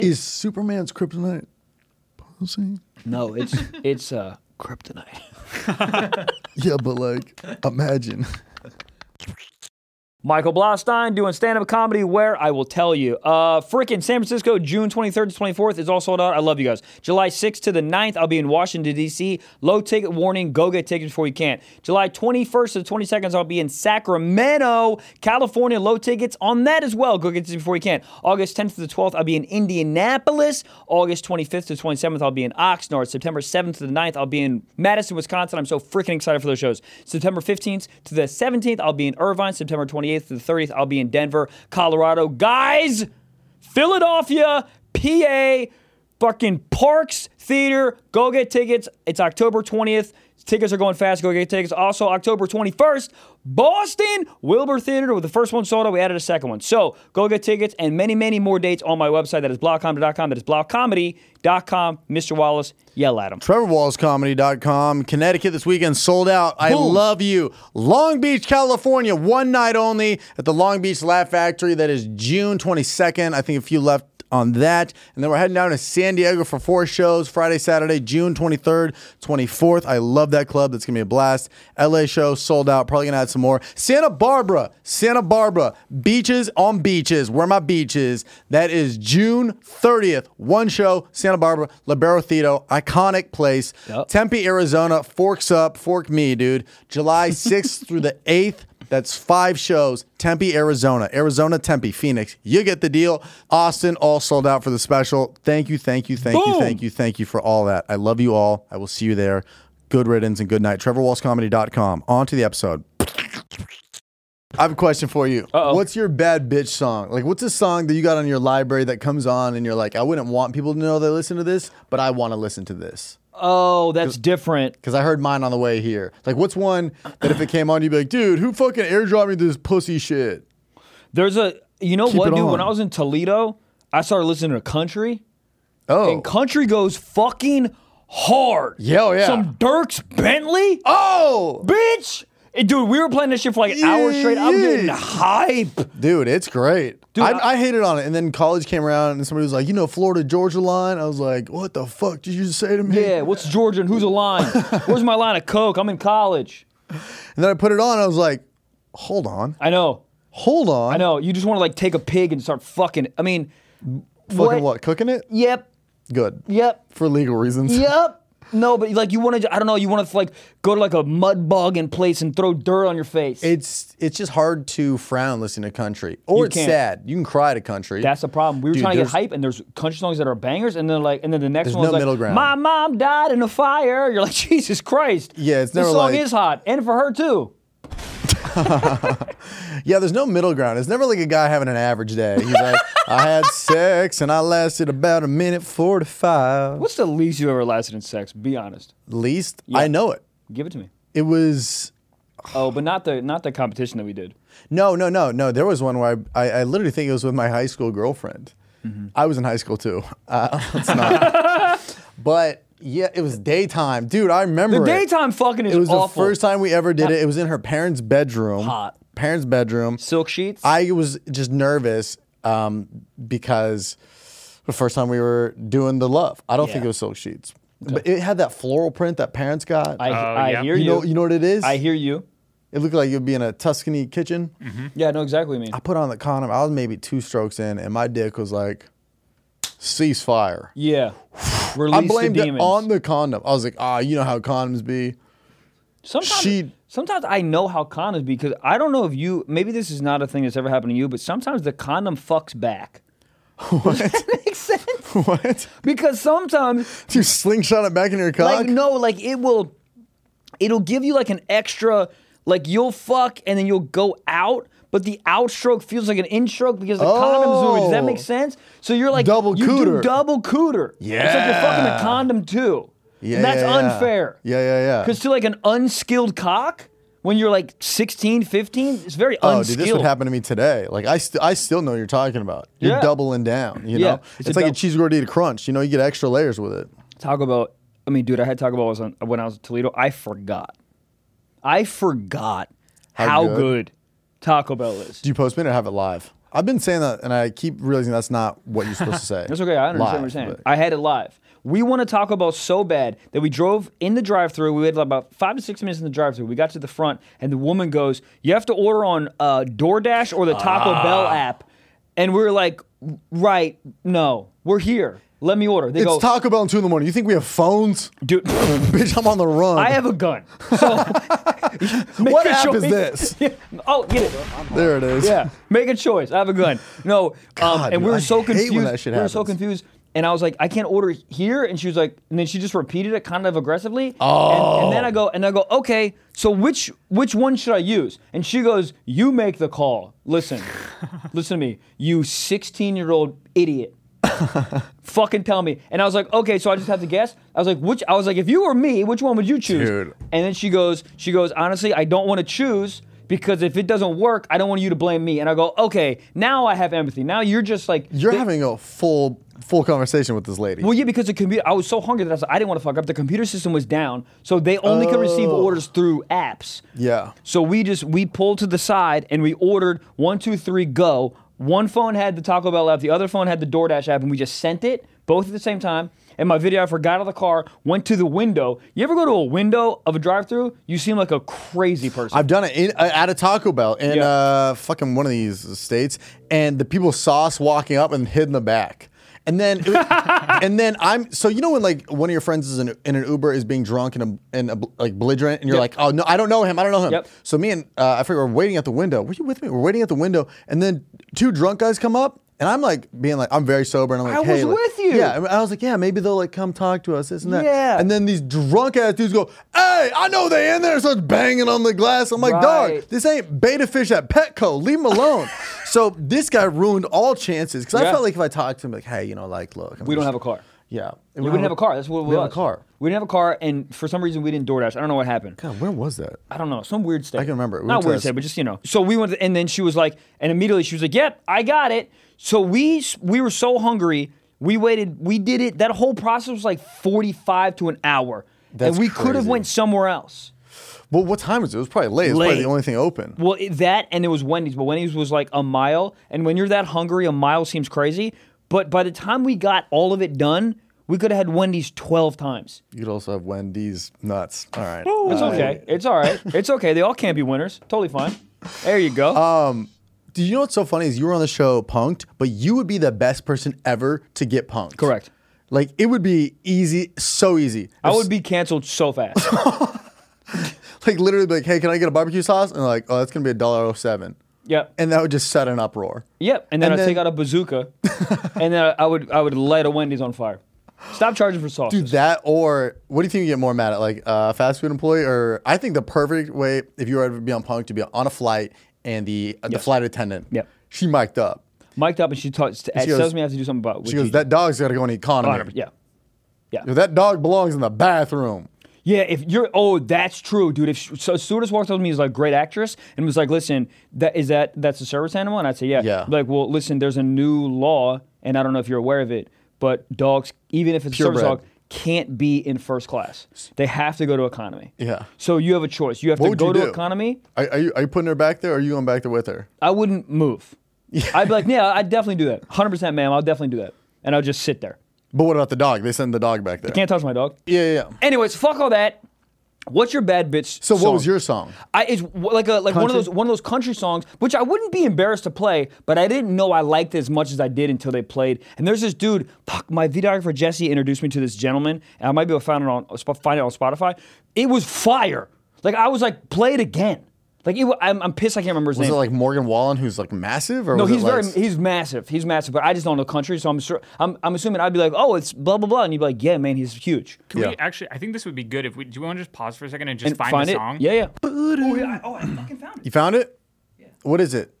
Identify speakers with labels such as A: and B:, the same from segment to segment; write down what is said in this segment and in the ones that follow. A: Is Superman's kryptonite pussy?
B: No, it's it's uh, kryptonite.
A: Yeah, but like, imagine.
B: Michael Blostein doing stand up comedy where I will tell you. Uh, freaking San Francisco, June 23rd to 24th. It's all sold out. I love you guys. July 6th to the 9th, I'll be in Washington, D.C. Low ticket warning. Go get tickets before you can. July 21st to the 22nd, I'll be in Sacramento, California. Low tickets on that as well. Go get tickets before you can. August 10th to the 12th, I'll be in Indianapolis. August 25th to 27th, I'll be in Oxnard. September 7th to the 9th, I'll be in Madison, Wisconsin. I'm so freaking excited for those shows. September 15th to the 17th, I'll be in Irvine. September 28th to the 30th, I'll be in Denver, Colorado. Guys, Philadelphia, PA, fucking Parks Theater. Go get tickets. It's October 20th. Tickets are going fast. Go get tickets. Also, October 21st, Boston Wilbur Theater. With the first one sold out, we added a second one. So go get tickets and many, many more dates on my website. That is blogcomedy.com. That is blogcomedy.com. Mr. Wallace, yell at him.
A: TrevorWallsComedy.com. Connecticut this weekend sold out. I
B: Boom.
A: love you. Long Beach, California, one night only at the Long Beach Laugh Factory. That is June 22nd. I think a few left on that. And then we're heading down to San Diego for four shows Friday, Saturday, June 23rd, 24th. I love that club. That's going to be a blast. LA show sold out. Probably going to add some more. Santa Barbara, Santa Barbara, beaches on beaches. Where my beach is. That is June 30th. One show, Santa Barbara, Libero Thedo, iconic place.
B: Yep.
A: Tempe, Arizona, forks up, fork me, dude. July 6th through the 8th. That's five shows. Tempe, Arizona, Arizona, Tempe, Phoenix. You get the deal. Austin, all sold out for the special. Thank you, thank you, thank you,
B: Boom.
A: thank you, thank you for all that. I love you all. I will see you there. Good riddance and good night. TrevorWallsComedy.com. On to the episode. I have a question for you.
B: Uh-oh.
A: What's your bad bitch song? Like, what's a song that you got on your library that comes on and you're like, I wouldn't want people to know they listen to this, but I want to listen to this?
B: Oh, that's different.
A: Because I heard mine on the way here. Like, what's one that if it came on, you'd be like, dude, who fucking airdropped me this pussy shit?
B: There's a, you know
A: Keep
B: what,
A: it
B: dude?
A: on.
B: When I was in Toledo, I started listening to country.
A: Oh.
B: And country goes fucking hard.
A: Yeah, oh, yeah.
B: Some Dirks Bentley?
A: oh!
B: Bitch! Eh, Dude, we were playing this shit for like an hour
A: Yeah,
B: straight. I'm
A: yeah.
B: getting hype.
A: Dude, it's great. I,
B: I-
A: I, hated on it. And then college came around and somebody was like, you know, Florida Georgia line. I was like, what the fuck did you just say to me?
B: Yeah, what's Georgia and who's a line? Where's my line of coke? I'm in college.
A: And then I put it on. I was like, hold on.
B: I know.
A: Hold on.
B: I know. You just want to like take a pig and start fucking. I mean,
A: Fucking what? Cooking it?
B: Yep.
A: Good.
B: Yep.
A: For legal reasons.
B: Yep. No, but like you want to, I don't know, you want to like go to like a mud bogging place and throw dirt on your face.
A: It's it's just hard to frown listening to country. Or
B: You
A: it's
B: can't.
A: sad. You can cry to country.
B: That's the problem. We were
A: Dude,
B: trying to get
A: there's-
B: hype, and there's country songs that are bangers, and then like, and then the next
A: There's
B: one was
A: no
B: like,
A: middle ground.
B: "My mom died in a fire." You're like, Jesus Christ.
A: Yeah, it's never
B: this song
A: like-
B: is hot, and for her too.
A: Yeah, there's no middle ground. It's never like a guy having an average day. He's like, I had sex and I lasted about a minute four to five.
B: What's the least you ever lasted in sex? Be honest.
A: Least I know it.
B: Give it to me.
A: It was
B: Oh, but not the not the competition that we did.
A: no, no, no, no. There was one where I, I, I literally think it was with my high school girlfriend.
B: Mm-hmm.
A: I was in high school too. Uh, it's not. but yeah, it was daytime, dude. I remember
B: The
A: it.
B: daytime fucking is
A: It was
B: awful.
A: the first time we ever did it. It was in her parents' bedroom.
B: Hot.
A: Parents' bedroom.
B: Silk sheets.
A: I was just nervous um, because the first time we were doing the love, I don't think
B: Yeah.
A: it was silk sheets, but it had that floral print that parents got.
B: I, I
C: yeah.
B: hear you.
A: you know, you know what it is.
B: I Mm. hear you.
A: it looked like you'd be in a Tuscany kitchen.
B: Yeah, I know exactly what you mean.
A: I put on the condom. I was maybe two strokes in, and my dick was like, ceasefire.
B: yeah. Release
A: I blamed
B: the
A: it
B: demons.
A: on the condom. I was like, ah, you know how condoms be.
B: Sometimes,
A: She-
B: sometimes I know how condoms because I don't know if you. Maybe this is not a thing that's ever happened to you, but sometimes the condom fucks back. Does that make sense?
A: what?
B: Because sometimes,
A: You slingshot it back in your cock?
B: like, no, like it will, it'll give you like an extra, like you'll fuck and then you'll go out. But the outstroke feels like an instroke because the condom's moving. Does that
A: Oh.
B: make sense? So you're like
A: Double
B: you do
A: cooter.
B: double cooter. it's like you're fucking
A: Yeah.
B: a condom too.
A: Yeah,
B: and that's
A: yeah, yeah.
B: unfair.
A: Yeah, yeah, yeah.
B: Because to like an unskilled cock, when you're like 16, 15, it's very
A: Oh,
B: unskilled.
A: dude, this would happen to me today. Like I, st- I still know what you're talking about. You're
B: Yeah.
A: doubling down. You know,
B: Yeah, it's
A: it's,
B: a
A: like
B: dou-
A: a cheese gordita crunch. You know, you get extra layers with it.
B: Taco Bell. I mean, dude, I had Taco Bell was on, when I was in Toledo. I forgot. I forgot how,
A: How
B: good.
A: good?
B: Taco Bell is.
A: Do you post me or have it live? I've been saying that, and I keep realizing that's not what you're supposed to say.
B: That's okay. I understand what
A: Live,
B: you're saying.
A: but-
B: I had it live. We want to talk about so bad that we drove in the drive thru. We waited about five to six minutes in the drive thru. We got to the front, and the woman goes, You have to order on uh, DoorDash or the Taco Bell app. And we were like, Right, no, we're here. Let me order. They
A: it's
B: go,
A: Taco Bell in two in the morning. You think we have phones,
B: Dude,
A: bitch? I'm on the run.
B: I have a gun. So make
A: What
B: a
A: app is
B: choice.
A: this?
B: Yeah. Oh, get it.
A: there it is.
B: Yeah, make a choice. I have a gun. No, um,
A: God,
B: and we were
A: dude, I
B: so
A: hate when
B: confused.
A: that shit
B: we were so
A: happens.
B: confused, and I was like, I can't order here, and she was like, and then she just repeated it kind of aggressively. and, and then I go, and I go, okay, so which which one should I use? And she goes, you make the call. Listen, listen to me, you 16 year old idiot. Fucking tell me. And I was like, okay, so I just have to guess. I was like, which? I was like, if you were me, which one would you choose?
A: Dude.
B: And then she goes, she goes, honestly, I don't want to choose because if it doesn't work, I don't want you to blame me. And I go, okay, now I have empathy. Now you're just like,
A: You're having a full full conversation with this lady.
B: well, yeah, because the computer, I was so hungry that I, was like, I didn't want to fuck up. The computer system was down, so they only could receive
A: Oh.
B: orders through apps.
A: yeah.
B: So we just we pulled to the side and we ordered one, two, three, go. One phone had the Taco Bell app, the other phone had the DoorDash app, and we just sent it both at the same time. And my video, I forgot out of the car, went to the window. You ever go to a window of a drive-through? You seem like a crazy person.
A: I've done it in, uh, at a Taco Bell in
B: Yeah.
A: uh, fucking one of these states, and the people saw us walking up and hid in the back. And then, and then I'm so you know when like one of your friends is in, in an Uber is being drunk and a, and a, bl- like belligerent, and you're
B: Yep.
A: like, oh no, I don't know him, I don't know him.
B: Yep.
A: So me and uh, I forget we're waiting at the window. Were you with me? We're waiting at the window, and then two drunk guys come up, and I'm like being like I'm very sober, and I'm like,
B: I was
A: hey, like-
B: with you.
A: Yeah, and I was like, yeah, maybe they'll like come talk to us, isn't that?
B: Yeah.
A: And then these drunk ass dudes go, hey, I know they in there, starts banging on the glass. I'm like,
B: Right.
A: dog, this ain't beta fish at Petco. Leave him alone. so this guy ruined all chances because I
B: Yeah.
A: felt like if I talked to him, like, hey, you know, like, look, I'm
B: we don't
A: just-
B: have a car.
A: Yeah, we,
B: We
A: don't
B: didn't have a car. That's what it
A: we have a
B: was.
A: car.
B: We didn't have a car, and for some reason we didn't DoorDash. I don't know what happened.
A: God, where was that?
B: I don't know, some weird state. I
A: can remember. We went
B: Not
A: to
B: weird
A: this-
B: state, but just you know. So we went, and then she was like, and immediately she was like, "Yep, I got it." So we s- we were so hungry, we waited, we did it. That whole process was like forty five to an hour,
A: That's
B: and we could have
A: crazy.
B: went somewhere else.
A: Well, what time was it? It was probably late. It was
B: Late.
A: probably the only thing open.
B: Well, it, that and it was Wendy's, but Wendy's was like a mile, and when you're that hungry, a mile seems crazy. But by the time we got all of it done, we could have had Wendy's twelve times.
A: You could also have Wendy's nuts. All right.
B: It's
A: Uh,
B: okay. It's all right. It's okay. They all can't be winners. Totally fine. There you go.
A: Uh, Do you know what's so funny is you were on the show punked, but you would be the best person ever to get punked.
B: Correct.
A: Like it would be easy, so easy.
B: I would be canceled so fast.
A: like literally be like, hey, can I get a barbecue sauce? And like, oh, that's gonna be a dollar oh seven.
B: yep.
A: And that would just set an uproar.
B: Yep. And then
A: and
B: I'd
A: then-
B: take out a bazooka and then I would I would light a Wendy's on fire. Stop charging for sauces.
A: Dude, that or what do you think you get more mad at? Like uh, a fast food employee, or I think the perfect way if you were ever to be on punk to be on a flight and the uh, the flight attendant,
B: Yep.
A: she mic'd up.
B: Mic'd up and she, ta- she
A: goes-
B: tells me I have to do something about it.
A: She goes, that dog's got to go in economy.
B: yeah.
A: Yo, that dog belongs in the bathroom.
B: Yeah, if you're oh, that's true, dude. If sh- so, Stewardess walked up to me, is like great actress, and was like, "Listen, that is that that's a service animal," and I'd say, "Yeah."
A: Yeah.
B: Like, well, listen, there's a new law, and I don't know if you're aware of it, but dogs, even if it's a service
A: Purebred.
B: dog, can't be in first class. They have to go to economy.
A: Yeah.
B: So you have a choice. You have
A: What
B: to
A: would
B: go
A: you
B: to
A: do?
B: economy.
A: Are, are, you, are you putting her back there or are you going back there with her?
B: I wouldn't move. I'd be like, "Yeah, I'd definitely do that. 100, percent ma'am. I'll definitely do that." And I'll just sit there.
A: But what about the dog? They send the dog back there.
B: Can't touch my dog.
A: Yeah, yeah, yeah.
B: Anyways, fuck all that. What's your bad bitch?
A: So, what was
B: song?
A: your song?
B: I it's w- like a like one of
A: Country?
B: those one of those country songs, which I wouldn't be embarrassed to play, but I didn't know I liked it as much as I did until they played. And there's this dude, fuck, my videographer Jesse introduced me to this gentleman, and I might be able to find it on Sp- find it on Spotify. It was fire. Like I was like, play it again. Like it, wa- I'm, I'm pissed I can't remember his
A: Was
B: name.
A: it like Morgan Wallen who's like massive or
B: no,
A: was
B: he's
A: it like
B: very he's massive. He's massive, but I just don't know country, so I'm sure I'm, I'm assuming I'd be like, oh, it's blah blah blah, and you'd be like, yeah, man, he's huge.
D: Can
A: Yeah.
D: we actually? I think this would be good if we. Do we want to just pause for a second and just
B: And
D: find, the
B: it.
D: song?
B: Yeah, yeah.
D: Oh, yeah, I- oh, I fucking found it.
A: You found it? What is it?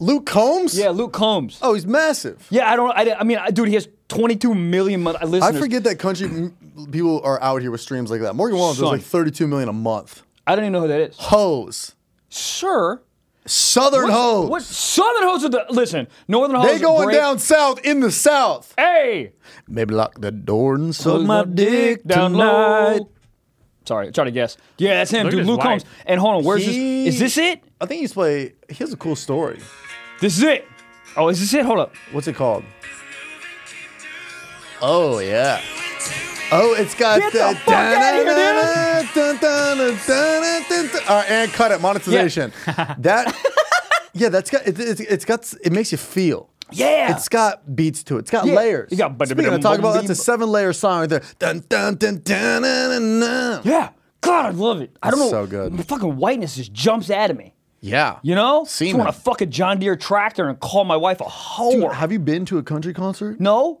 A: Luke Combs?
B: Yeah, Luke Combs.
A: Oh, he's massive.
B: Yeah, I don't. I, I mean, I, dude, he has 22 million mon- uh,
A: I
B: listeners.
A: forget that country m- people are out here with streams like that. Morgan Wallen does
B: Son.
A: like 32 million a month.
B: I don't even know who that is.
A: Hoes.
B: Sure.
A: Southern hoes.
B: What Southern hoes are the listen? Northern hoes.
A: They going
B: break-
A: down south in the south.
B: Hey,
A: Maybe lock the door and suck
B: my dick down low. Sorry, try to guess. Yeah, that's him,
D: Look at
B: dude.
D: his
B: Luke Combs.
D: wife.
B: And hold on, where's
A: He-
B: this? Is this it?
A: I think he's play. He has a cool story.
B: This is it. Oh, is this it? Hold up.
D: What's it called? Oh yeah. Oh, it's got
B: Get the fuck outta here, dude.
D: here, All right, and cut it. Monetization. that. Yeah, that's got it, it's, it's got it makes you feel.
B: Yeah.
D: It's got beats to it. It's got
B: Yeah.
D: layers.
B: You got-
D: Speaking of
B: Oh,
D: talk about that's a seven layer song right there. Dun, dun, dun, dun, dun, dun, dun.
B: Yeah. God, I love it. I don't know.
D: It's so good.
B: The fucking whiteness just jumps out of me.
D: Yeah.
B: You know? I
D: Semen.
B: just want to fuck a John Deere tractor and call my wife a
D: Dude,
B: whore.
D: have you been to a country concert?
B: no?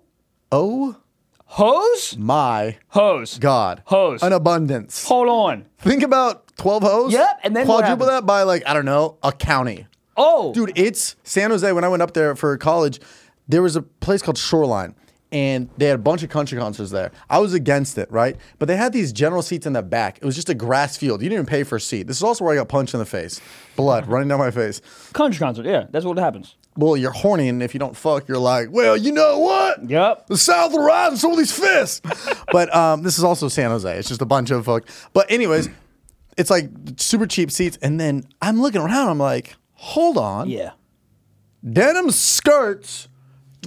D: Oh
B: Hose?
D: my
B: Hose.
D: god.
B: Hose.
D: An abundance.
B: Hold on.
D: Think about 12 hoes.
B: Yep, and then what
D: quadruple
B: happens?
D: that by like, I don't know, a county.
B: Oh.
D: Dude, it's San Jose. When I went up there for college, there was a place called Shoreline, and they had a bunch of country concerts there. I was against it, right? But they had these general seats in the back. It was just a grass field. You didn't even pay for a seat. This is also where I got punched in the face, blood running down my face.
B: Country concert. Yeah, that's what happens.
D: Well, you're horny, and if you don't fuck, you're like, well, you know what?
B: Yep.
D: The South will rise and so will these fists. but um, this is also San Jose. It's just a bunch of fuck. But anyways, it's like super cheap seats, and then I'm looking around. I'm like, hold on
B: Yeah.
D: denim skirts,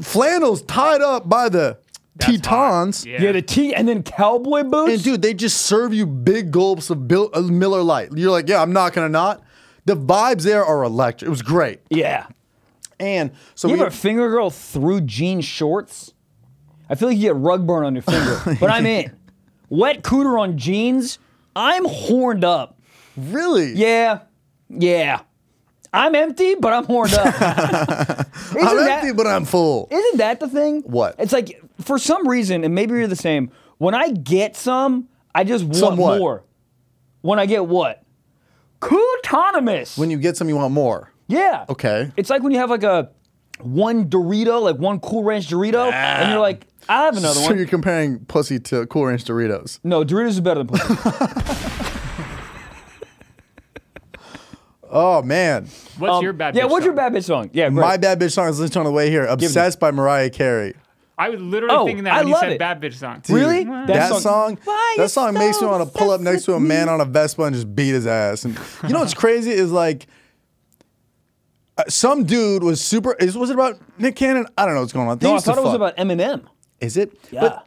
D: flannels tied up by the
A: That's
D: Tetons.
A: hot.
B: Yeah, the T and then cowboy boots.
D: And dude, they just serve you big gulps of Bill, uh, Miller Light. You're like, yeah, I'm not gonna not. The vibes there are electric. It was great.
B: yeah.
D: And so
B: You
D: we,
B: ever finger girl through jean shorts? I feel like you get rug burn on your finger, but I'm in. Wet cooter on jeans. I'm horned up.
D: really,
B: Yeah, yeah. I'm empty, but I'm horned up. isn't,
D: I'm
B: that,
D: empty, but I'm full.
B: not that the thing?
D: What?
B: It's like for some reason, and maybe you're the same. When I get some, I just want
D: Some what?
B: more. When I get what? Cootonomous.
D: when you get some, you want more.
B: Yeah.
D: Okay.
B: It's like when you have like a one Dorito, like one Cool Ranch Dorito, and
A: Ah.
B: you're like, I have another
D: so
B: one.
D: you're comparing pussy to Cool Ranch Doritos.
B: No, Doritos is better than pussy.
D: Oh man,
A: What's your bad?
B: Um, yeah,
A: bitch
B: what's your
A: song?
B: bad bitch song? Yeah, great.
D: my bad bitch song is listening on the way here. Obsessed by Mariah Carey.
A: I was literally
B: Oh,
A: thinking that
B: I
A: when you
B: love
A: said
B: it.
A: bad bitch song.
B: Really?
D: That,
B: That song-
D: song,
B: Why you
D: that song makes me
B: so
D: want to pull up
B: obsessed
D: next to a
B: with
D: man on a Vespa and just beat his ass. And you know what's crazy is like, uh, some dude was super. Is, was it about Nick Cannon? I don't know what's going on. They
B: no, Oh, I
D: used to
B: thought it was
D: fuck.
B: about Eminem.
D: Is it?
B: Yeah.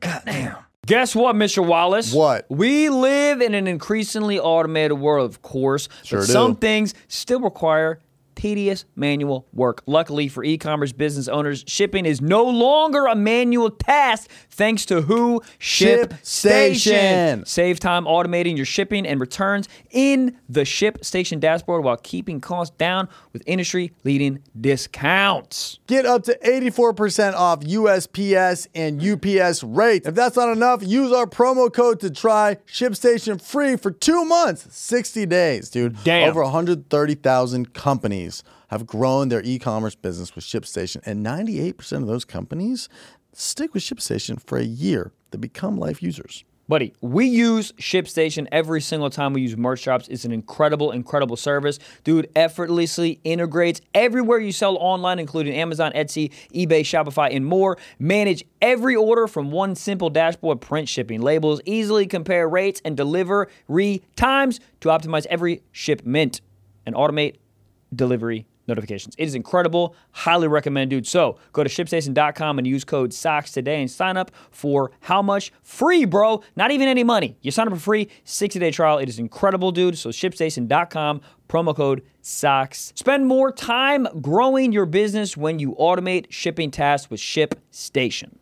D: But
B: Guess what, Mr. Wallace?
D: What?
B: We live in an increasingly automated world, of course,
D: Sure
B: but
D: do.
B: some things still require tedious manual work. Luckily for e-commerce business owners, shipping is no longer a manual task thanks to Who Ship,
D: Ship Station.
B: Save time automating your shipping and returns in the Ship Station dashboard while keeping costs down with industry-leading discounts.
D: Get up to 84% off USPS and UPS rates. If that's not enough, use our promo code to try ShipStation free for two months, 60 days, dude.
B: Damn.
D: Over 130,000 companies have grown their e commerce business with ShipStation, and 98% of those companies stick with ShipStation for a year. They become life users.
B: Buddy, we use ShipStation every single time we use merch shops. It's an incredible, incredible service. Dude, effortlessly integrates everywhere you sell online, including Amazon, Etsy, eBay, Shopify, and more. Manage every order from one simple dashboard, print shipping labels, easily compare rates and delivery times to optimize every shipment and automate delivery notifications. It is incredible. Highly recommend, dude. So go to shipstation.com and use code SOCKS today and sign up for how much? Free, bro. Not even any money. You sign up for free, 60 day trial. It is incredible, dude. So shipstation.com, promo code SOCKS. Spend more time growing your business when you automate shipping tasks with ShipStation.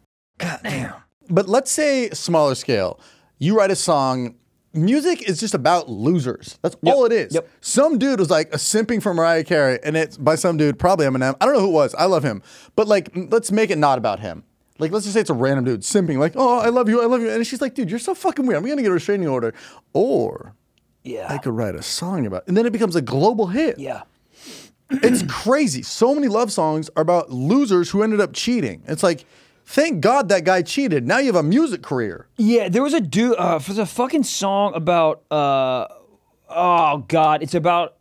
D: But let's say smaller scale. You write a song. Music is just about losers. That's all it is.
B: Yep.
D: Some dude was like a simping for Mariah Carey, and it's by some dude, probably Eminem. I don't know who it was. I love him. But like, m- let's make it not about him. Like, let's just say it's a random dude simping, like, oh, I love you, I love you. And she's like, dude, you're so fucking weird. I'm going to get a restraining order. Or
B: Yeah.
D: I could write a song about And then it becomes a global hit.
B: yeah.
D: It's crazy. So many love songs are about losers who ended up cheating. It's like, thank God that guy cheated. Now you have a music career.
B: Yeah, there was a dude. Uh, there's a fucking song about. Uh, oh God, it's about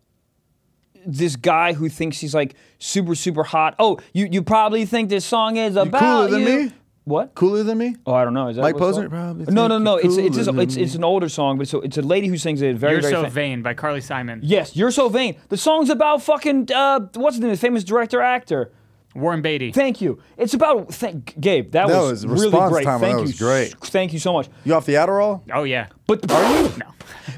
B: this guy who thinks he's like super super hot. Oh, you you probably think this song is about
D: cooler than
B: you.
D: me?
B: What?
D: Cooler than me?
B: Oh, I don't know. Is that
D: Mike
B: what it's
D: Posner?
B: called?
D: Probably
B: No,
D: think
B: no,
D: you're
B: no. It's it's
D: cooler
B: just,
D: than
B: it's it's an older song, but it's a, it's a lady who sings it. Very
A: You're
B: very
A: so
B: fam-
A: vain by Carly Simon.
B: Yes, you're so vain. The song's about fucking uh, what's his name? The famous director actor.
A: Warren Beatty.
B: Thank you. It's about thank Gabe. That,
D: That was
B: was, really
D: response
B: great.
D: time on
B: thank
D: that
B: you.
D: was great.
B: s- Thank you so much.
D: You off the Adderall?
A: oh yeah.
B: But the, are you? No.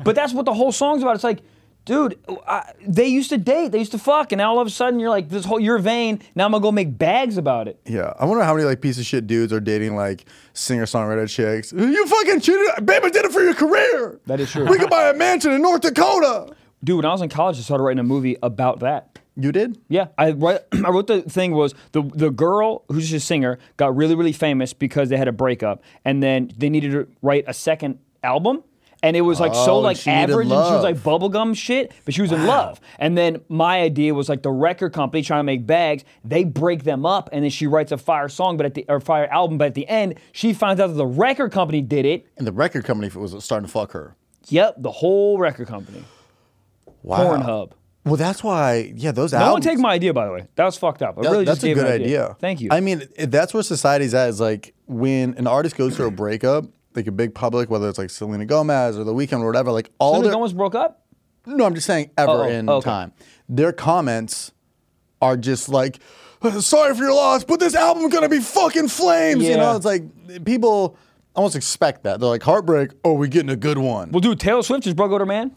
B: but that's what the whole song's about. It's like, dude, I, they used to date, they used to fuck, and now all of a sudden you're like, this whole you're vain. Now I'm gonna go make bags about it.
D: Yeah, I wonder how many like piece of shit dudes are dating like singer songwriter chicks. You fucking cheated, babe. I did it for your career.
B: That is true.
D: We could buy a mansion in North Dakota.
B: Dude, when I was in college, I started writing a movie about that.
D: You did?
B: Yeah, I write, I wrote the thing was the the girl who's a singer got really really famous because they had a breakup and then they needed to write a second album and it was like so
D: Oh,
B: like
D: she needed
B: average and she
D: love.
B: was like bubblegum shit but she was in love and then my idea was like the record company trying to make bags they break them up and then she writes a fire song but at the or fire album but at the end she finds out that the record company did it
D: And the record company was starting to fuck her.
B: yep the whole record company
D: Wow.
B: Pornhub
D: Well, that's why. Yeah, those.
B: no one
D: albums,
B: take my idea by the way that was fucked up I
D: that-
B: really
D: that's
B: just gave
D: a
B: an
D: good
B: idea.
D: idea.
B: thank you
D: I mean, it- that's where society's at. Is like when an artist goes through a breakup, like a big public, whether it's like Selena Gomez or The Weeknd or whatever. Like all
B: Selena
D: their,
B: Gomez broke up
D: No, I'm just saying ever
B: Oh,
D: in
B: okay.
D: time. Their comments are just like, sorry for your loss, but this album gonna be fucking flames. You
B: Yeah.
D: know, it's like people almost expect that. They're like, heartbreak, oh, we getting a good one.
B: Well, dude, Taylor Swift just broke out her man.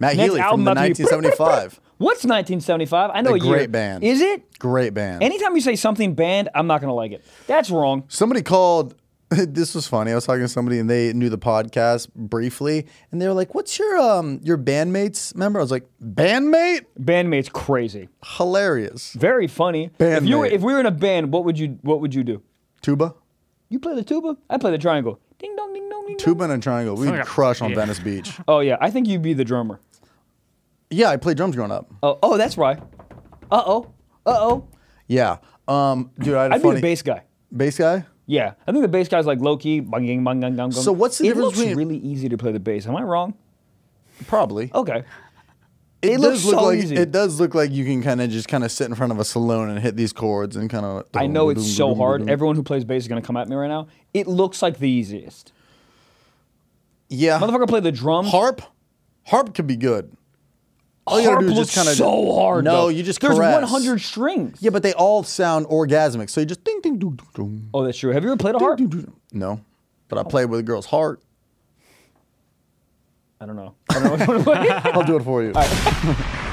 D: Matt
B: Next
D: Healy from
B: album
D: the
B: about to be-
D: 1975.
B: What's 1975? I know
D: The
B: a year.
D: great band.
B: Is it?
D: Great band.
B: Anytime you say something banned, I'm not gonna like it. That's wrong.
D: Somebody called. This was funny. I was talking to somebody and they knew the podcast briefly, and they were like, "What's your um your bandmates member?" I was like, "Bandmate,
B: Bandmates crazy.
D: hilarious."
B: Very funny. If you were
D: Bandmate.
B: if we were in a band, what would you what would you do?
D: Tuba,
B: You play the tuba? I play the triangle. Ding dong ding dong ding dong.
D: tuba and a triangle. We'd crush on Venice Beach.
B: Oh yeah, I think you'd be the drummer.
D: Yeah, I played drums growing up.
B: Oh, oh that's right. Uh oh. Uh oh.
D: Yeah. Um, dude, I had a
B: I'd be
D: funny
B: the bass guy.
D: bass guy.
B: Yeah, I think the bass guy's like low key. Bang, gang, bang, gang, gang, gang.
D: So what's the
B: it
D: difference
B: looks
D: between-
B: really easy to play the bass. Am I wrong?
D: Probably.
B: Okay.
D: it,
B: it
D: does
B: looks
D: look
B: so
D: like
B: easy.
D: it does look like you can kind of just kind of sit in front of a saloon and hit these chords and kind of.
B: I know it's so hard. Everyone who plays bass is gonna come at me right now. It looks like the easiest.
D: Yeah.
B: Motherfucker played the drums.
D: Harp, harp could be good. All you gotta
B: Harp
D: do is
B: looks
D: just kinda-
B: so hard.
D: No,
B: though.
D: you just
B: there's
D: caress.
B: 100 strings.
D: Yeah, but they all sound orgasmic. So you just ding ding doo doo doo.
B: Oh, that's true. Have you ever played a harp?
D: doo, doo, doo. No, but I played with a girl's heart.
B: I don't know. I don't know what to play.
D: I'll do it for you.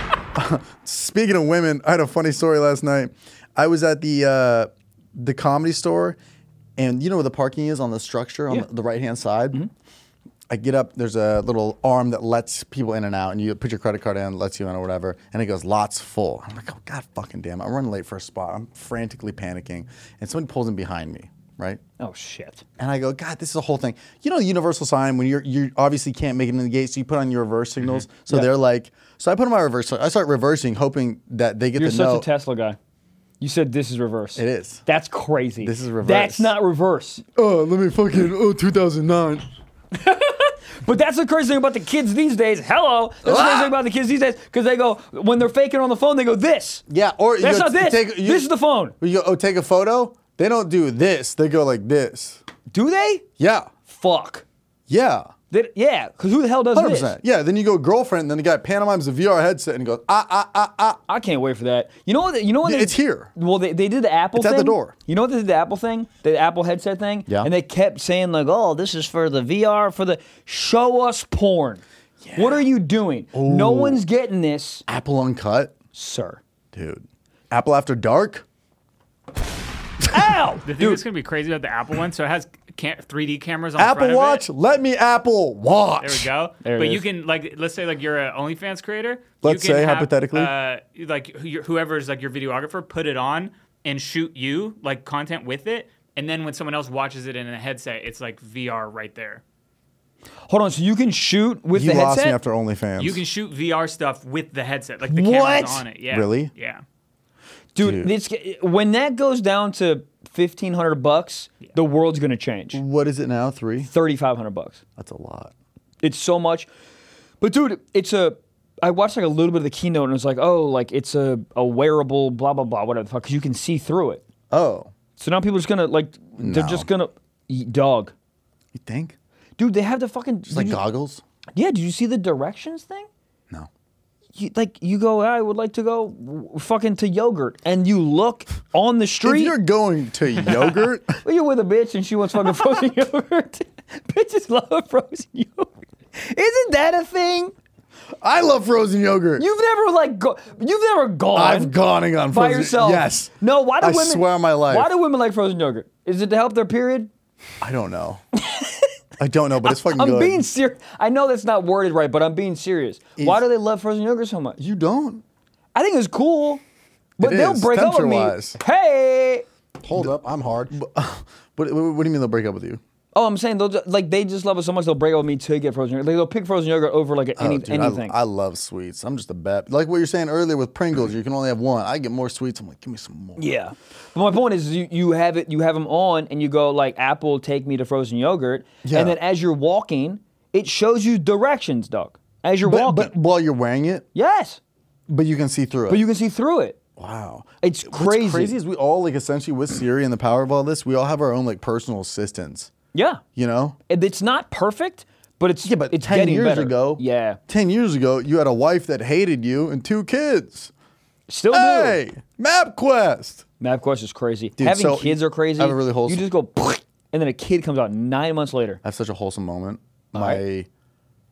D: Speaking of women, I had a funny story last night. I was at the uh, the comedy store, and you know where the parking is on the structure on
B: Yeah. Mm-hmm.
D: the right hand side. I get up. There's a little arm that lets people in and out, and you put your credit card in, lets you in or whatever, and it goes lots full. I'm like, oh god, fucking damn! I run late for a spot. I'm frantically panicking, and somebody pulls in behind me, right?
B: Oh shit.
D: And I go, God, this is a whole thing. You know, the universal sign when you're you obviously can't make it in the gate, so you put on your reverse signals. So
B: Mm-hmm. Yeah.
D: they're like, so I put on my reverse. I start reversing, hoping that they get
B: You're
D: to
B: such
D: know.
B: a Tesla guy. You said this is reverse.
D: It is.
B: That's crazy.
D: This is reverse.
B: That's not reverse.
D: oh, let me fucking oh 2009.
B: But that's the crazy thing about the kids these days. Hello. That's the crazy
D: Ah!
B: thing about the kids these days because they go when they're faking on the phone, they go this.
D: Yeah, or you
B: that's
D: go,
B: not this.
D: take- you-
B: this is the phone.
D: You go, oh, take a photo. They don't do this. They go like this.
B: Do they?
D: Yeah,
B: Fuck.
D: yeah,
B: They, yeah, because who the hell does
D: hundred
B: this?
D: percent. Yeah. Then you go girlfriend. And then the guy pantomimes the VR headset and goes, ah ah ah ah.
B: I can't wait for that. You know what? You know what?
D: Yeah,
B: they-
D: it's here.
B: Well, they, they did the Apple.
D: It's at
B: thing.
D: the door.
B: You know what they did the Apple thing, the Apple headset thing.
D: Yeah.
B: And they kept saying like, "Oh, this is for the VR, for the show us porn." What are you doing? No one's getting this,
D: Apple uncut,
B: sir.
D: dude. Apple after dark.
B: Ow,
A: The thing
B: dude.
A: that's gonna be crazy about the Apple one, so it has can 3D cameras on the front
D: Apple
A: of it.
D: Watch. Let me Apple Watch.
A: There we go.
B: There it
A: but you
B: is.
A: can like, let's say like you're an OnlyFans creator. you
D: Let's
A: can
D: say,
A: have,
D: hypothetically.
A: uh, like who your- whoever's like your videographer, put it on and shoot you like content with it, and then when someone else watches it in a headset, it's like VR right there.
B: Hold on. So you can shoot with
D: You
B: the
D: lost
B: headset.
D: me after OnlyFans.
A: You can shoot VR stuff with the headset, like the
B: What?
A: camera's on it. Yeah.
D: Really?
A: Yeah.
B: dude, It's, when that goes down to fifteen hundred bucks, the world's gonna change.
D: What is it now? Three.
B: Thirty five hundred bucks.
D: That's a lot.
B: It's so much. But dude, it's a. I watched like a little bit of the keynote and it was like, oh, like it's a, a wearable, blah blah blah, whatever the fuck, because you can see through it.
D: Oh,
B: So now people are just gonna like, they're
D: No.
B: just gonna eat dog,
D: you think?
B: dude. They have the fucking
D: It's like
B: did you-
D: goggles.
B: yeah. Did you see the directions thing?
D: No.
B: you, like you go, I would like to go w- fucking to yogurt, and you look on the
D: If
B: street.
D: you're going to yogurt,
B: Well, you're with a bitch and she wants fucking frozen yogurt. Bitches love frozen yogurt. Isn't that a thing?
D: I love frozen yogurt.
B: You've never like go- you've never gone.
D: I've gone and gone
B: by
D: frozen-
B: yourself.
D: Yes.
B: No. Why do
D: I
B: women?
D: swear on my life.
B: Why do women like frozen yogurt? Is it to help their period?
D: I don't know. I don't know, but it's fucking
B: I'm
D: good.
B: being serious. I know that's not worded right, but I'm being serious. Why do they love frozen yogurt so much?
D: you don't.
B: I think it's cool, but
D: It
B: they'll
D: is,
B: break up with me.
D: temperature-wise.
B: Hey.
E: Hold up, I'm hard.
D: What, what, what do you mean they'll break up with you?
B: Oh, I'm saying they'll just, like they just love it so much they'll break up with me to get frozen yogurt. Like, they'll pick frozen yogurt over like any,
D: Oh, dude, I-
B: anything.
D: I, love sweets. I'm just a bad. Like what you're saying earlier with Pringles, you can only have one. I get more sweets. I'm like, give me some more.
B: Yeah, but my point is, you, you have it, you have them on, and you go like, "Apple, take me to frozen yogurt,"
D: Yeah.
B: and then as you're walking, it shows you directions, dog. As you're
D: But,
B: walking,
D: but while you're wearing it,
B: yes,
D: but you can see through it.
B: but you can see through it.
D: wow.
B: It's crazy.
D: What's crazy is we all like essentially with Siri and the power of all this, we all have our own like personal assistants.
B: Yeah,
D: You know.
B: And it's not perfect, but it's yeah,
D: But
B: it's
D: ten
B: getting
D: years
B: better.
D: ago,
B: yeah,
D: ten years ago, you had a wife that hated you and two kids.
B: still
D: Hey, MapQuest.
B: do. MapQuest is crazy. Having
D: so
B: kids are crazy.
D: I have a really
B: You
D: wholesome-
B: just go, and then a kid comes out nine months later.
D: I have such a wholesome moment. my,
B: right.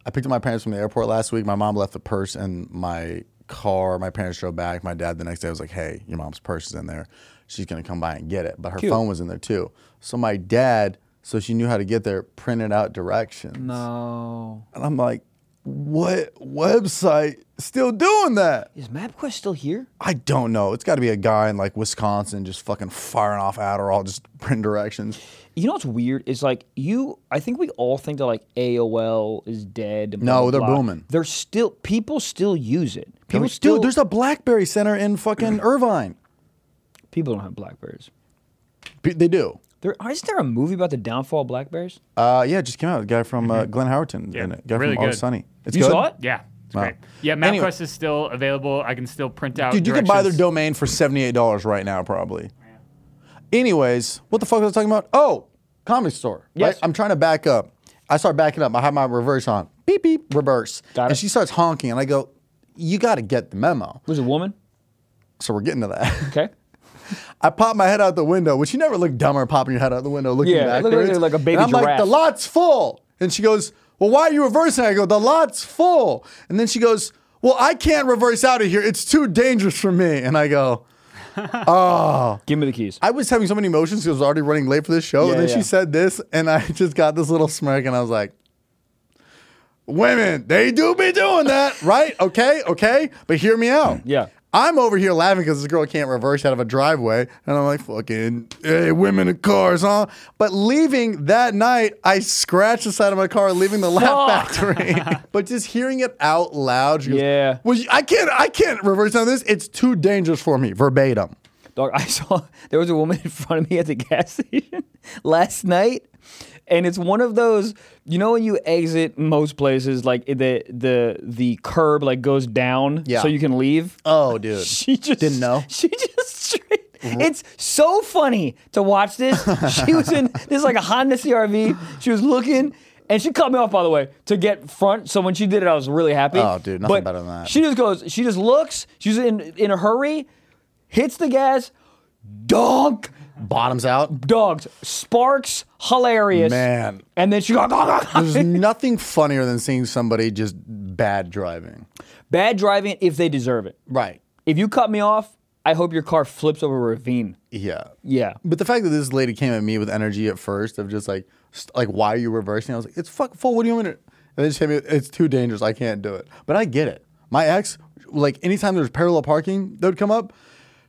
D: I picked up my parents from the airport last week. My mom left the purse in my car. My parents drove back. My dad the next day was like, "Hey, your mom's purse is in there. She's gonna come by and get it." But her phone was in there too. So my dad, so she knew how to get there, printed out directions.
B: No,
D: And I'm like, "What website still doing that?"
B: is MapQuest still here?
D: I don't know. It's got to be a guy in like Wisconsin just fucking firing off Adderall, just print directions.
B: You know what's weird is like you. I think we all think that like AOL is dead. and
D: No,
B: blah,
D: they're
B: blah, blah.
D: booming.
B: They're still people still use it. People
D: Dude,
B: still
D: there's a BlackBerry Center in fucking Irvine.
B: people don't have Blackberries.
D: P- They do.
B: There isn't there a movie about the downfall of Blackberries?
D: Uh, yeah, it just came out. The guy from
B: Mm-hmm.
D: uh, Glenn Howerton.
A: Yeah,
D: in it. guy
A: really
D: from All
A: good.
D: Sunny. It's
B: you
D: good?
B: saw it?
A: Yeah, it's
D: Wow.
A: great. Yeah, MapQuest
D: Anyway.
A: is still available. I can still print out.
D: Dude, you can buy their
A: directions.
D: domain for seventy-eight dollars right now, probably. Anyways, what the fuck was I talking about? Oh, comedy store.
B: Yes.
D: I'm trying to back up. I start backing up. I have my reverse on. Beep beep reverse.
B: Got
D: and
B: it.
D: she starts honking, and I go, "You got to get the memo."
B: Was it a woman?
D: So we're getting to that.
B: Okay.
D: I pop my head out the window, which you never look dumber popping your head out the window looking
B: Yeah, I
D: back.
B: look like- like a baby
D: And I'm like,
B: giraffe.
D: the lot's full. And she goes, Well, why are you reversing? I go, The lot's full. And then she goes, Well, I can't reverse out of here. It's too dangerous for me. And I go,
B: Give me the keys.
D: I was having so many emotions because I was already running late for this show.
B: Yeah,
D: and then
B: yeah.
D: she said this, and I just got this little smirk, and I was like, Women, they do be doing that, right? Okay, okay. But hear me out.
B: Yeah.
D: I'm over here laughing because this girl can't reverse out of a driveway. And I'm like, fucking, hey, women in cars, huh? But leaving that night, I scratched the side of my car, leaving the Laugh Factory. but just hearing it out loud, she goes,
B: Yeah.
D: Well, you- I can't, I can't reverse out of this. It's too dangerous for me, verbatim.
B: Dog, I saw there was a woman in front of me at the gas station last night, and it's one of those. You know when you exit most places, like the the the curb like goes down,
D: Yeah.
B: so you can leave.
D: Oh, dude.
B: She just
D: Didn't know? Mm-hmm.
B: She just straight. It's so funny to watch this. She was in this is like a Honda CRV. She was looking. And she cut me off, by the way, to get front. So when she did it, I was really happy.
D: Oh, dude, nothing
B: But
D: better than that.
B: She just goes. She just looks. She's in in a hurry, hits the gas, donk,
D: Bottoms out.
B: dogs, sparks, hilarious,
D: Man.
B: And then she goes,
D: There's nothing funnier than seeing somebody just bad driving.
B: bad driving if they deserve it.
D: Right.
B: If you cut me off, I hope your car flips over a ravine.
D: Yeah.
B: Yeah.
D: But the fact that this lady came at me with energy at first of just like, st- like why are you reversing? I was like, it's fuck full. What do you want me to? And then she hit me. It's too dangerous. I can't do it. But I get it. My ex, like anytime there's parallel parking that would come up,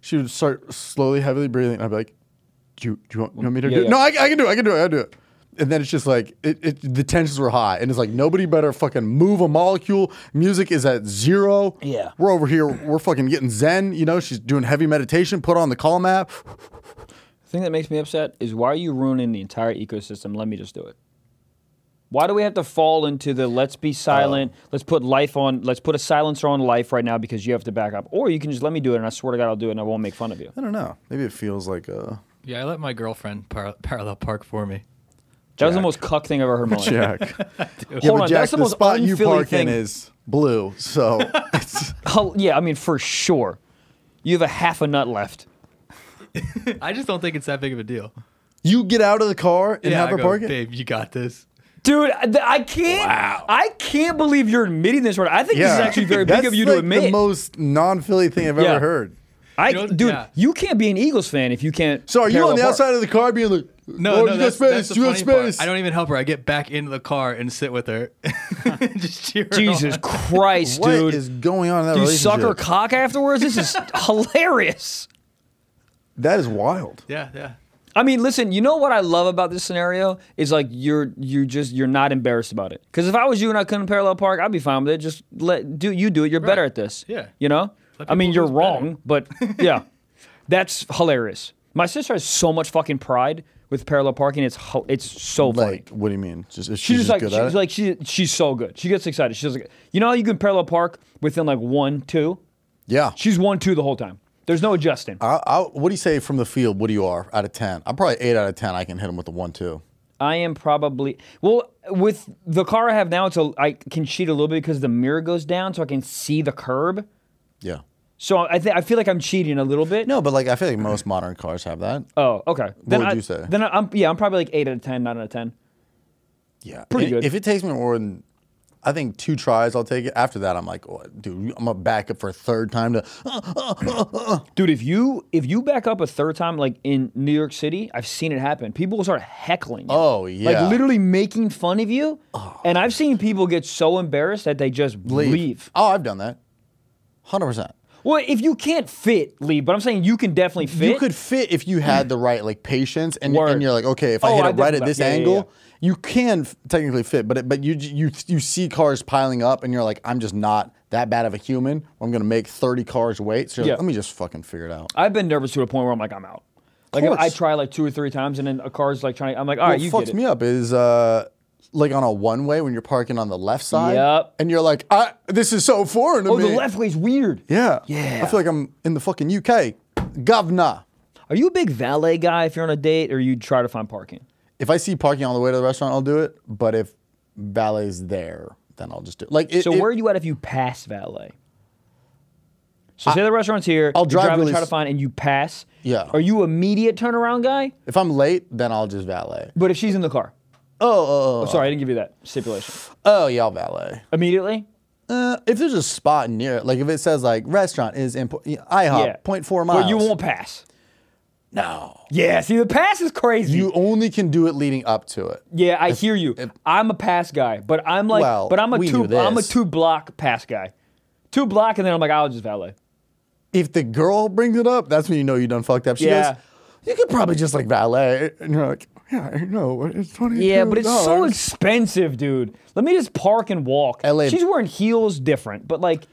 D: she would start slowly, heavily breathing. And I'd be like, do you, do you, want, you want me to
B: Yeah,
D: do it?
B: yeah.
D: No, I, I can do it. I can do it. I can do it. And then it's just like it, it, the tensions were high, and it's like nobody better fucking move a molecule. Music is at zero.
B: Yeah.
D: we're over here. We're fucking getting zen. You know, she's doing heavy meditation. Put on the call map.
B: The thing that makes me upset is why are you ruining the entire ecosystem? Let me just do it. Why do we have to fall into the let's
D: Oh.
B: be silent, let's put life on, let's put a silencer on life right now because you have to back up? Or you can just let me do it and I swear to God I'll do it and I won't make fun of you.
D: I don't know. Maybe it feels like uh
E: Yeah, I let my girlfriend par- parallel park for me.
B: That was the most cuck thing I've ever heard in my life.
D: Jack. yeah,
B: Hold
D: but
B: on,
D: Jack,
B: that's the
D: the
B: most
D: spot you
B: un-Philly
D: park in
B: thing.
D: is blue, so it's
B: hel- yeah, I mean for sure. You have a half a nut left.
E: I just don't think it's that big of a deal.
D: You get out of the car and
E: yeah,
D: have
E: I
D: her
E: go,
D: park it.
E: babe, you got this.
B: Dude, I- th- I can't. I can't believe you're admitting this. Right, now. I think this is actually very big
D: That's
B: of you
D: like
B: to admit.
D: The most non-Philly thing I've
B: Yeah.
D: ever heard.
B: I,
E: You know,
B: dude,
E: yeah.
B: you can't be an Eagles fan if you can't.
D: So are you
B: parallel
D: on the
B: park.
D: outside of the car being like,
E: No,
D: "Oh,
E: no,
D: you
E: that's,
D: got space,
E: that's the
D: you got
E: funny part.
D: space."
E: I don't even help her. I get back into the car and sit with her. just cheer her
B: Jesus
E: on.
B: Christ,
D: What
B: dude!
D: is going on in that
B: Do you
D: relationship?
B: suck her cock afterwards? This is hilarious.
D: that is wild.
E: Yeah, yeah.
B: I mean, listen, you know what I love about this scenario is like you're you just you're not embarrassed about it. Because if I was you and I couldn't parallel park, I'd be fine with it. Just let do you do it. You're better at this.
E: Yeah.
B: You know.
E: Let
B: I mean,
E: people
B: you're
E: who's
B: wrong, but yeah, that's hilarious. My sister has so much fucking pride with parallel parking. It's hu- it's so funny.
D: Like, what do you mean? Just is she
B: She's,
D: just
B: just like
D: good
B: she's
D: at it?
B: like she she's so good. She gets excited. She's like, you know, how you can parallel park within like one two.
D: yeah.
B: She's one two the whole time. There's no adjusting.
D: I, I, what do you say from the field? What do you are out of ten? I'm probably eight out of ten. I can hit him with a one two.
B: I am probably well with the car I have now. It's a I can cheat a little bit because the mirror goes down, so I can see the curb.
D: Yeah.
B: So I think I feel like I'm cheating a little bit.
D: No, but like I feel like most modern cars have that.
B: Oh, okay. Then
D: would
B: I,
D: you say?
B: Then I, am yeah, I'm probably like eight out of ten, nine out of ten.
D: Yeah,
B: Pretty
D: And
B: good.
D: If it takes me more than, I think two tries, I'll take it. After that, I'm like, oh, dude, I'm gonna back up for a third time to. uh,
B: Dude, if you if you back up a third time, like in New York City, I've seen it happen. People will start heckling. You.
D: Oh, yeah.
B: like literally making fun of you. And I've seen people get so embarrassed that they just leave.
D: Oh, I've done that. Hundred percent.
B: Well, if you can't fit, leave. But I'm saying you can definitely fit.
D: You could fit if you had the right like patience, and,
B: Word.
D: and you're like, okay, if I
B: Oh,
D: hit
B: I
D: it right at
B: definitely-
D: this
B: yeah, yeah,
D: angle,
B: yeah.
D: you can f- technically fit. But it, but you j- you you see cars piling up, and you're like, I'm just not that bad of a human. I'm gonna make thirty cars wait. So you're like,
B: Yeah.
D: let me just fucking figure it out.
B: I've been nervous to a point where I'm like, I'm out. Like
D: course.
B: I try like two or three times, and then a car's like trying. I'm like, all right,
D: what
B: you
D: fucks
B: get it.
D: me up is uh, like on a one way when you're parking on the left side,
B: Yep.
D: and you're like, I, this is so foreign to
B: oh,
D: me.
B: the left way's weird.
D: Yeah.
B: Yeah.
D: I feel like I'm in the fucking UK. Governor.
B: Are you a big valet guy if you're on a date, or you try to find parking?
D: If I see parking on the way to the restaurant, I'll do it. But if valet's there, then I'll just do it. Like, it,
B: So
D: it-
B: where are you at if you pass valet? So say the restaurant's here.
D: I'll
B: you
D: drive
B: drive and
D: really
B: try to
D: s-
B: find, and you pass.
D: Yeah.
B: Are you immediate turnaround guy?
D: if I'm late, then I'll just valet.
B: But if she's in the car,
D: Oh, oh, oh,
B: sorry, I didn't give you that stipulation.
D: oh, yeah, I'll valet.
B: Immediately.
D: Uh, if there's a spot near it, like if it says like restaurant is important, IHOP,
B: Yeah.
D: 0.4 Uh, miles.
B: But you won't pass.
D: No.
B: Yeah, see, the pass is crazy.
D: You only can do it leading up to it.
B: yeah, I hear you. I'm a pass guy, but I'm like,
D: Well,
B: but I'm a
D: we
B: two,
D: knew
B: I'm a
D: this.
B: two block pass guy, two block, and then I'm like, I'll just valet.
D: if the girl brings it up, that's when you know you done fucked up. She
B: Yeah.
D: goes, you could probably just like valet, and you're like, yeah, I know, it's twenty.
B: Yeah, but it's so expensive, dude. Let me just park and walk.
D: LA
B: She's wearing heels, different, but like,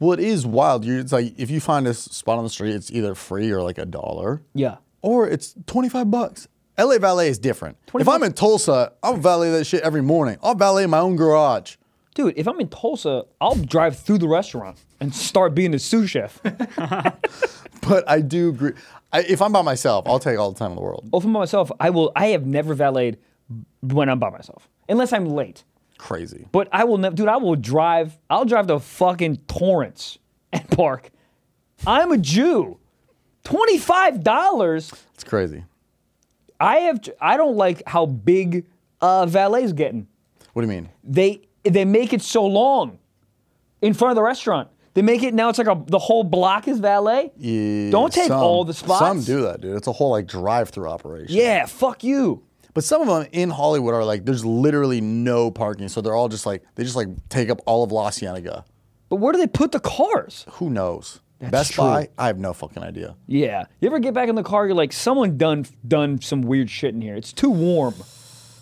D: well, it is wild. You, it's like if you find a s- spot on the street, it's either free or like a dollar.
B: yeah.
D: or it's twenty five bucks. L.A. valet is different. If I'm in Tulsa, I'll valet that shit every morning. I'll valet my own garage.
B: Dude, if I'm in Tulsa, I'll drive through the restaurant and start being the sous chef.
D: But I do agree. I, if I'm by myself, I'll take all the time in the world.
B: Or if I'm by myself, I will. I have never valeted when I'm by myself, unless I'm late.
D: Crazy.
B: But I will never, dude. I will drive. I'll drive to fucking Torrance and park. I'm a Jew. Twenty five dollars.
D: It's crazy.
B: I have. I don't like how big uh, valet's getting.
D: What do you mean?
B: They they make it so long in front of the restaurant. They make it now. It's like a the whole block is valet.
D: Yeah,
B: don't take
D: some-
B: all the spots.
D: Some do that, dude. It's a whole like drive-through operation.
B: Yeah, fuck you.
D: But some of them in Hollywood are like, there's literally no parking, so they're all just like, they just like take up all of La Cienega.
B: But where do they put the cars?
D: Who knows? Best
B: true.
D: Buy, I have no fucking idea.
B: Yeah. You ever get back in the car, you're like, someone done done some weird shit in here. It's too warm.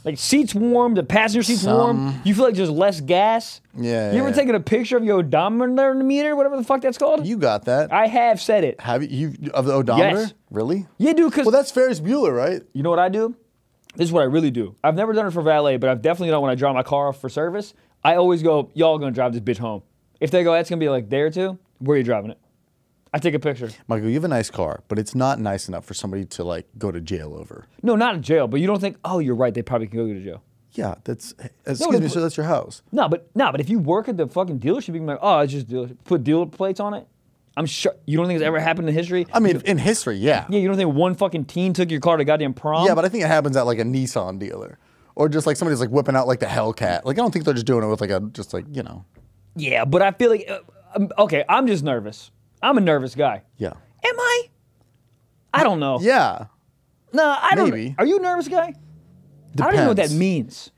B: Like seats warm, the passenger seats warm. You feel like there's less gas.
D: Yeah,
B: You ever
D: yeah.
B: taken a picture of your odometer meter, whatever the fuck that's called?
D: You got that?
B: I have said it.
D: have you you- of the odometer?
B: Yes.
D: Really?
B: Yeah, dude, because
D: Well, that's Ferris Bueller, right?
B: you know what I do? This is what I really do. I've never done it for valet, but I've definitely done it when I drive my car off for service. I always go, y'all gonna drive this bitch home. If they go, that's gonna be like day or two, where are you driving it? I take a picture.
D: Michael, you have a nice car, but it's not nice enough for somebody to like go to jail over.
B: No, not in jail, but you don't think, oh, you're right, they probably can go to jail.
D: Yeah, that's eh,
B: but
D: excuse me.
B: if-
D: So that's your house.
B: No, but no, but if you work at the fucking dealership, you can be like, oh, it's just dealership. put dealer plates on it. I'm sure you don't think it's ever happened in history.
D: I mean, in history, yeah.
B: yeah, you don't think one fucking teen took your car to goddamn prom?
D: Yeah, but I think it happens at like a Nissan dealer, or just like somebody's like whipping out like the Hellcat. Like I don't think they're just doing it with like a just like you know.
B: yeah, but I feel like uh, um, okay, I'm just nervous. I'm a nervous guy.
D: Yeah.
B: Am I? I don't know.
D: Yeah.
B: No, I don't.
D: Maybe.
B: Are you a nervous guy? I don't even know what that
D: Depends.
B: means.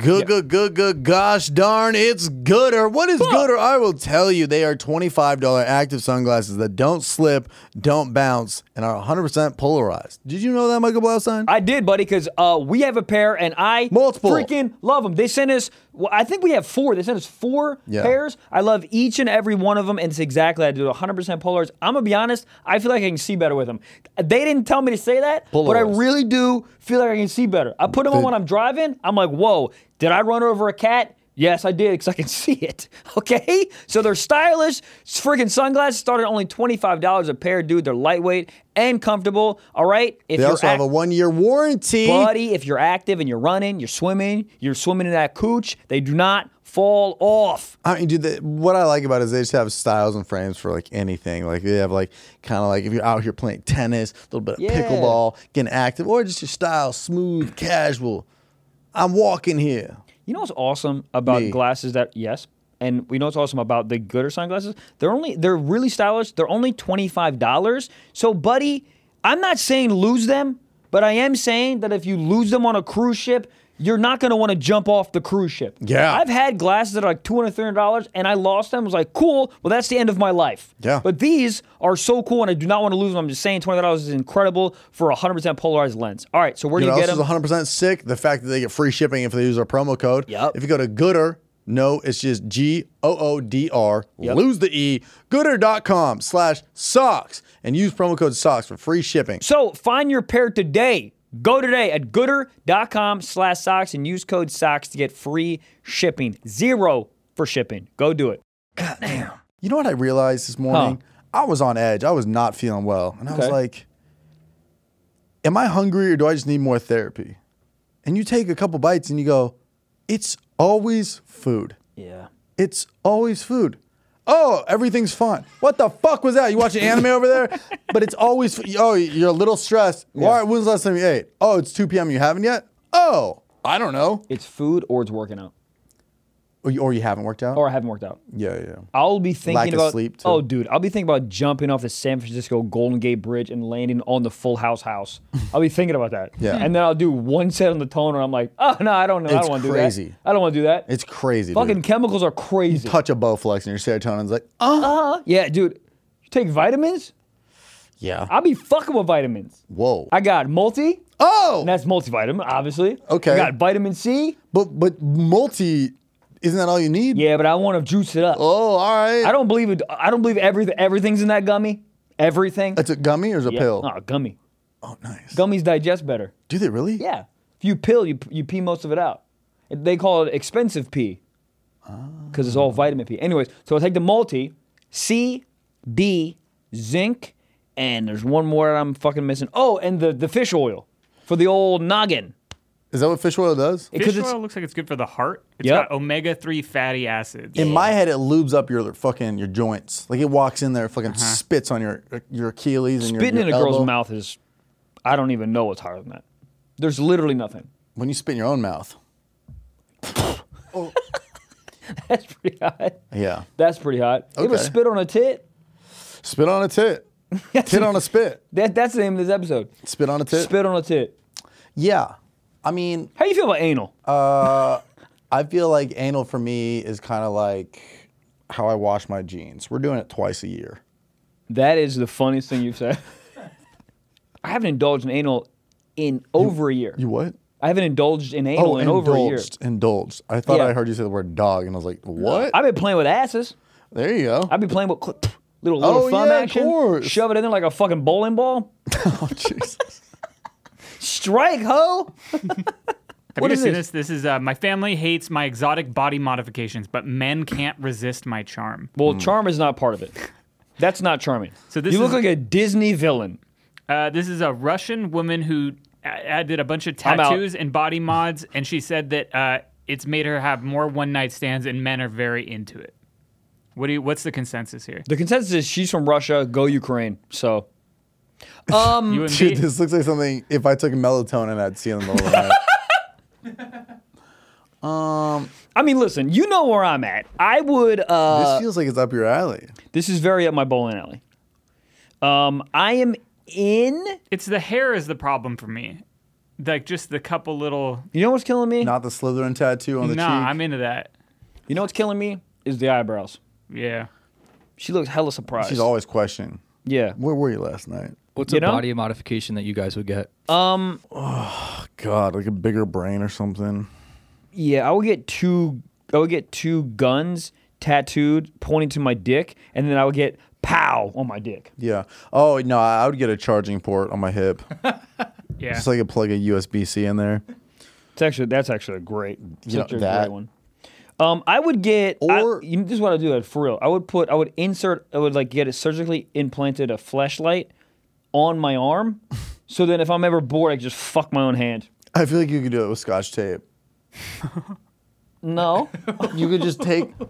D: Good, good, good, good. Gosh darn, it's gooder. What is gooder? I will tell you. They are $25 active sunglasses that don't slip, don't bounce, and are 100% polarized. Did you know that, Michael Blaustein?
B: I did, buddy, because uh, we have a pair, and I
D: Multiple.
B: freaking love them. They sent us. Well, I think we have four. They sent us four
D: Yeah.
B: pairs. I love each and every one of them, and it's exactly I do. 100% Polars. I'm gonna be honest. I feel like I can see better with them. They didn't tell me to say that, but I
D: Polarized.
B: really do feel like I can see better. I put them on
D: They-
B: when I'm driving. I'm like, whoa, did I run over a cat? Yes, I did because I can see it. Okay, so they're stylish. Freaking sunglasses started only twenty five dollars a pair, dude. They're lightweight and comfortable. All right, if
D: they
B: you're
D: also have
B: act-
D: a one year warranty.
B: buddy, if you're active and you're running, you're swimming, you're swimming in that cooch, they do not fall off.
D: I mean, dude, the, what I like about it is they just have styles and frames for like anything. Like they have like kind of like if you're out here playing tennis, a little bit of
B: Yeah.
D: pickleball, getting active, or just your style, smooth, casual. I'm walking here.
B: You know what's awesome about
D: Me.
B: glasses that yes, and we know what's awesome about the gooder sunglasses. They're only they're really stylish. They're only twenty five dollars. So, buddy, I'm not saying lose them, but I am saying that if you lose them on a cruise ship. You're not gonna want to jump off the cruise ship.
D: Yeah.
B: I've had glasses that are like two hundred, three hundred dollars, and I lost them. I was like, cool. Well, that's the end of my life.
D: Yeah.
B: But these are so cool, and I do not want to lose them. I'm just saying, twenty dollars is incredible for a hundred percent polarized lens. All right, so where
D: You
B: do
D: know,
B: you get
D: this is
B: them?
D: 100% sick. The fact that they get free shipping if they use our promo code.
B: Yep.
D: If you go to Gooder, no, it's just G O O D R,
B: Yep.
D: lose the E, gooder.com slash socks, and use promo code socks for free shipping.
B: So find your pair today. Go today at gooder.com slash socks and use code socks to get free shipping. Zero for shipping. Go do it.
D: You know what I realized this morning? I was on edge. I was not feeling well. And I was
B: Okay.
D: like, am I hungry or do I just need more therapy? And you take a couple bites and you go, it's always food.
B: Yeah.
D: It's always food. Oh, everything's fine. What the fuck was that? You watching anime over there? But it's always food. Oh, you're a little stressed. Why? When's the last time you ate? Oh, it's 2 p.m. You haven't yet? Oh, I don't know.
B: It's food or it's working out.
D: Or you, or you haven't worked out?
B: Or I haven't worked out.
D: yeah, yeah.
B: I'll be thinking
D: Lack of
B: about
D: sleep, too.
B: Oh dude, I'll be thinking about jumping off the San Francisco Golden Gate Bridge and landing on the full house house. I'll be thinking about that.
D: Yeah.
B: And then I'll do one set on the toner and I'm like, oh no, I don't know. I
D: It's
B: don't want to do
D: crazy.
B: that. I don't want to do that.
D: It's crazy.
B: Fucking
D: dude.
B: chemicals are crazy.
D: touch a Bowflex and your serotonin's like, oh,
B: Uh-huh. Yeah, dude. You take vitamins?
D: yeah.
B: I'll be fucking with vitamins.
D: Whoa.
B: I got multi.
D: oh,
B: And that's multivitamin, obviously.
D: Okay.
B: I got vitamin C.
D: but but multi, isn't that all you need?
B: Yeah, but I want to juice it up.
D: Oh, all right.
B: I don't believe it. I don't believe everything. Everything's in that gummy. Everything.
D: It's a gummy or is it a pill?
B: No, gummy.
D: Oh, nice.
B: Gummies digest better.
D: Do they really?
B: Yeah. If you pill, you you pee most of it out. They call it expensive pee because it's all vitamin P. Anyways, so I take the multi, C, B, zinc, and there's one more that I'm fucking missing. Oh, and the the fish oil for the old noggin.
D: Is that what fish oil does?
B: Because
A: Fish
B: it's
A: oil looks like it's good for the heart. It's
B: Yep.
A: got omega three fatty acids.
D: In my head, it lubes up your fucking your joints. Like it walks in there, fucking spits on your your Achilles and your-
B: Uh-huh. spitting
D: your,
B: in a girl's
D: elbow.
B: mouth is I don't even know what's harder than that. There's literally nothing.
D: When you spit in your own mouth,
B: That's pretty hot.
D: yeah,
B: That's pretty hot. You ever
D: Okay.
B: spit on a tit?
D: spit on a tit, tit on a spit,
B: That, that's the name of this episode.
D: spit on a tit.
B: Spit on a tit.
D: Yeah, I mean,
B: How you feel about anal?
D: Uh, I feel like anal for me is kind of like how I wash my jeans. We're doing it twice a year.
B: that is the funniest thing you've said. I haven't indulged in anal in over a year.
D: what?
B: I haven't indulged in anal in over a year.
D: Oh, indulged, indulged. I thought
B: Yeah.
D: I heard you say the word dog, and I was like, what?
B: I've been playing with asses.
D: there you go.
B: I've been playing with cl- little little
D: Oh,
B: thumb
D: yeah, of
B: action.
D: course.
B: Shove it in there like a fucking bowling ball.
D: oh, Jesus.
B: Strike, ho!
A: Have
B: What
A: you
B: is
A: guys seen
B: this?
A: this? This is uh, my family hates my exotic body modifications, but men can't resist my charm.
B: Well, charm is not part of it. That's not charming.
A: Hmm. So this
B: you look
A: is-
B: like a Disney villain.
A: Uh, this is a Russian woman who a- I did a bunch of
B: I'm out.
A: tattoos and body mods, and she said that uh, it's made her have more one night stands, and men are very into it. What do you? What's the consensus here?
B: The consensus is she's from Russia. Go Ukraine. So
A: You and
D: Mm. Dude,
A: me?
D: this looks like something if I took melatonin, I'd see in the middle of the night.
B: I mean, listen. You know where I'm at. I would. Uh,
D: This feels like it's up your alley.
B: This is very up my bowling alley. Um, I am in.
A: It's the hair is the problem for me. Like just the couple little.
B: You know what's killing me?
D: Not the Slytherin tattoo on the
A: nah,
D: cheek.
A: I'm into that.
B: You know what's killing me is the eyebrows.
A: Yeah.
B: She looks hella surprised.
D: She's always questioning.
B: yeah.
D: Where were you last night?
E: What's
B: You
E: a
B: know?
E: body modification that you guys would get?
B: Um.
D: God, like a bigger brain or something.
B: Yeah. I would get two. I would get two guns tattooed pointing to my dick, and then I would get pow on my dick.
D: Yeah. Oh no, I I would get a charging port on my hip,
A: Yeah.
D: just like a plug a USB C in there,
B: It's actually that's actually a great,
D: know,
B: such a
D: that-
B: great one. Um, I would get
D: Or-
B: I, you know, this is what I do for real. I would put I would insert I would like get it surgically implanted a flashlight on my arm, so then if I'm ever bored, I can just fuck my own hand.
D: I feel like you could do it with scotch tape.
B: No,
D: You could just take.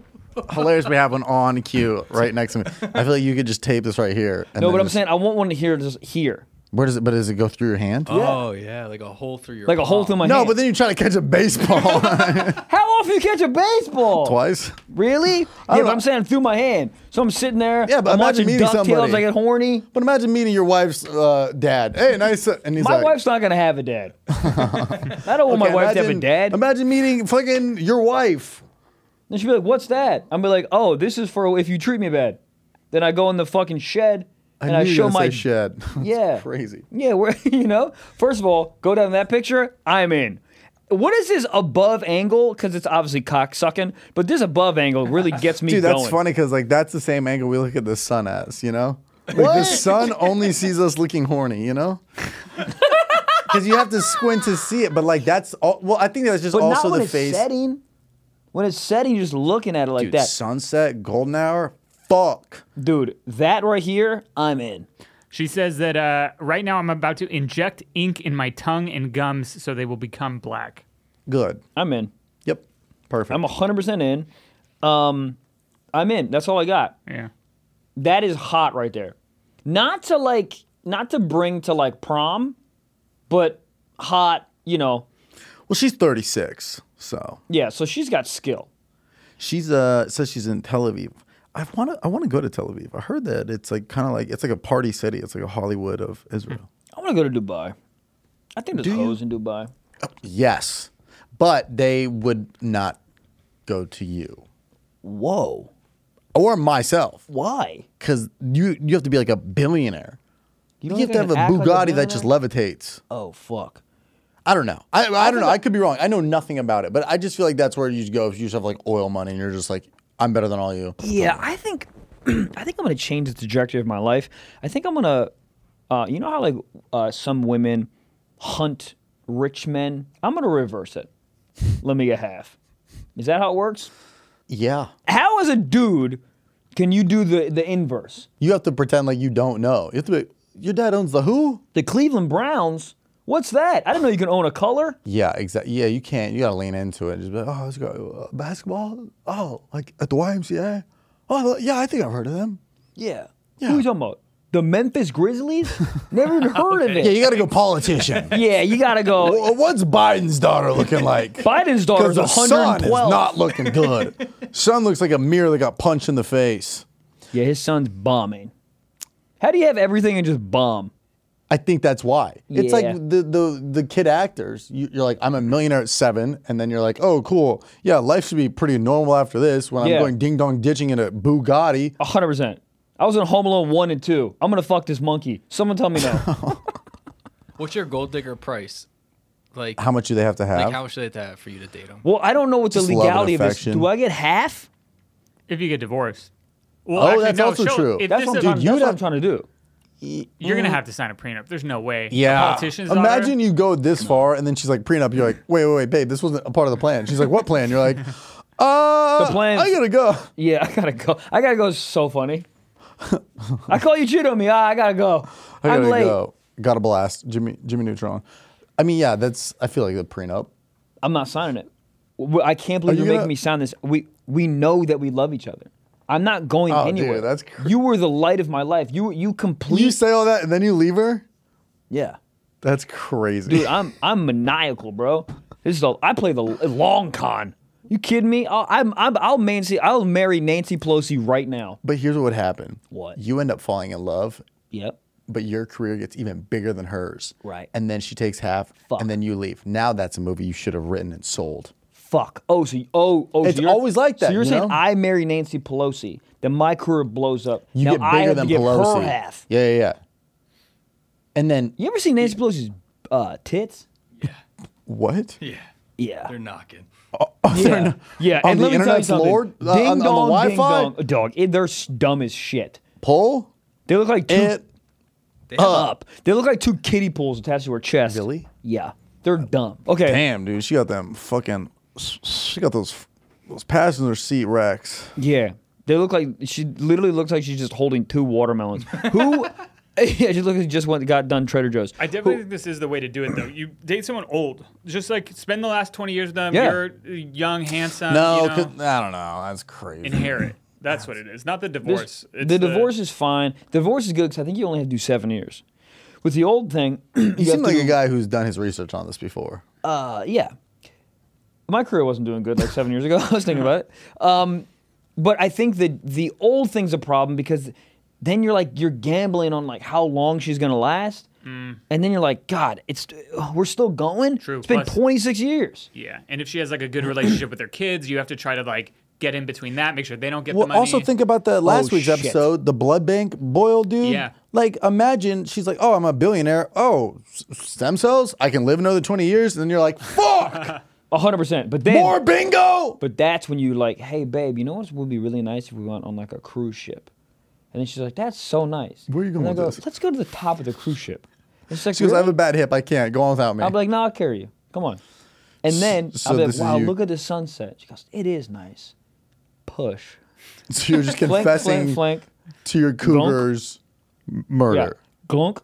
D: Hilarious we have one on cue right next to me. I feel like you could just tape this right here. and
B: no,
D: then
B: but I'm
D: just-
B: saying I want one to hear just here,
D: where does it? But does it go through your hand?
E: Oh yeah, like a hole through your
B: like a hole through my
D: Oh. no,
B: hand.
D: but then you try to catch a baseball
B: how often you catch a baseball?
D: twice.
B: Really?
D: don't
B: Yeah, but
D: know.
B: I'm saying through my hand. So I'm sitting there.
D: Yeah, but
B: I'm
D: imagine
B: watching
D: meeting somebody.
B: DuckTales. I get horny.
D: But imagine meeting your wife's uh, dad. Hey, nice. And he's
B: My
D: like,
B: wife's not gonna have a dad. I don't want
D: "Okay,
B: my wife to have a
D: imagine-
B: dad.
D: Imagine meeting fucking your wife.
B: And she'd be like, "What's that?" I'd be like, "Oh, this is for if you treat me bad." Then I go in the fucking shed and I
D: knew you
B: show
D: were gonna
B: my
D: say shed. That's
B: yeah
D: crazy.
B: yeah. Where you know, first of all, go down that picture. I'm in. What is this above angle? Because it's obviously cock sucking, but this above angle really gets me
D: Dude,
B: going.
D: that's funny because like that's the same angle we look at the sun as, you know? Like the sun only sees us looking horny, you know? Because you have to squint to see it, but like that's all, well, I think that's just
B: But
D: also
B: not when
D: the
B: it's
D: face.
B: setting. When it's setting, you're just looking at it like
D: Dude,
B: that,
D: sunset, golden hour, fuck.
B: dude. That right here, I'm in.
A: She says that uh, right now I'm about to inject ink in my tongue and gums so they will become black.
D: Good.
B: I'm in.
D: Yep. Perfect.
B: I'm 100 percent in. Um, I'm in. That's all I got.
A: Yeah.
B: that is hot right there. Not to like, not to bring to like prom, but hot, you know.
D: well, she's 36, so
B: Yeah, so she's got skill.
D: she's uh says she's in Tel Aviv. I want to I want to go to Tel Aviv. I heard that it's like kind of like it's like a party city. It's like a Hollywood of Israel.
B: I want to go to Dubai. I think there's
D: Do you-
B: hoes in Dubai.
D: Yes, but they would not go to you
B: Whoa,
D: or myself
B: why?
D: because you you have to be like a billionaire. You,
B: don't
D: have to
B: think I
D: have a
B: can act like a
D: Bugatti that just levitates.
B: Oh fuck.
D: I don't know. I, I don't know. I could be wrong. I know nothing about it, but I just feel like that's where you go if you just have like oil money and you're just like I'm better than all you.
B: Yeah, I think, I think I'm gonna change the trajectory of my life. I think I'm gonna, uh, you know how like uh, some women hunt rich men. I'm gonna reverse it. Let me get half. Is that how it works?
D: Yeah,
B: how as a dude can you do the, the inverse?
D: you have to pretend like you don't know. You have to be. Your dad owns the who?
B: The Cleveland Browns, what's that? I didn't know you can own a color.
D: Yeah, exactly. Yeah, you can't. You gotta lean into it. Just be like, oh, let's go uh, basketball. Oh, like at the YMCA. Oh, yeah, I think I've heard of them.
B: Yeah. Who are you talking about? The Memphis Grizzlies? Never even heard of
D: Yeah,
B: it.
D: you gotta go politician.
B: Yeah, you gotta go.
D: Wha- uh, What's Biden's daughter looking like?
B: Biden's daughter's
D: Because the son is
B: 112.
D: not looking good. son looks like a mirror that got punched in the face.
B: yeah, his son's bombing. How do you have everything and just bomb?
D: I think that's why. It's
B: Yeah.
D: like the the the kid actors. You, you're like, I'm a millionaire at seven, and then you're like, oh, cool. Yeah, life should be pretty normal after this. When
B: Yeah.
D: I'm going ding dong ditching in a Bugatti.
B: 100%. I was in Home Alone 1 and 2. I'm gonna fuck this monkey. Someone tell me no.
E: What's your gold digger price? Like,
D: How much do they have to have?
E: like how much should it have for you to date him?
B: well, I don't know what the
D: Just love and
B: legality of this.
D: affection.
B: Do I get half?
A: If you get divorced. Well,
D: Oh, that's also
A: she'll-
D: true.
A: if
B: That's,
A: this
B: what I'm,
A: is-
D: Dude,
B: trying, that's
D: you'd
B: what
D: have-
B: I'm trying to do.
A: You're gonna have to sign a prenup. There's no way.
D: Yeah.
A: A politician's daughter-
D: Imagine you go this far and then she's like prenup. You're like, wait, wait, wait, babe, this wasn't a part of the plan. She's like, what plan? You're like, uh,
B: The plan-
D: I gotta go.
B: Yeah, I gotta go. I gotta go. It's so funny. I call you cheat on me. Ah, I gotta go.
D: I
B: I'm
D: gotta
B: late.
D: go. Got a blast, Jimmy, Jimmy Neutron. I mean, yeah, that's. I feel like the prenup.
B: I'm not signing it. W- I can't believe
D: you
B: you're
D: gonna-
B: making me sign this. We we know that we love each other. I'm not going
D: Oh, dude,
B: anywhere.
D: that's cr-
B: you were the light of my life. You you complete.
D: You say all that and then you leave her.
B: yeah,
D: That's crazy.
B: dude. I'm I'm maniacal, bro. This is a, I play the l- long con. You kidding me? I'll, I'm, I'm I'll Nancy. I'll marry Nancy Pelosi right now.
D: but here's what would happen.
B: What?
D: You end up falling in love,
B: Yep.
D: but your career gets even bigger than hers.
B: Right.
D: And then she takes half,
B: Fuck.
D: and then you leave. Now that's a movie you should have written and sold.
B: Fuck. Oh, so you- oh oh. so
D: It's
B: you're-
D: always like that,
B: So you're
D: you
B: saying
D: know?
B: I marry Nancy Pelosi, then my career blows up.
D: You
B: now
D: get
B: I
D: bigger
B: have
D: than
B: to give
D: Pelosi.
B: her half.
D: Yeah, yeah, yeah. And then
B: You ever seen Nancy Pelosi's uh, tits?
D: what?
E: Yeah,
B: Yeah.
E: they're knocking.
B: yeah. yeah.
D: On
B: and
D: the
B: let me tell you
D: internet's
B: something.
D: lord? Uh,
B: ding
D: on- on the
B: dong, ding
D: Wi-Fi?
B: dong. Oh, Dog, it, they're s- dumb as shit.
D: Pull
B: They look like two
D: it.
E: They have
B: up. They look like two kiddie pools attached to her chest.
D: Really?
B: Yeah. They're dumb. Okay.
D: Damn, dude, she got them fucking. She got those those passenger seat racks.
B: Yeah. They look like she literally looks like she's just holding two watermelons. Who? yeah, she looks like she just went got done Trader Joe's.
A: I definitely think this is the way to do it, though. You date someone old, just like spend the last twenty years with them.
B: Yeah.
A: You're uh, young, handsome.
D: No,
A: you know,
D: 'cause- I don't know. That's crazy.
A: inherit. That's what it is. Not the divorce.
B: There's-
A: It's
B: the divorce is fine. The divorce is good because I think you only have to do seven years. With the old thing, you,
D: You
B: have
D: seem
B: to
D: like
B: do-
D: a guy who's done his research on this before.
B: Uh, yeah. My career wasn't doing good like seven years ago. I was thinking about it. Um, but I think that the old thing's a problem because then you're like, you're gambling on like how long she's going to last. And then you're like, God, it's we're still going.
A: True.
B: It's been
A: Plus-
B: 26 years.
A: Yeah, and if she has like a good relationship with her kids, you have to try to like get in between that, make sure they don't get the
D: Well,
A: money.
D: also think about the last
B: Oh,
D: week's
B: shit.
D: episode, the blood bank boil dude.
A: Yeah.
D: Like, imagine she's like, "Oh, I'm a billionaire. Oh, s- stem cells. I can live another 20 years." And then you're like, "Fuck,
B: 100%. But then,
D: more bingo."
B: but that's when you like, hey, babe, you know what would be really nice if we went on like a cruise ship? And then she's like, that's so nice.
D: Where are you going
B: and I
D: with
B: go,
D: this?
B: Let's go to the top of the cruise ship. And she's like,
D: She goes, "I have
B: "Really?"
D: a bad hip. I can't go on without me."
B: I'll be like, no, I'll carry you. Come on. And then
D: so
B: I'll be
D: this
B: like,
D: is
B: wow,
D: you.
B: look at the sunset. She goes, it is nice. Push.
D: so you're just
B: Flank,
D: confessing
B: flank, flank.
D: to your cougar's m-
B: Yeah.
D: murder.
B: Glunk.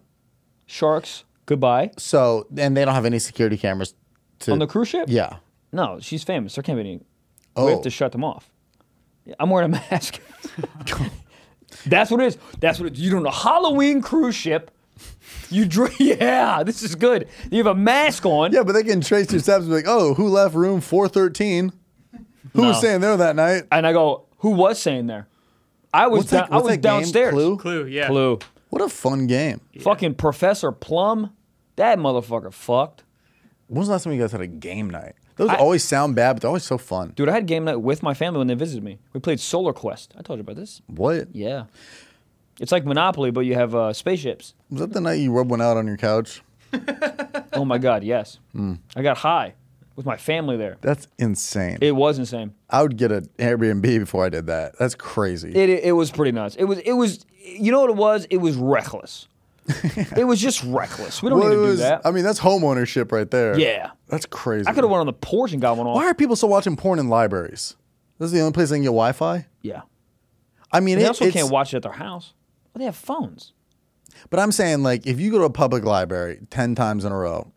B: Sharks. Goodbye.
D: So, and they don't have any security cameras to
B: On the cruise ship?
D: Yeah.
B: No, she's famous. There can't be any. We
D: Oh.
B: have to shut them off. Yeah, I'm wearing a mask. That's what it is. That's what it is. You don't know. Halloween cruise ship. You drink. Yeah, this is good. You have a mask on.
D: Yeah, but they can trace your steps and be like, "Oh, who left room 413? Who was
B: No.
D: staying there that night?"
B: And I go, who was saying there? I was,
D: What's that-
B: down, I
D: what's
B: was
D: that game?
B: downstairs.
D: Clue?
A: Clue, yeah.
B: Clue.
D: What a fun game.
B: Fucking Professor Plum. That motherfucker fucked.
D: When was the last time you guys had a game night? Those always sound bad, but they're always so fun.
B: Dude, I had game night with my family when they visited me. We played Solar Quest. I told you about this.
D: What?
B: Yeah. It's like Monopoly, but you have uh, spaceships.
D: Was that the night you rubbed one out on your couch?
B: Oh my God, yes. I got high with my family there.
D: That's insane.
B: It was insane.
D: I would get an Airbnb before I did that. That's crazy.
B: It, it, it was pretty nuts. It was, it was, you know what it was? It was reckless. it was just reckless. We don't
D: Well,
B: need
D: it
B: to do
D: was-
B: that.
D: I mean, that's homeownership right there.
B: Yeah.
D: That's crazy.
B: I could have went on the porch and got one on.
D: Why are people still watching porn in libraries? This is the only place they can get Wi Fi?
B: Yeah.
D: I mean,
B: And they
D: it-
B: also
D: it's-
B: can't watch it at their house. Well, they have phones.
D: But I'm saying, like, if you go to a public library 10 times in a row,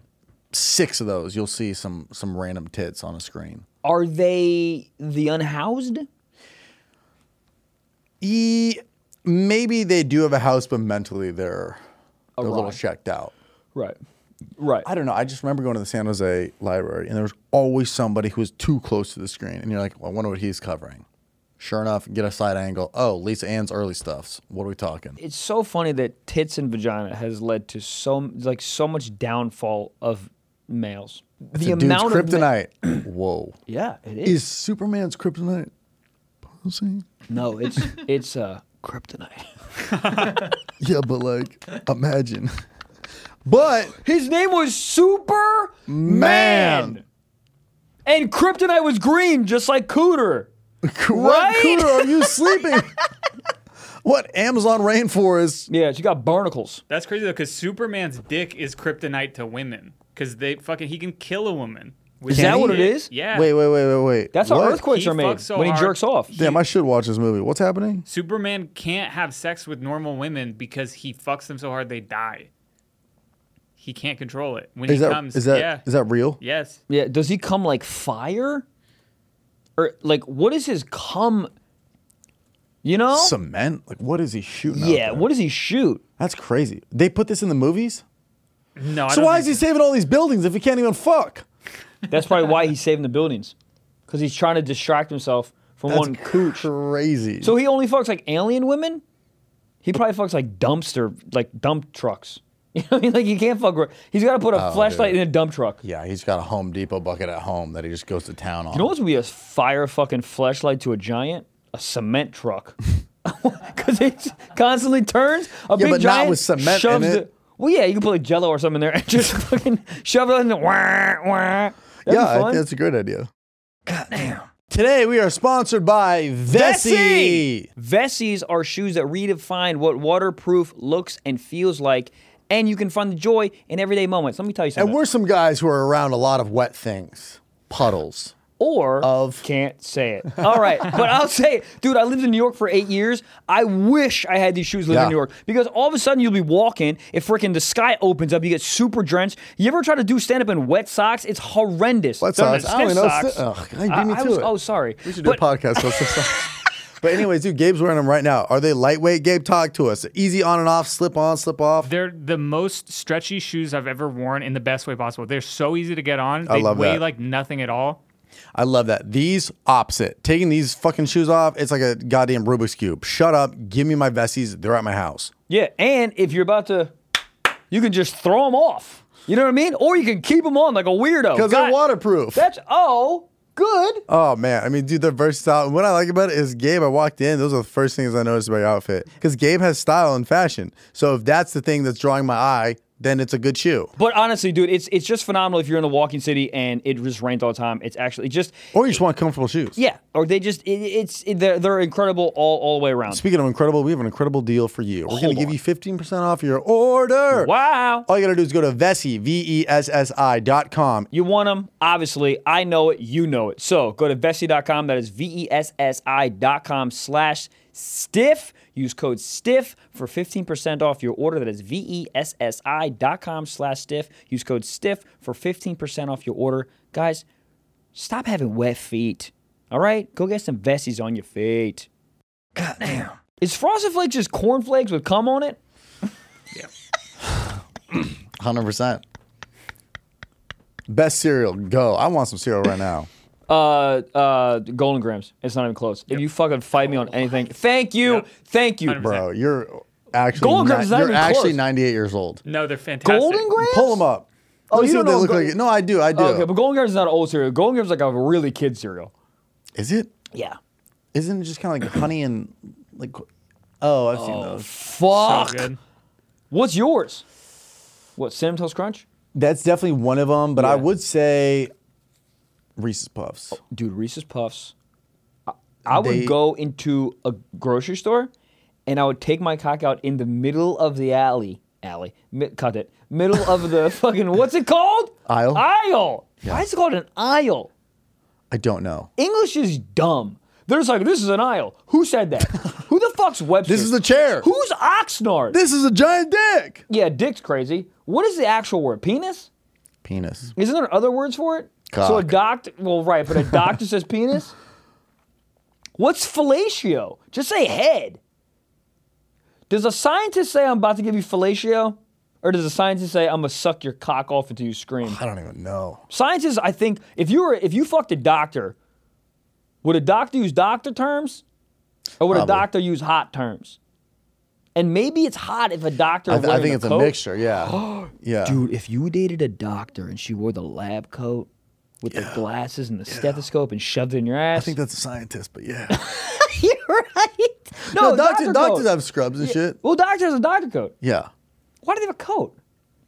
D: six of those, you'll see some some random tits on a screen.
B: Are they the unhoused?
D: E, maybe they do have a house, but mentally they're they're a little
B: rock.
D: checked out.
B: Right. Right.
D: I don't know. I just remember going to the San Jose library, and there was always somebody who was too close to the screen, and you're like, well, "I wonder what he's covering." Sure enough, get a side angle. Oh, Lisa Ann's early stuffs. What are we talking?
B: it's so funny that tits and vagina has led to so like so much downfall of males.
D: It's a dude's kryptonite. Whoa,
B: yeah, it is.
D: is Superman's kryptonite? Pussy.
B: No, it's it's uh, kryptonite.
D: Yeah, but like, imagine. But
B: His name was Super Man, and kryptonite was green, just like Cooter.
D: what
B: Right?
D: cooter are you sleeping? what Amazon rainforest?
B: Yeah, she got barnacles.
A: That's crazy though, because Superman's dick is kryptonite to women, because they fucking he can kill a woman.
B: Is that
D: he?
B: what it is?
A: Yeah.
D: Wait, wait, wait, wait, wait.
B: That's how
D: What?
B: earthquakes
A: He
B: are made
A: fucks so
B: when he
A: hard.
B: jerks off.
D: Damn, I should watch this movie. What's happening?
A: Superman can't have sex with normal women because he fucks them so hard they die. he can't control it when
D: Is
A: he
D: that is
A: comes.
D: that is
A: yeah.
D: that real?
A: yes.
B: Yeah, does he come like fire? Or like what is his cum? You know?
D: Cement? Like what is he shooting? out
B: yeah,
D: there?
B: what does he shoot?
D: That's crazy. They put this in the movies.
A: No. I
D: So
A: don't
D: why
A: think
D: is he saving all these buildings if he can't even fuck?
B: That's probably why he's saving the buildings. Cuz he's trying to distract himself from
D: That's
B: one cooch.
D: crazy.
B: So he only fucks like alien women? He probably fucks like dumpster like dump trucks. You know what I mean? Like you can't fuck. ro- He's got to put a
D: Oh,
B: flashlight in a dump truck.
D: yeah, he's got a Home Depot bucket at home that he just goes to town on.
B: You know what's gonna be a fire fucking flashlight to a giant? A cement truck. Because it constantly turns. A
D: Yeah,
B: big
D: but not
B: giant
D: with cement in
B: shoves
D: it.
B: the- well, yeah, you can put like Jello or something in there and just fucking shove it in the wah wah. That'd
D: yeah, I
B: be
D: think
B: fun.
D: that's a great idea. Goddamn. Today we are sponsored by Vessi.
B: Vessies are shoes that redefine what waterproof looks and feels like, and you can find the joy in everyday moments. Let me tell you
D: And
B: something.
D: we're some guys who are around a lot of wet things, puddles.
B: or
D: Of.
B: can't say it. All right, but I'll say it, dude. I lived in New York for eight years. I wish I had these shoes living
D: Yeah.
B: in New York because all of a sudden you'll be walking, if freaking the sky opens up, you get super drenched. You ever try to do stand up in wet socks? It's horrendous.
D: Wet
B: Don't-
D: socks? I don't
B: stiff
D: know.
B: socks.
D: Sti- Ugh, God, you beat me
B: I
D: to
B: was-
D: it.
B: Oh, sorry.
D: We should do
B: But-
D: a podcast on some stuff. But anyways, dude, Gabe's wearing them right now. Are they lightweight? Gabe, talk to us. Easy on and off, slip on, slip off.
A: They're the most stretchy shoes I've ever worn in the best way possible. They're so easy to get on.
D: I
A: They
D: love
A: weigh
D: that.
A: like nothing at all.
D: I love that. These opposite. Taking these fucking shoes off, it's like a goddamn Rubik's Cube. Shut up. Give me my Vessies. They're at my house.
B: Yeah, and if you're about to, you can just throw them off. You know what I mean? Or you can keep them on like a weirdo.
D: Because they're
B: God,
D: waterproof.
B: That's oh good.
D: Oh man, I mean, dude, they're versatile. And what I like about it is Gabe. I walked in; those are the first things I noticed about your outfit because Gabe has style and fashion. So if that's the thing that's drawing my eye, then it's a good shoe.
B: But honestly, dude, it's it's just phenomenal if you're in a walking city and it just rains all the time. It's actually just
D: Or you just want comfortable shoes.
B: yeah, or they just it, it's it, they're, they're incredible all all the way around.
D: Speaking of incredible, we have an incredible deal for you. We're going to give you fifteen percent off your order.
B: Wow.
D: All you gotta do is go to Vessi, V E S S I dot com.
B: You want them? Obviously, I know it. You know it. So go to Vessi.com. That is E V-E-S-S-I.com slash stiff. Use code stiff for 15% off your order. That is E V-E-S-S-I.com slash stiff. Use code stiff for 15% off your order. Guys, stop having wet feet. All right? Go get some Vessis on your feet. Goddamn. Is Frosted Flakes just cornflakes with cum on it?
D: Hundred percent. Best cereal, go! I want some cereal right now.
B: Uh, uh, Golden Grams. It's not even close. If you fucking fight me on anything, thank you,
A: Yep.
B: thank you.
D: Bro, you're actually
B: Golden
D: ni-
B: Grams is not
D: you're
B: even close.
D: actually ninety eight years old.
A: No, they're fantastic.
B: Golden Grams.
D: Pull them up.
B: Oh,
D: Let me
B: you
D: see what
B: don't
D: they
B: know
D: look
B: Golden-
D: like. No, I do. I do.
B: Okay, but Golden Grams is not an old cereal. Golden Grams is like a really kid cereal.
D: Is it?
B: Yeah.
D: Isn't it just kind of like honey and like? Oh, I've seen those.
A: So
B: Fuck.
A: good.
B: What's yours? What Cinnamon Toast Crunch?
D: That's definitely one of them. But
B: Yeah.
D: I would say Reese's Puffs.
B: Dude, Reese's Puffs. I, I
D: They-
B: would go into a grocery store, and I would take my cock out in the middle of the alley. Alley, Mi- cut it. Middle of the fucking what's it called?
D: Aisle.
B: Aisle. Why is it called an aisle?
D: I don't know.
B: English is dumb. They're just like, this is an aisle. Who said that? Who the fuck's Webster?
D: This is a chair.
B: Who's Oxnard?
D: This is a giant dick.
B: yeah, dick's crazy. What is the actual word? Penis?
D: Penis.
B: Isn't there other words for it? So a
D: Cock.
B: doctor, well, right, but a doctor says penis? What's fellatio? Just say head. Does a scientist say I'm about to give you fellatio? Or does a scientist say I'm gonna suck your cock off until you scream?
D: I don't even know.
B: Scientists, I think, if you were if you fucked a doctor, would a doctor use doctor terms, or would a
D: Probably.
B: doctor use hot terms? And maybe it's hot if a doctor.
D: I, th- I
B: wearing
D: think it's a
B: coat.
D: mixture. Yeah. yeah.
B: Dude, if you dated a doctor and she wore the lab coat with the glasses and the stethoscope and shoved it in your ass,
D: I think that's a scientist, but yeah.
B: you're right. No,
D: no, doctor,
B: doctor
D: doctors
B: coat.
D: have scrubs and shit.
B: well, doctor has a doctor coat.
D: Yeah.
B: Why do they have a coat?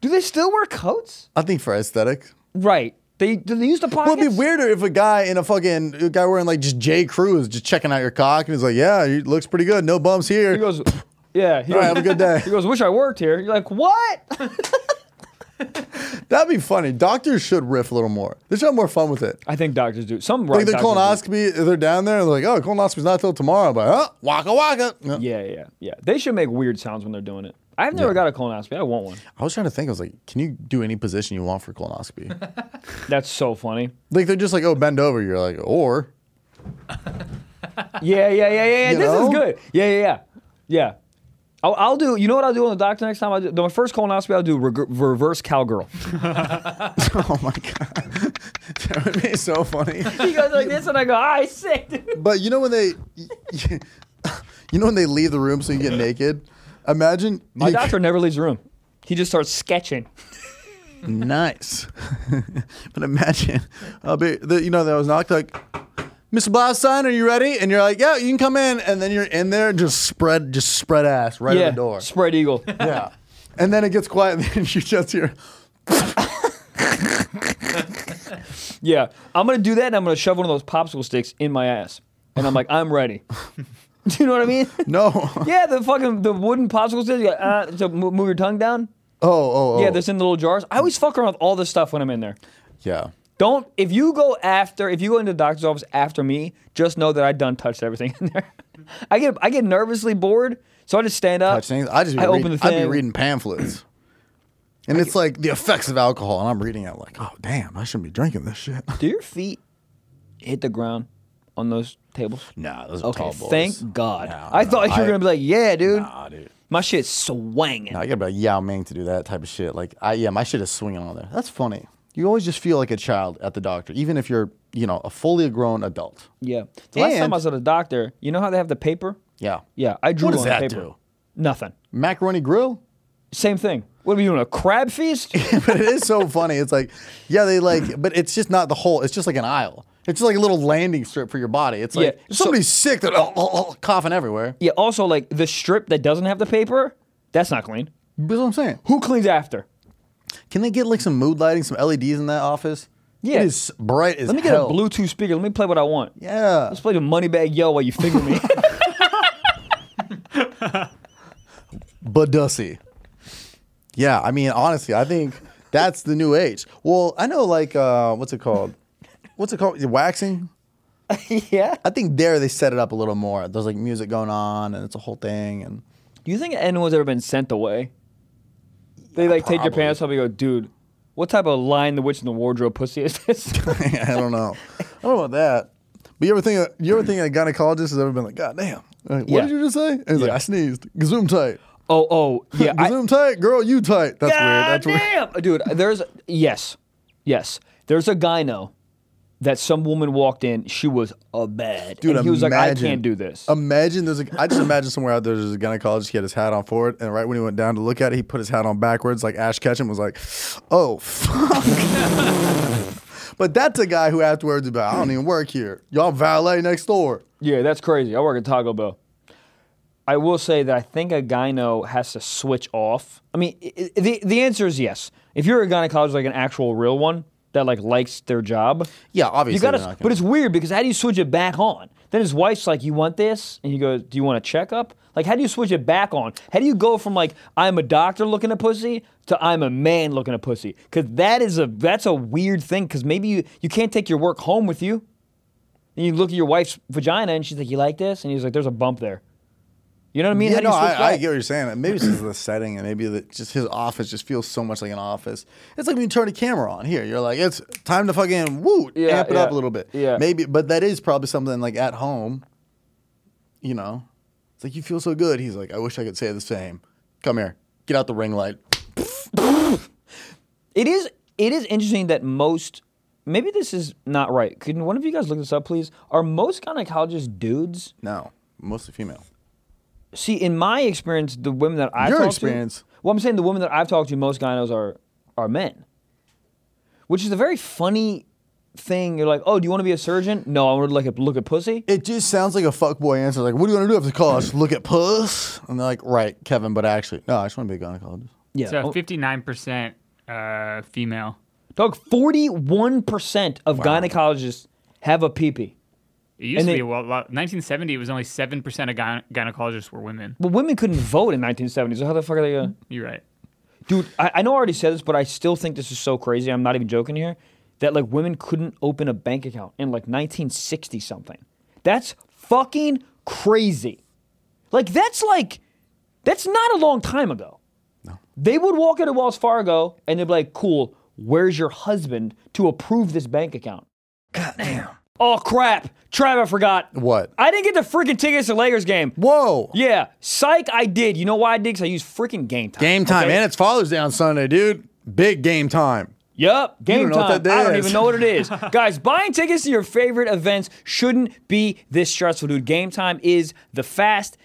B: Do they still wear coats?
D: I think for aesthetics.
B: Right. They do they use the pockets?
D: Well, it'd be weirder if a guy in a fucking a guy wearing like just J. Crew is just checking out your cock and he's like, "Yeah, it looks pretty good. No bumps here."
B: He goes, yeah. He
D: All right, have
B: goes,
D: a good day.
B: He goes, wish I worked here. You're like, what?
D: That'd be funny. Doctors should riff a little more. They should have more fun with it.
B: I think doctors do. Some right
D: Like the
B: doctors do.
D: colonoscopy, they're down there and they're like, oh, colonoscopy's not till tomorrow. But, oh, waka waka. No.
B: Yeah, yeah, yeah. They should make weird sounds when they're doing it. I've never got a colonoscopy. I want one.
D: I was trying to think. I was like, can you do any position you want for colonoscopy?
B: That's so funny.
D: like they're just like, oh, bend over. You're like, or
B: Yeah, yeah, yeah, yeah. yeah.
D: You
B: This is
D: know?
B: good. Yeah, yeah, yeah, yeah. I'll, I'll do. You know what I'll do on the doctor next time? I do my first colonoscopy. I'll do reg- reverse cowgirl.
D: oh my god, that would be so funny.
B: he goes like this, and I go, "I sick." dude."
D: But you know when they, you know when they leave the room so you get naked. Imagine
B: My doctor never leaves the room. He just starts sketching.
D: nice, but imagine I'll be the, you know that was knocked like. Mr. Blaustein, are you ready? And you're like, yeah, you can come in. And then you're in there, just spread, just spread ass right
B: yeah,
D: at the door.
B: spread eagle.
D: Yeah. And then it gets quiet, and then you just hear,
B: yeah, I'm gonna do that, and I'm gonna shove one of those popsicle sticks in my ass, and I'm like, "I'm ready." do you know what I mean?
D: no. Oh,
B: yeah, the fucking the wooden popsicle sticks. You go, uh, so mo- move your tongue down.
D: Oh, oh, oh.
B: Yeah, that's in the little jars. I always fuck around with all this stuff when I'm in there.
D: Yeah.
B: Don't if you go after if you go into the doctor's office after me, just know that I done touched everything in there. I get I get nervously bored, so I just stand up.
D: Touch things. I just be
B: I
D: reading,
B: open the
D: I'd
B: thing.
D: be reading pamphlets. And it's like the effects of alcohol, and I'm reading it like, oh damn, I shouldn't be drinking this shit.
B: Do your feet hit the ground on those tables?
D: Nah, those are
B: Okay,
D: tall boys.
B: thank God.
D: No,
B: I
D: no,
B: thought you were
D: I-
B: gonna be like, yeah, dude.
D: Nah, dude.
B: My shit's swanging.
D: Nah, I gotta be like Yao Ming to do that type of shit. Like, I yeah, my shit is swinging on there. That's funny. You always just feel like a child at the doctor, even if you're, you know, a fully grown adult.
B: Yeah. The last time
D: And-
B: I was at a doctor, you know how they have the paper?
D: Yeah.
B: Yeah, I drew
D: What does
B: on the
D: that
B: paper.
D: do?
B: Nothing.
D: Macaroni grill?
B: Same thing. What are we doing? A crab feast?
D: but it is so funny. It's like, yeah, they like, but it's just not the whole. It's just like an aisle. It's just like a little landing strip for your body. It's like
B: Yeah,
D: if
B: so-
D: somebody's sick that oh, oh, oh, coughing everywhere.
B: yeah. Also, like the strip that doesn't have the paper, that's not clean.
D: That's what I'm saying.
B: Who cleans after?
D: Can they get like some mood lighting, some LEDs in that office?
B: Yeah.
D: it is bright as
B: Let me get
D: hell.
B: a Bluetooth speaker. Let me play what I want.
D: Yeah,
B: Let's play the Moneybag Yo while you finger me.
D: Badussy. Yeah, I mean, honestly, I think that's the new age. Well, I know, like, uh, what's it called? What's it called? Waxing.
B: yeah.
D: I think there they set it up a little more. There's like music going on, and it's a whole thing, and.
B: Do you think anyone's ever been sent away? They like take your
D: probably.
B: pants off and go, dude, what type of line the witch in the wardrobe pussy is this?
D: I don't know. I don't know about that. But you ever think you ever think a gynecologist has ever been like, God damn, like, what
B: Yeah.
D: did you just say? And he's like,
B: Yeah.
D: I sneezed. Gazoom tight.
B: oh, oh, yeah. I,
D: Gazoom tight, girl, you tight. That's weird.
B: God
D: That's weird.
B: damn, dude. There's yes, yes. There's a gyno that some woman walked in. She was a bad.
D: Dude,
B: and he was like, I
D: imagine- Oh.
B: can't do this.
D: Imagine there's a I just imagine somewhere out there there's a gynecologist, he had his hat on forward, and right when he went down to look at it, he put his hat on backwards, like Ash Ketchum was like, Oh fuck. but that's a guy who afterwards would be like, I don't even work here. Y'all valet next door.
B: yeah, that's crazy. I work at Taco Bell. I will say that I think a gyno has to switch off. I mean, i- i- the the answer is yes. If you're a gynecologist, like an actual real one that like likes their job,
D: Yeah, obviously.
B: you
D: they're
B: gotta.
D: not gonna-
B: But it's weird because how do you switch it back on? Then his wife's like, "You want this?" And he goes, "Do you want a checkup?" Like, how do you switch it back on? How do you go from like I'm a doctor looking at pussy to I'm a man looking at pussy? Because that is a that's a weird thing. Because maybe you you can't take your work home with you. And you look at your wife's vagina and she's like, "You like this?" And he's like, "There's a bump there." You know what I mean?
D: Yeah,
B: how do
D: no,
B: you switch
D: I, I
B: back?
D: get what you're saying. Maybe it's just the setting, and maybe the, just his office just feels so much like an office. It's like when you turn a camera on here, you're like, it's time to fucking woo,
B: Yeah,
D: amp it up
B: yeah,
D: a little bit.
B: yeah.
D: maybe, but that is probably something like at home. You know, it's like you feel so good. He's like, I wish I could say the same. Come here, get out the ring light.
B: It is it is interesting that most maybe this is not right. Can one of you guys look this up, please? Are most gynecologists dudes?
D: No, mostly female.
B: See, in my experience, the women that I've
D: Your
B: talked
D: experience.
B: to, well, I'm saying the women that I've talked to, most gynos are are men, which is a very funny thing. You're like, oh, do you want to be a surgeon? No, I want to like look at pussy.
D: It just sounds like a fuckboy answer. Like, what do you want to do after college? Look at puss? And they're like, right, Kevin, but actually, no, I just want to be a gynecologist.
B: Yeah, oh.
A: So 59% uh, female.
B: dog. Forty-one percent of gynecologists have a peepee.
A: It used
B: And
A: to
B: they-
A: be, well, 1970, it was only 7% of gyne- gynecologists were women.
B: But women couldn't vote in 1970, so how the fuck are they? Uh...
A: You're right.
B: Dude, I, I know I already said this, but I still think this is so crazy. I'm not even joking here. That like women couldn't open a bank account in like 1960 something. That's fucking crazy. Like that's like that's not a long time ago. They would walk into Wells Fargo and they'd be like, cool, where's your husband to approve this bank account? Goddamn. Oh, crap. Trav, I forgot.
D: What?
B: I didn't get the freaking tickets to Lakers game.
D: Whoa.
B: Yeah, psych, I did. You know why I did? Because I used freaking game time.
D: Game time,
B: okay?
D: and it's Father's Day on Sunday, dude. Big game time.
B: Yep, game
D: don't know what
B: time.
D: that
B: I don't
D: is.
B: even know what it is. Guys, buying tickets to your favorite events shouldn't be this stressful, dude. Game time is the fastest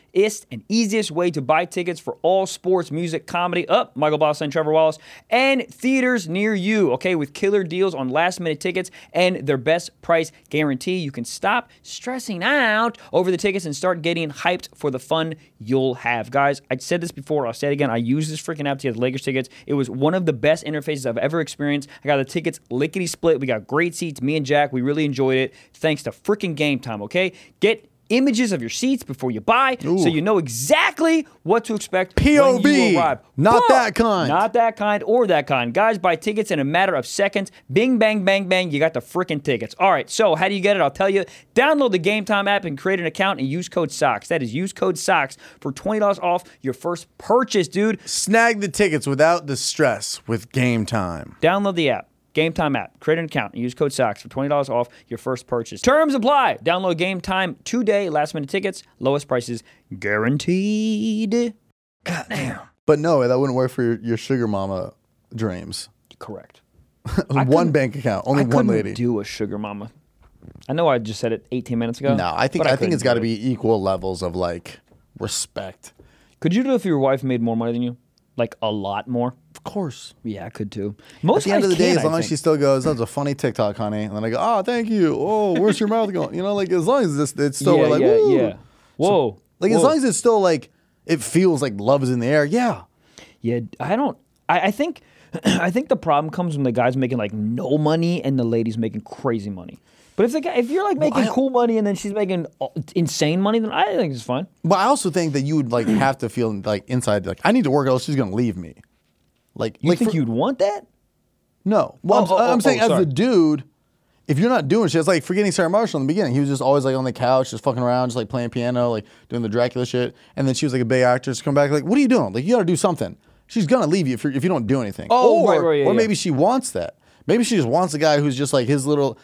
B: and easiest way to buy tickets for all sports, music, comedy, up Michael Boston, Trevor Wallace, and theaters near you, okay, with killer deals on last minute tickets and their best price guarantee. You can stop stressing out over the tickets and start getting hyped for the fun you'll have. Guys, I said this before, I'll say it again. I used this freaking app to get the Lakers tickets. It was one of the best interfaces I've ever experienced. I got the tickets lickety split. We got great seats. Me and Jack, we really enjoyed it. Thanks to freaking game time, okay? Get images of your seats before you buy so you know exactly what to expect when
D: POV,
B: you arrive.
D: not
B: But-
D: that kind.
B: Not that kind or that kind. Guys, buy tickets in a matter of seconds. Bing, bang, bang, bang. You got the freaking tickets. All right, so how do you get it? I'll tell you. Download the Game Time app and create an account and use code SOCKS. That is use code SOCKS for $20 off your first purchase, dude.
D: Snag the tickets without the stress with game time.
B: Download the app. Game Time app. Create an account and use code SOCKS for $20 off your first purchase. Terms apply. Download Game Time today. Last minute tickets, lowest prices guaranteed.
D: But no, that wouldn't work for your, your sugar mama dreams.
B: Correct.
D: one bank account, only
B: I
D: one
B: couldn't
D: lady.
B: do a sugar mama. I know I just said it 18 minutes ago.
D: no, I think
B: but
D: I, think
B: couldn't
D: it's got to
B: do it.
D: be equal levels of like respect.
B: Could you do it if your wife made more money than you? Like a lot more?
D: Of course.
B: Yeah, I could too. Most
D: At the end of
B: guys
D: the day,
B: can,
D: as
B: I
D: long as she
B: think.
D: still goes, that was a funny TikTok, honey. And then I go, oh, thank you. Oh, where's your mouth going? You know, like as long as this, it's still
B: yeah,
D: we're like,
B: yeah,
D: Woo.
B: yeah. Whoa.
D: Like
B: whoa.
D: as long as it's still like, it feels like love is in the air. Yeah.
B: Yeah, I don't. I, I think. I think the problem comes when the guy's making like no money and the lady's making crazy money. But if the guy, if you're like making
D: I-
B: cool money and then she's making uh, insane money, then I think it's fine.
D: But I also think that you would like have to feel like inside, like I need to work, else she's gonna leave me. Like
B: You
D: like
B: think
D: for-
B: you'd want that?
D: No. Well, I'm,
B: Oh, oh,
D: I'm
B: oh,
D: saying
B: oh,
D: as
B: sorry.
D: a dude, if you're not doing shit, it's like forgetting Sarah Marshall in the beginning. He was just always like on the couch, just fucking around, just like playing piano, like doing the Dracula shit. And then she was like a big actress, come back like, what are you doing? Like you got to do something. She's gonna leave you if, you're, if you don't do anything.
B: Oh,
D: or,
B: right, right, yeah,
D: or
B: yeah.
D: maybe she wants that. Maybe she just wants a guy who's just like his little,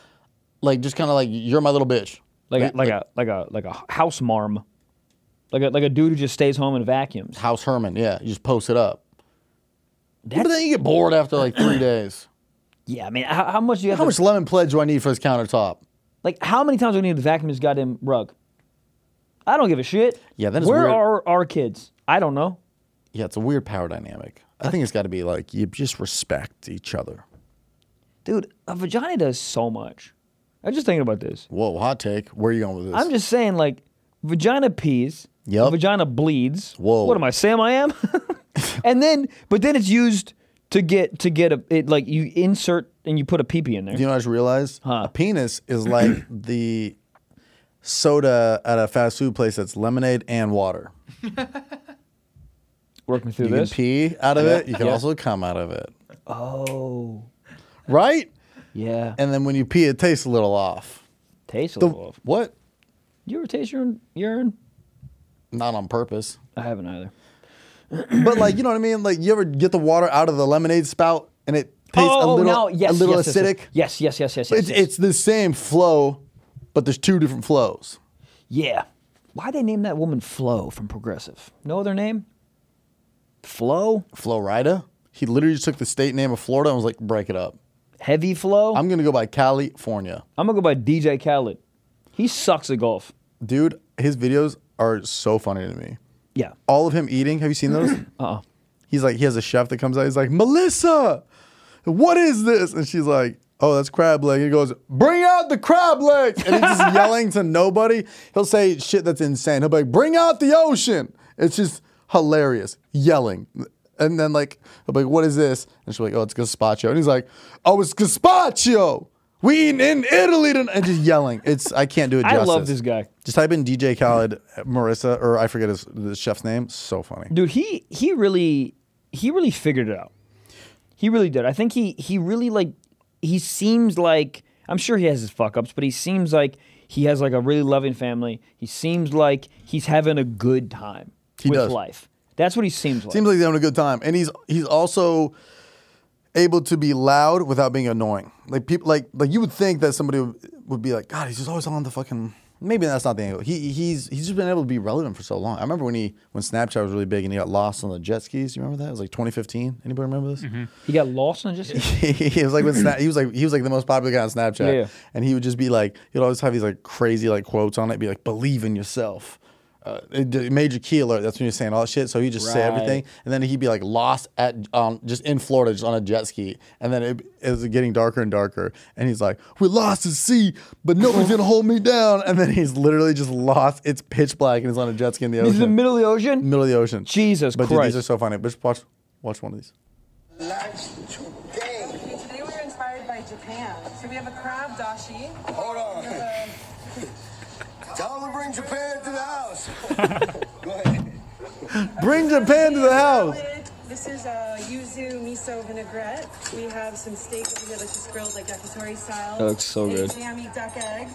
D: like just kind of like you're my little bitch.
B: Like a, like a like a like a house marm, like a like a dude who just stays home and vacuums.
D: House Herman, yeah, you just post it up. but
B: That's-
D: then you get bored after like three days.
B: Yeah, I mean, how, how much do you have?
D: How
B: to,
D: much lemon pledge do I need for this countertop?
B: Like, how many times do we need to vacuum this goddamn rug? I don't give a shit.
D: Yeah, that is
B: Where
D: weird.
B: are our kids? I don't know.
D: Yeah, it's a weird power dynamic. I think it's got to be like you just respect each other.
B: Dude, a vagina does so much. I'm just thinking about this.
D: Whoa, hot take. Where are you going with this?
B: I'm just saying, like, vagina pees.
D: Yup.
B: Vagina bleeds.
D: Whoa.
B: What am I, Sam? I am. and then, but then it's used to get to get a it like you insert and you put a pee pee in there.
D: Do you know what I just realized? A penis is like the soda at a fast food place that's lemonade and water.
B: Work me through
D: You
B: this.
D: can pee out of it. You can also come out of it.
B: Oh,
D: Right?
B: yeah.
D: And then when you pee, it tastes a little off.
B: Taste a
D: The-
B: little. off.
D: what?
B: You ever taste your own urine?
D: Not on purpose.
B: I haven't either.
D: But like, you know what I mean? Like, you ever get the water out of the lemonade spout and it tastes a little,
B: Oh, no, yes,
D: a little
B: yes, yes,
D: acidic?
B: Yes, yes, yes, yes, yes.
D: It's,
B: yes.
D: it's the same flow, but there's two different flows.
B: yeah. Why they name that woman Flo from Progressive? No other name. Flo,
D: Florida. He literally just took the state name of Florida and was like, break it up.
B: heavy Flo. I'm,
D: I'm gonna go by California.
B: gonna go by DJ Khaled. He sucks at golf.
D: Dude, his videos are so funny to me.
B: Yeah.
D: All of him eating, have you seen those?
B: Uh. uh
D: he's like, he has a chef that comes out, he's like, Melissa, what is this? And she's like, Oh, that's crab leg. He goes, Bring out the crab leg. And he's just yelling to nobody. He'll say shit that's insane. He'll be like, Bring out the ocean. It's just hilarious. Yelling. And then like, he'll be like, What is this? And she's like, Oh, it's gazpacho. And he's like, Oh, it's gazpacho. We eating in Italy tonight. And just yelling. It's I can't do it
B: I
D: justice.
B: love this guy.
D: Just type in DJ Khaled, Marissa, or I forget his the chef's name. So funny.
B: Dude, he he really he really figured it out. He really did. I think he he really like he seems like I'm sure he has his fuck ups, but he seems like he has like a really loving family. He seems like he's having a good time
D: He
B: with
D: does.
B: life. That's what he seems like.
D: Seems like they're having a good time, and he's he's also able to be loud without being annoying. Like people, like like you would think that somebody would, would be like, God, he's just always on the fucking. Maybe that's not the angle. He he's he's just been able to be relevant for so long. I remember when he when Snapchat was really big and he got lost on the jet skis. You remember that? It was like 2015. Anybody remember this?
B: he got lost and just
D: he was like when Sna- he was like he was like the most popular guy on Snapchat,
B: Yeah.
D: and he would just be like he'd always have these like crazy like quotes on it, be like "believe in yourself." Uh, it, it major key alert. That's when you're saying all that shit. So he just say
B: Right.
D: everything, and then he'd be like lost at um just in Florida, just on a jet ski, and then it, it was getting darker and darker, and he's like, "We're lost at sea, but nobody's gonna hold me down." And then he's literally just lost. It's pitch black, and he's on a jet ski in the ocean,
B: He's in the middle of the ocean.
D: middle of the ocean.
B: Jesus
D: but dude,
B: Christ.
D: these are so funny. But just watch, watch one of these.
F: lives today.
G: Okay, today we were inspired by Japan. So we have a crab dashi.
F: Hold on.
G: We have a-
F: Tell them to bring Japan to the house. Go ahead.
D: Bring Japan to the house.
G: This is a yuzu miso vinaigrette. We have some steak over here that's just grilled like yakitori style.
B: That looks so
G: a
B: good.
G: Jammy duck egg.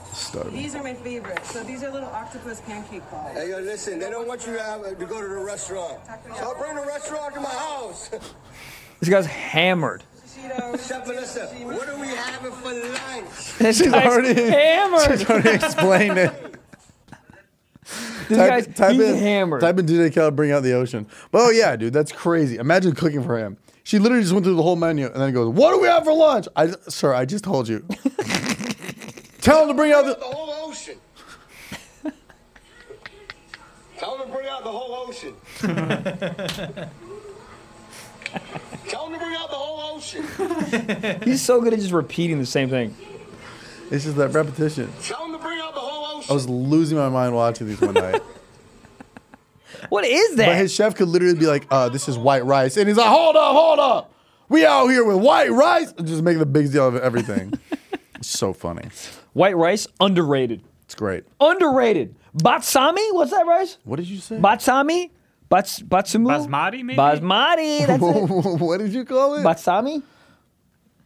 G: These are my favorites. So these are little octopus pancake balls.
F: Hey, yo, listen, they don't want you to, have, to go to the restaurant. So bring the restaurant to my house.
B: This guy's hammered.
G: Cheetos.
F: Chef Melissa, what are we having for lunch?
B: This guy's
D: already-
B: hammered.
D: Tony explained it.
B: This guy's he's
D: in,
B: hammered.
D: Type in DJ Khaled, bring out the ocean. But oh yeah, dude, that's crazy. Imagine cooking for him. She literally just went through the whole menu and then goes, "What do we have for lunch?" I, sir, I just told you. Tell him to bring out
F: The
D: the.
F: whole ocean. Tell them to bring out the whole ocean. Tell them to bring out the whole ocean.
B: He's so good at just repeating the same thing.
D: It's just that repetition.
F: Tell them to bring out the whole
D: I
F: ocean.
D: was losing my mind watching these one night.
B: What is that?
D: But his chef could literally be like, uh, "This is white rice," and he's like, "Hold up, hold up, we out here with white rice." Just making the big deal of everything. it's so funny.
B: White rice underrated.
D: It's great.
B: Underrated. Batsami? What's that rice?
D: What did you say?
B: Batsami? Bats batsumu?
A: Basmati, maybe?
B: Basmati. That's it.
D: what did you call it?
B: Batsami?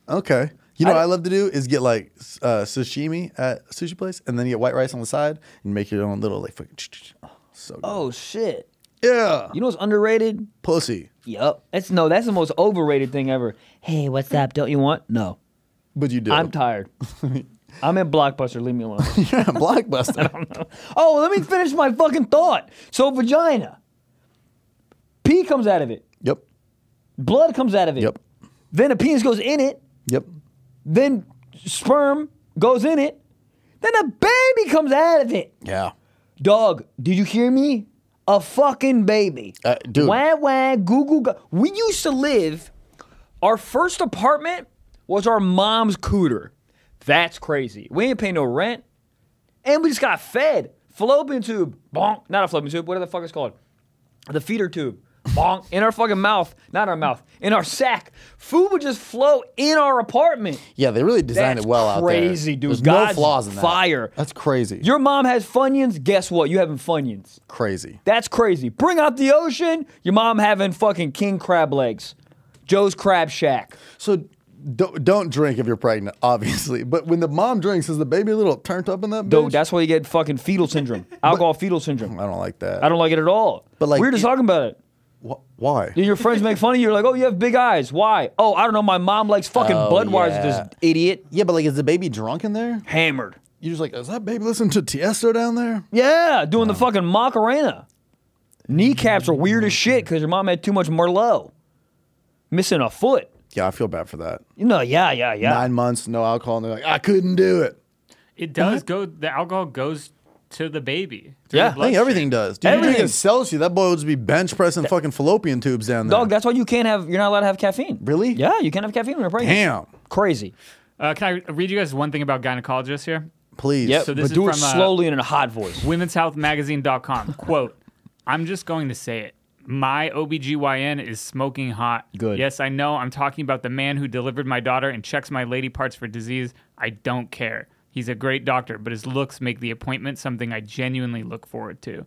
D: Okay. You know
B: I-
D: what I love to do is get like s- uh, sashimi at sushi place, and then you get white rice on the side and make your own little like fucking. Oh, so good.
B: Oh shit.
D: yeah,
B: You know what's underrated?
D: pussy.
B: Yup. That's no, that's the most overrated thing ever. Hey, what's up? Don't you want? No.
D: But you do.
B: I'm tired. I'm at Blockbuster. Leave me alone.
D: Yeah, blockbuster.
B: Oh, let me finish my fucking thought. So, vagina. Pee comes out of it.
D: yep.
B: Blood comes out of it.
D: Yep.
B: Then a penis goes in it.
D: Yep.
B: Then sperm goes in it. Then a baby comes out of it.
D: Yeah.
B: Dog, did you hear me? A fucking baby.
D: Uh, dude.
B: Wah, wah, goo, goo, goo. We used to live, our first apartment was our mom's cooter. That's crazy. We ain't paying no rent. And we just got fed. Fallopian tube. Bonk. Not a fallopian tube. What the fuck it's called? The feeder tube. Bonk. In our fucking mouth. Not our mouth. In our sack. Food would just flow in our apartment.
D: Yeah, they really designed
B: That's
D: it well out there.
B: crazy, dude.
D: There's no
B: God's
D: flaws in that.
B: fire.
D: That's crazy.
B: Your mom has Funyuns. Guess what? You having Funyuns.
D: crazy.
B: That's crazy. Bring out the ocean. Your mom having fucking king crab legs. Joe's Crab Shack.
D: So don't don't drink if you're pregnant, obviously. But when the mom drinks, is the baby a little turned up in that?
B: Dude,
D: bitch?
B: that's why you get fucking fetal syndrome. Alcohol fetal syndrome.
D: I don't like that.
B: I don't like it at all.
D: But, like,
B: we were just
D: it-
B: talking about it.
D: Wh- why?
B: Your friends make fun of you. You're like, oh, you have big eyes. Why? Oh, I don't know. My mom likes fucking
D: Oh,
B: Budweiser,
D: yeah.
B: this idiot.
D: Yeah, but like, is the baby drunk in there?
B: Hammered.
D: You're just like, is that baby listening to Tiesto down there?
B: Yeah, doing the fucking Macarena. Kneecaps are weird as shit because your mom had too much Merlot. Missing a foot.
D: Yeah, I feel bad for that.
B: You know, yeah, yeah, yeah.
D: nine months, no alcohol, and they're like, I couldn't do it.
A: It does go. The alcohol goes to the baby. through
B: uh-huh.
D: I
B: Yeah.
A: the
D: think
A: bloodstream.
D: everything does. Dude, everything. you drink
B: Everything.
D: a Celsius, that boy would just be bench pressing fucking fallopian tubes down there.
B: Dog, that's why you can't have. You're not allowed to have caffeine.
D: Really?
B: Yeah, you can't have caffeine when you're pregnant.
D: Damn.
B: Crazy.
A: Uh, can I read you guys one thing about gynecologists here?
D: Please.
B: Yep.
A: So this
B: but
A: is
B: do it
A: from, uh,
B: slowly and in a hot voice.
A: womenshealthmagazine.com quote i'm just going to say it my obgyn is smoking hot
B: Good.
A: yes i know i'm talking about the man who delivered my daughter and checks my lady parts for disease i don't care he's a great doctor but his looks make the appointment something i genuinely look forward to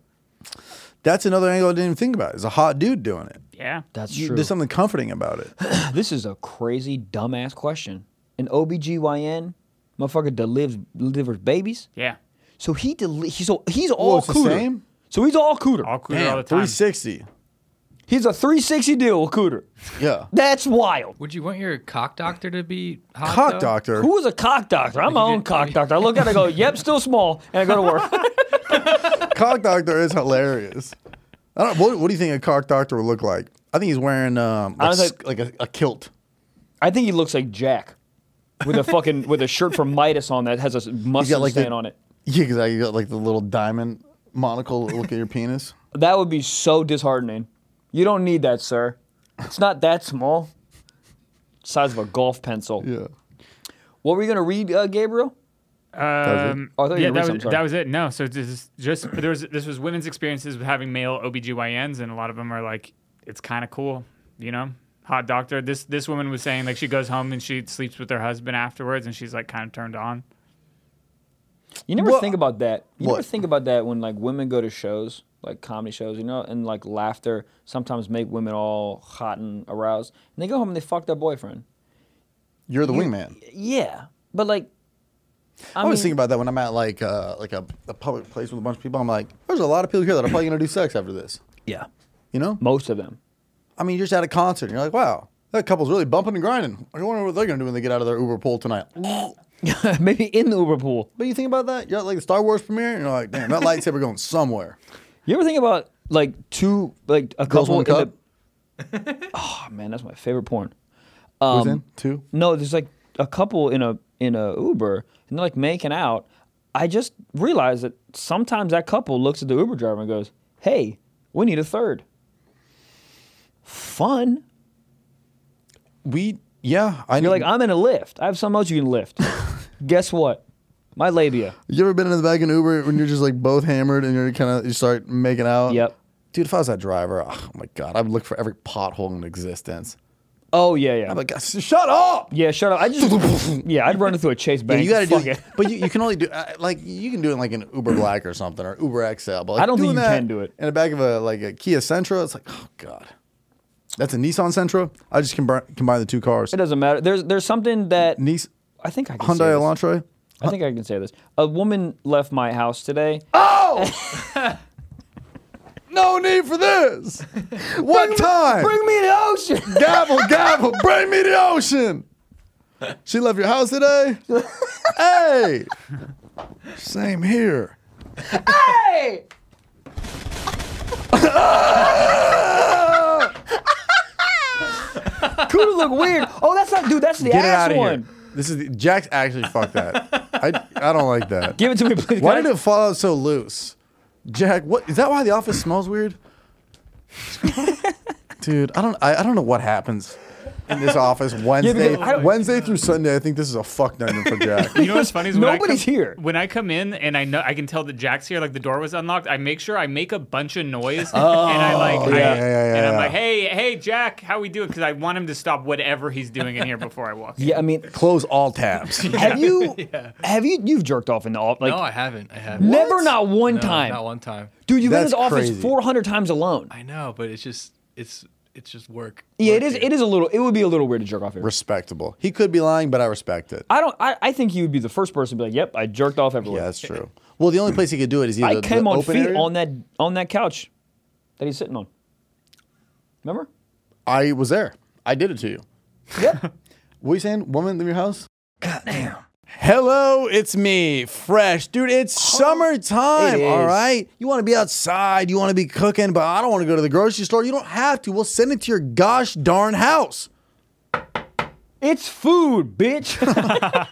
D: That's another angle I didn't even think about. It's a hot dude doing it.
A: yeah
B: That's
D: You-
B: true.
D: There's something comforting about it.
B: This is a crazy dumbass question. An OBGYN motherfucker delivers delivers babies.
A: yeah
B: So he deli- he so he's all
D: it's the
B: cooter.
D: same?
B: So he's all cooter.
A: all cooler all
D: Damn,
A: the time
D: 360.
B: He's a 360 deal with Cooter.
D: Yeah.
B: That's wild.
E: Would you want your cock doctor to be hot,
D: Cock
E: though?
D: doctor.
B: Who is a cock doctor? I'm my own cock doctor. I look at it, I go, yep, still small, and I go to work.
D: cock doctor is hilarious. I don't. What, what do you think a cock doctor would look like? I think he's wearing um like,
B: was
D: s- like a, a kilt.
B: I think he looks like Jack with a fucking with a shirt from Midas on that has a mustard
D: like, the-
B: stain on it.
D: Yeah, exactly. You got like the little diamond monocle. that Look at your penis.
B: That would be so disheartening. You don't need that, sir. It's not that small. Size of a golf pencil.
D: Yeah.
B: What were you gonna read, uh, Gabriel?
D: was it?
A: Um,
B: Oh, I thought you
A: yeah,
B: were reading
A: that was,
B: something,
A: that was it. No, so this is just there was this was women's experiences with having male OBGYNs, and a lot of them are like, it's kind of cool, you know. Hot doctor. This this woman was saying like she goes home and she sleeps with her husband afterwards, and she's like kind of turned on.
B: You never
D: Well-
B: think about that. You never
D: What?
B: think about that when like women go to shows, like comedy shows, you know, and like laughter sometimes make women all hot and aroused. And they go home and they fuck their boyfriend.
D: You're the wingman.
B: Yeah. But like
D: I, was thinking about that when I'm at like uh, like a, a public place with a bunch of people. I'm like, there's a lot of people here that are probably gonna do sex after this.
B: Yeah.
D: You know?
B: Most of them.
D: I mean, you're just at a concert. and You're like, wow, that couple's really bumping and grinding. I wonder what they're gonna do when they get out of their Uber pool tonight.
B: Maybe in the Uber pool.
D: But you think about that? You're at like the Star Wars premiere, and you're like, damn, that lightsaber going somewhere.
B: You ever think about like two like a
D: Girls
B: couple
D: One
B: in the,
D: Cup.
B: oh man, that's my favorite porn.
D: Who's in two?
B: No, there's like a couple in a in a Uber and they're like making out. I just realized that sometimes that couple looks at the Uber driver and goes, "Hey, we need a third. Fun.
D: We yeah. I
B: You're like, I'm in a lift. I have something else you can lift. Guess what? My labia.
D: You ever been in the back of an Uber when you're just like both hammered and you're kind of you start making out?
B: Yep.
D: Dude, if I was that driver, oh my god, I'd look for every pothole in existence.
B: Oh yeah, yeah,
D: I'm like, "Guys, shut up!
B: yeah. Shut up. I just yeah, I'd run it through a Chase
D: Yeah,
B: bank.
D: you gotta do,
B: Fuck it.
D: but you, you can only do uh, like you can do it in like an Uber Black or something or Uber XL. But like,
B: I don't think
D: doing
B: you
D: that
B: can do it.
D: in the back of a like a Kia Sentra. It's like, oh god, that's a Nissan Sentra. I just combine combine the two cars.
B: It doesn't matter. There's there's something that
D: Nis-
B: I think I can say
D: Hyundai
B: this.
D: Elantra.
B: I think I can say this. A woman left my house today.
D: No need for this. what time?
B: Bring me the ocean.
D: gavel, gavel, bring me the ocean. She left your house today? hey. Same here.
B: Cooter look weird. Oh, that's not, dude. That's the
D: Get it
B: ass
D: out of
B: one.
D: here. This is Jack's actually fucked that. I I don't like that.
B: Give it to me, please.
D: why
B: guys.
D: did it fall out so loose? Jack, what is that why the office smells weird? Dude, I don't I, I don't know what happens in this office Wednesday
B: I don't-
D: Wednesday through Sunday. I think this is a fuck nightmare for Jack.
A: You know what's funny is when
B: Nobody's
A: I come,
B: here.
A: When I come in and I know I can tell that Jack's here, like the door was unlocked. I make sure I make a bunch of noise, and
B: Oh,
A: I like, I,
D: Yeah, yeah, yeah,
A: and I'm
D: yeah.
A: like, hey, hey, Jack, how we doing? Because I want him to stop whatever he's doing in here before I walk. in.
B: Yeah, I mean,
D: Close all tabs.
B: have you, have you, you've jerked off in the off, like
E: No, I haven't. I haven't.
B: never, not one
E: No,
B: time,
E: Not one time.
B: dude. You've
D: That's
B: been in this
D: crazy.
B: office 400 times alone.
E: I know, but it's just it's it's just work.
D: E
B: yeah,
E: Work,
B: it is.
E: dude.
B: It is a little. It would be a little weird to jerk off here.
D: Respectable. He could be lying, but I respect it.
B: I don't. I, I think he would be the first person to be like, "Yep, I jerked off everywhere."
D: Yeah, that's true. Well, the only place he could do it is either
B: I came
D: the
B: on
D: open
B: feet
D: area-
B: on that on that couch that he's sitting on. Remember?
D: I was there. I did it to you.
B: Yep.
D: What are you saying? Woman, leave your house. Goddamn. Hello, it's me, Fresh. Dude, it's summertime,
B: It
D: all
B: is.
D: right? You want to be outside, you want to be cooking, but I don't want to go to the grocery store. You don't have to. We'll send it to your gosh darn house.
B: it's food, bitch.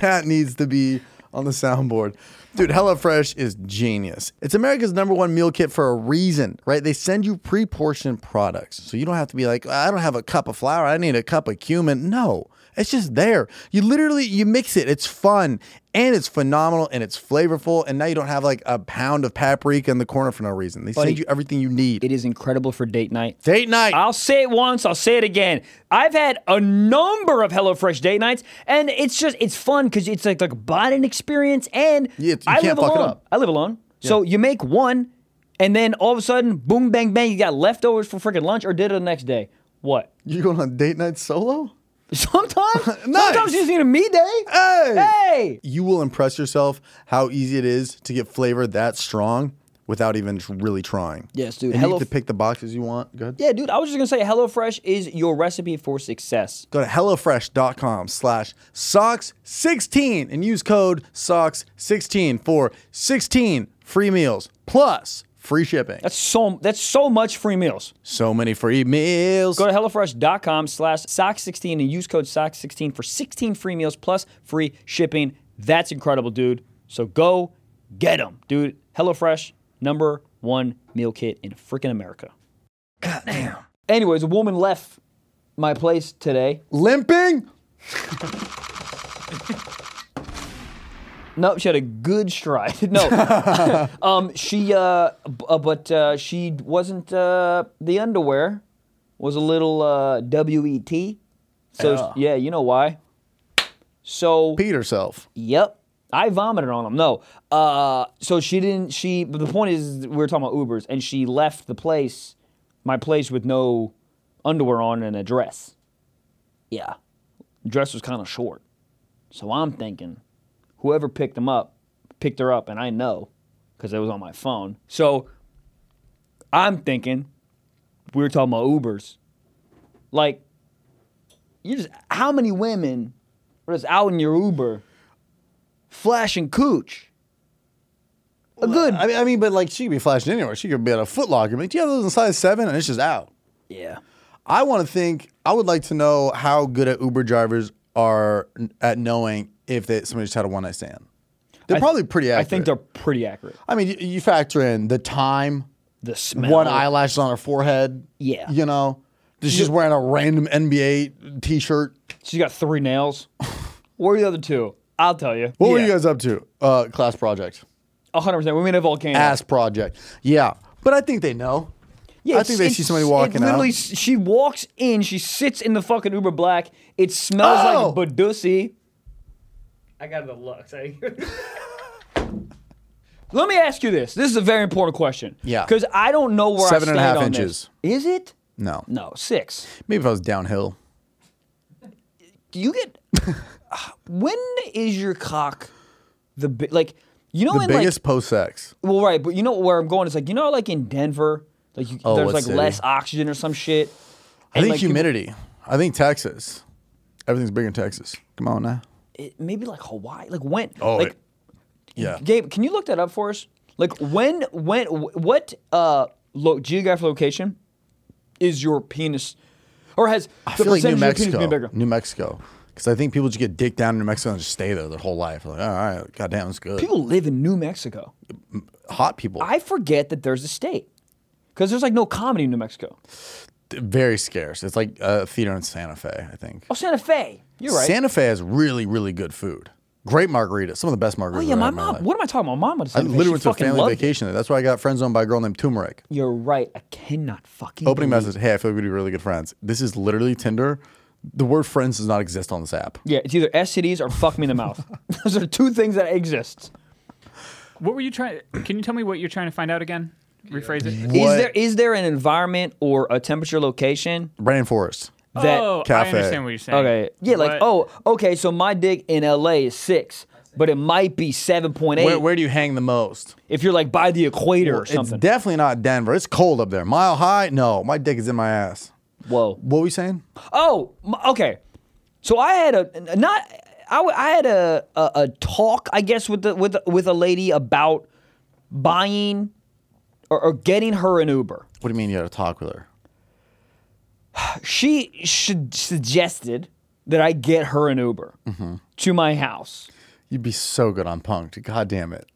D: That needs to be on the soundboard. Dude, HelloFresh is genius. It's America's number one meal kit for a reason, right? They send you pre portioned products. So you don't have to be like, I don't have a cup of flour. I need a cup of cumin. No, it's just there. You literally, you mix it. It's fun and it's phenomenal and it's flavorful. And now you don't have like a pound of paprika in the corner for no reason. They send you everything you need.
B: it is incredible for date night.
D: Date night.
B: I'll say it once, I'll say it again. I've had a number of HelloFresh date nights, and it's just it's fun because it's like like a bonding experience, and
D: Yeah, it's- you
B: I
D: can't
B: live
D: fuck it
B: alone.
D: up.
B: I live alone, so you make one, and then all of a sudden, boom, bang, bang, you got leftovers for freaking lunch, or did it the next day. What?
D: You're going on date night solo?
B: Sometimes,
D: Nice.
B: sometimes you just need a me day.
D: Hey.
B: hey.
D: you will impress yourself how easy it is to get flavor that strong without even really trying.
B: Yes, dude.
D: And you
B: Hello-
D: get to pick the boxes you want. Good.
B: Yeah, dude, I was just gonna say HelloFresh is your recipe for success.
D: Go to HelloFresh.com slash socks16 and use code socks16 for 16 free meals plus free shipping.
B: That's so that's so much free meals.
D: so many free meals.
B: Go to HelloFresh.com slash Sock16 and use code Sock16 for 16 free meals plus free shipping. That's incredible, dude. So go get them, dude. HelloFresh, number one meal kit in freaking America. Goddamn. Anyways, a woman left my place today.
D: Limping?
B: No, she had a good stride. No, um, she, uh, b- uh, but uh, she wasn't. Uh, the underwear was a little uh, wet. So yeah, you know why. So
D: Pete herself.
B: Yep. I vomited on them. No. Uh, so she didn't. She. But the point is, we were talking about Ubers, and she left the place, my place, with no underwear on and a dress. Yeah, dress was kind of short. So I'm thinking, whoever picked them up, picked her up, and I know, because it was on my phone. So I'm thinking, we were talking about Ubers. Like, you just how many women are just out in your Uber? flashing cooch. A good.
D: I mean, I mean, but like she could be flashing anywhere. She could be at a Foot Locker. and be Like, do you have those in size seven? And it's just out.
B: yeah.
D: I want to think. I would like to know how good at Uber drivers are n- at knowing if they, somebody just had a one night stand. They're probably pretty accurate.
B: I think they're pretty accurate.
D: I mean, you, you factor in the time,
B: The smell.
D: one eyelash is on her forehead.
B: Yeah.
D: you know, she's just wearing a random NBA T-shirt.
B: She's got three nails. Where are the other two? I'll tell you.
D: What were
B: Yeah.
D: you guys up to? Uh, class project,
B: 100%. We made a volcano.
D: ass project. Yeah, but I think they know.
B: Yeah,
D: I
B: it's-
D: think they
B: it's-
D: see somebody walking
B: it literally,
D: out.
B: s- she walks in. She sits in the fucking Uber Black. It smells
D: Oh!
B: like Badusi. I got the looks. I- Let me ask you this. This is a very important question.
D: Yeah.
B: Because I don't know where
D: Seven
B: I
D: and a
B: stand
D: half
B: on this.
D: inches.
B: Is it?
D: No,
B: No, six.
D: maybe if I was downhill.
B: do you get when is your cock the bi- like you know
D: The
B: in
D: biggest post sex.
B: like well right but you know where I'm going it's like you know like in Denver like you,
D: Oh,
B: there's
D: what
B: like
D: city?
B: less oxygen or some shit
D: I think
B: like, people-
D: humidity. I think Texas. Everything's big in Texas. Come on now.
B: it, maybe like Hawaii like when
D: Oh,
B: like
D: it- Yeah.
B: Gabe can you look that up for us like when when wh- what uh lo- geographic location is your penis or has
D: I
B: the
D: feel like New
B: percentage of your penis
D: Mexico.
B: being bigger
D: New Mexico. Because I think people just get dicked down in New Mexico and just stay there their whole life. Like, all right, goddamn, it's good.
B: people live in New Mexico
D: Hot people.
B: I forget that there's a state because there's like no comedy in New Mexico.
D: Very scarce. It's like a theater in Santa Fe, I think.
B: Oh, Santa Fe. You're right.
D: Santa Fe has really, really good food. Great margaritas. Some of the best margaritas.
B: oh yeah,
D: I've
B: my
D: had in
B: mom.
D: life.
B: What am I talking about? My mom went to
D: I
B: Santa Fe.
D: literally
B: She
D: went to a
B: fucking
D: family
B: loved it.
D: vacation there. That's why I got friend zoned by a girl named Turmeric.
B: You're right. I cannot fucking.
D: Opening
B: believe-
D: message Hey, I feel like we'd be really good friends. This is literally Tinder. The word friends does not exist on this app.
B: Yeah, it's either STDs or fuck me in the mouth. Those are two things that exist.
A: What were you trying? Can you tell me what you're trying to find out again? Rephrase it.
B: Is
D: What?
B: there is there an environment or a temperature location
D: Brandon Forrest.
B: that?
A: oh,
D: Cafe.
A: I understand what you're saying.
B: Okay. Yeah, like
A: What-
B: oh, okay. So my dick in LA is six, but it might be seven point eight
D: Where, where do you hang the most?
B: if you're like by the equator or something.
D: It's definitely not Denver. It's cold up there. Mile high? No, my dick is in my ass.
B: Whoa.
D: What were you saying?
B: Oh, m- okay. So I had a not. I, w- I had a, a a talk, I guess, with the with the- with a lady about buying or, or getting her an Uber.
D: What do you mean you had to talk with her?
B: She should suggested that I get her an Uber to my house.
D: You'd be so good on punked. God damn it.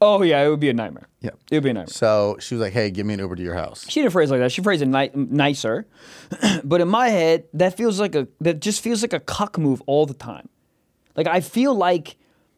B: Oh yeah, it would be a nightmare.
D: Yeah.
B: it would be a nightmare.
D: So she was like, hey, give me an Uber to your house.
B: She didn't phrase it like that. She phrased it ni- nicer. but in my head, that feels like a that just feels like a cuck move all the time. Like I feel like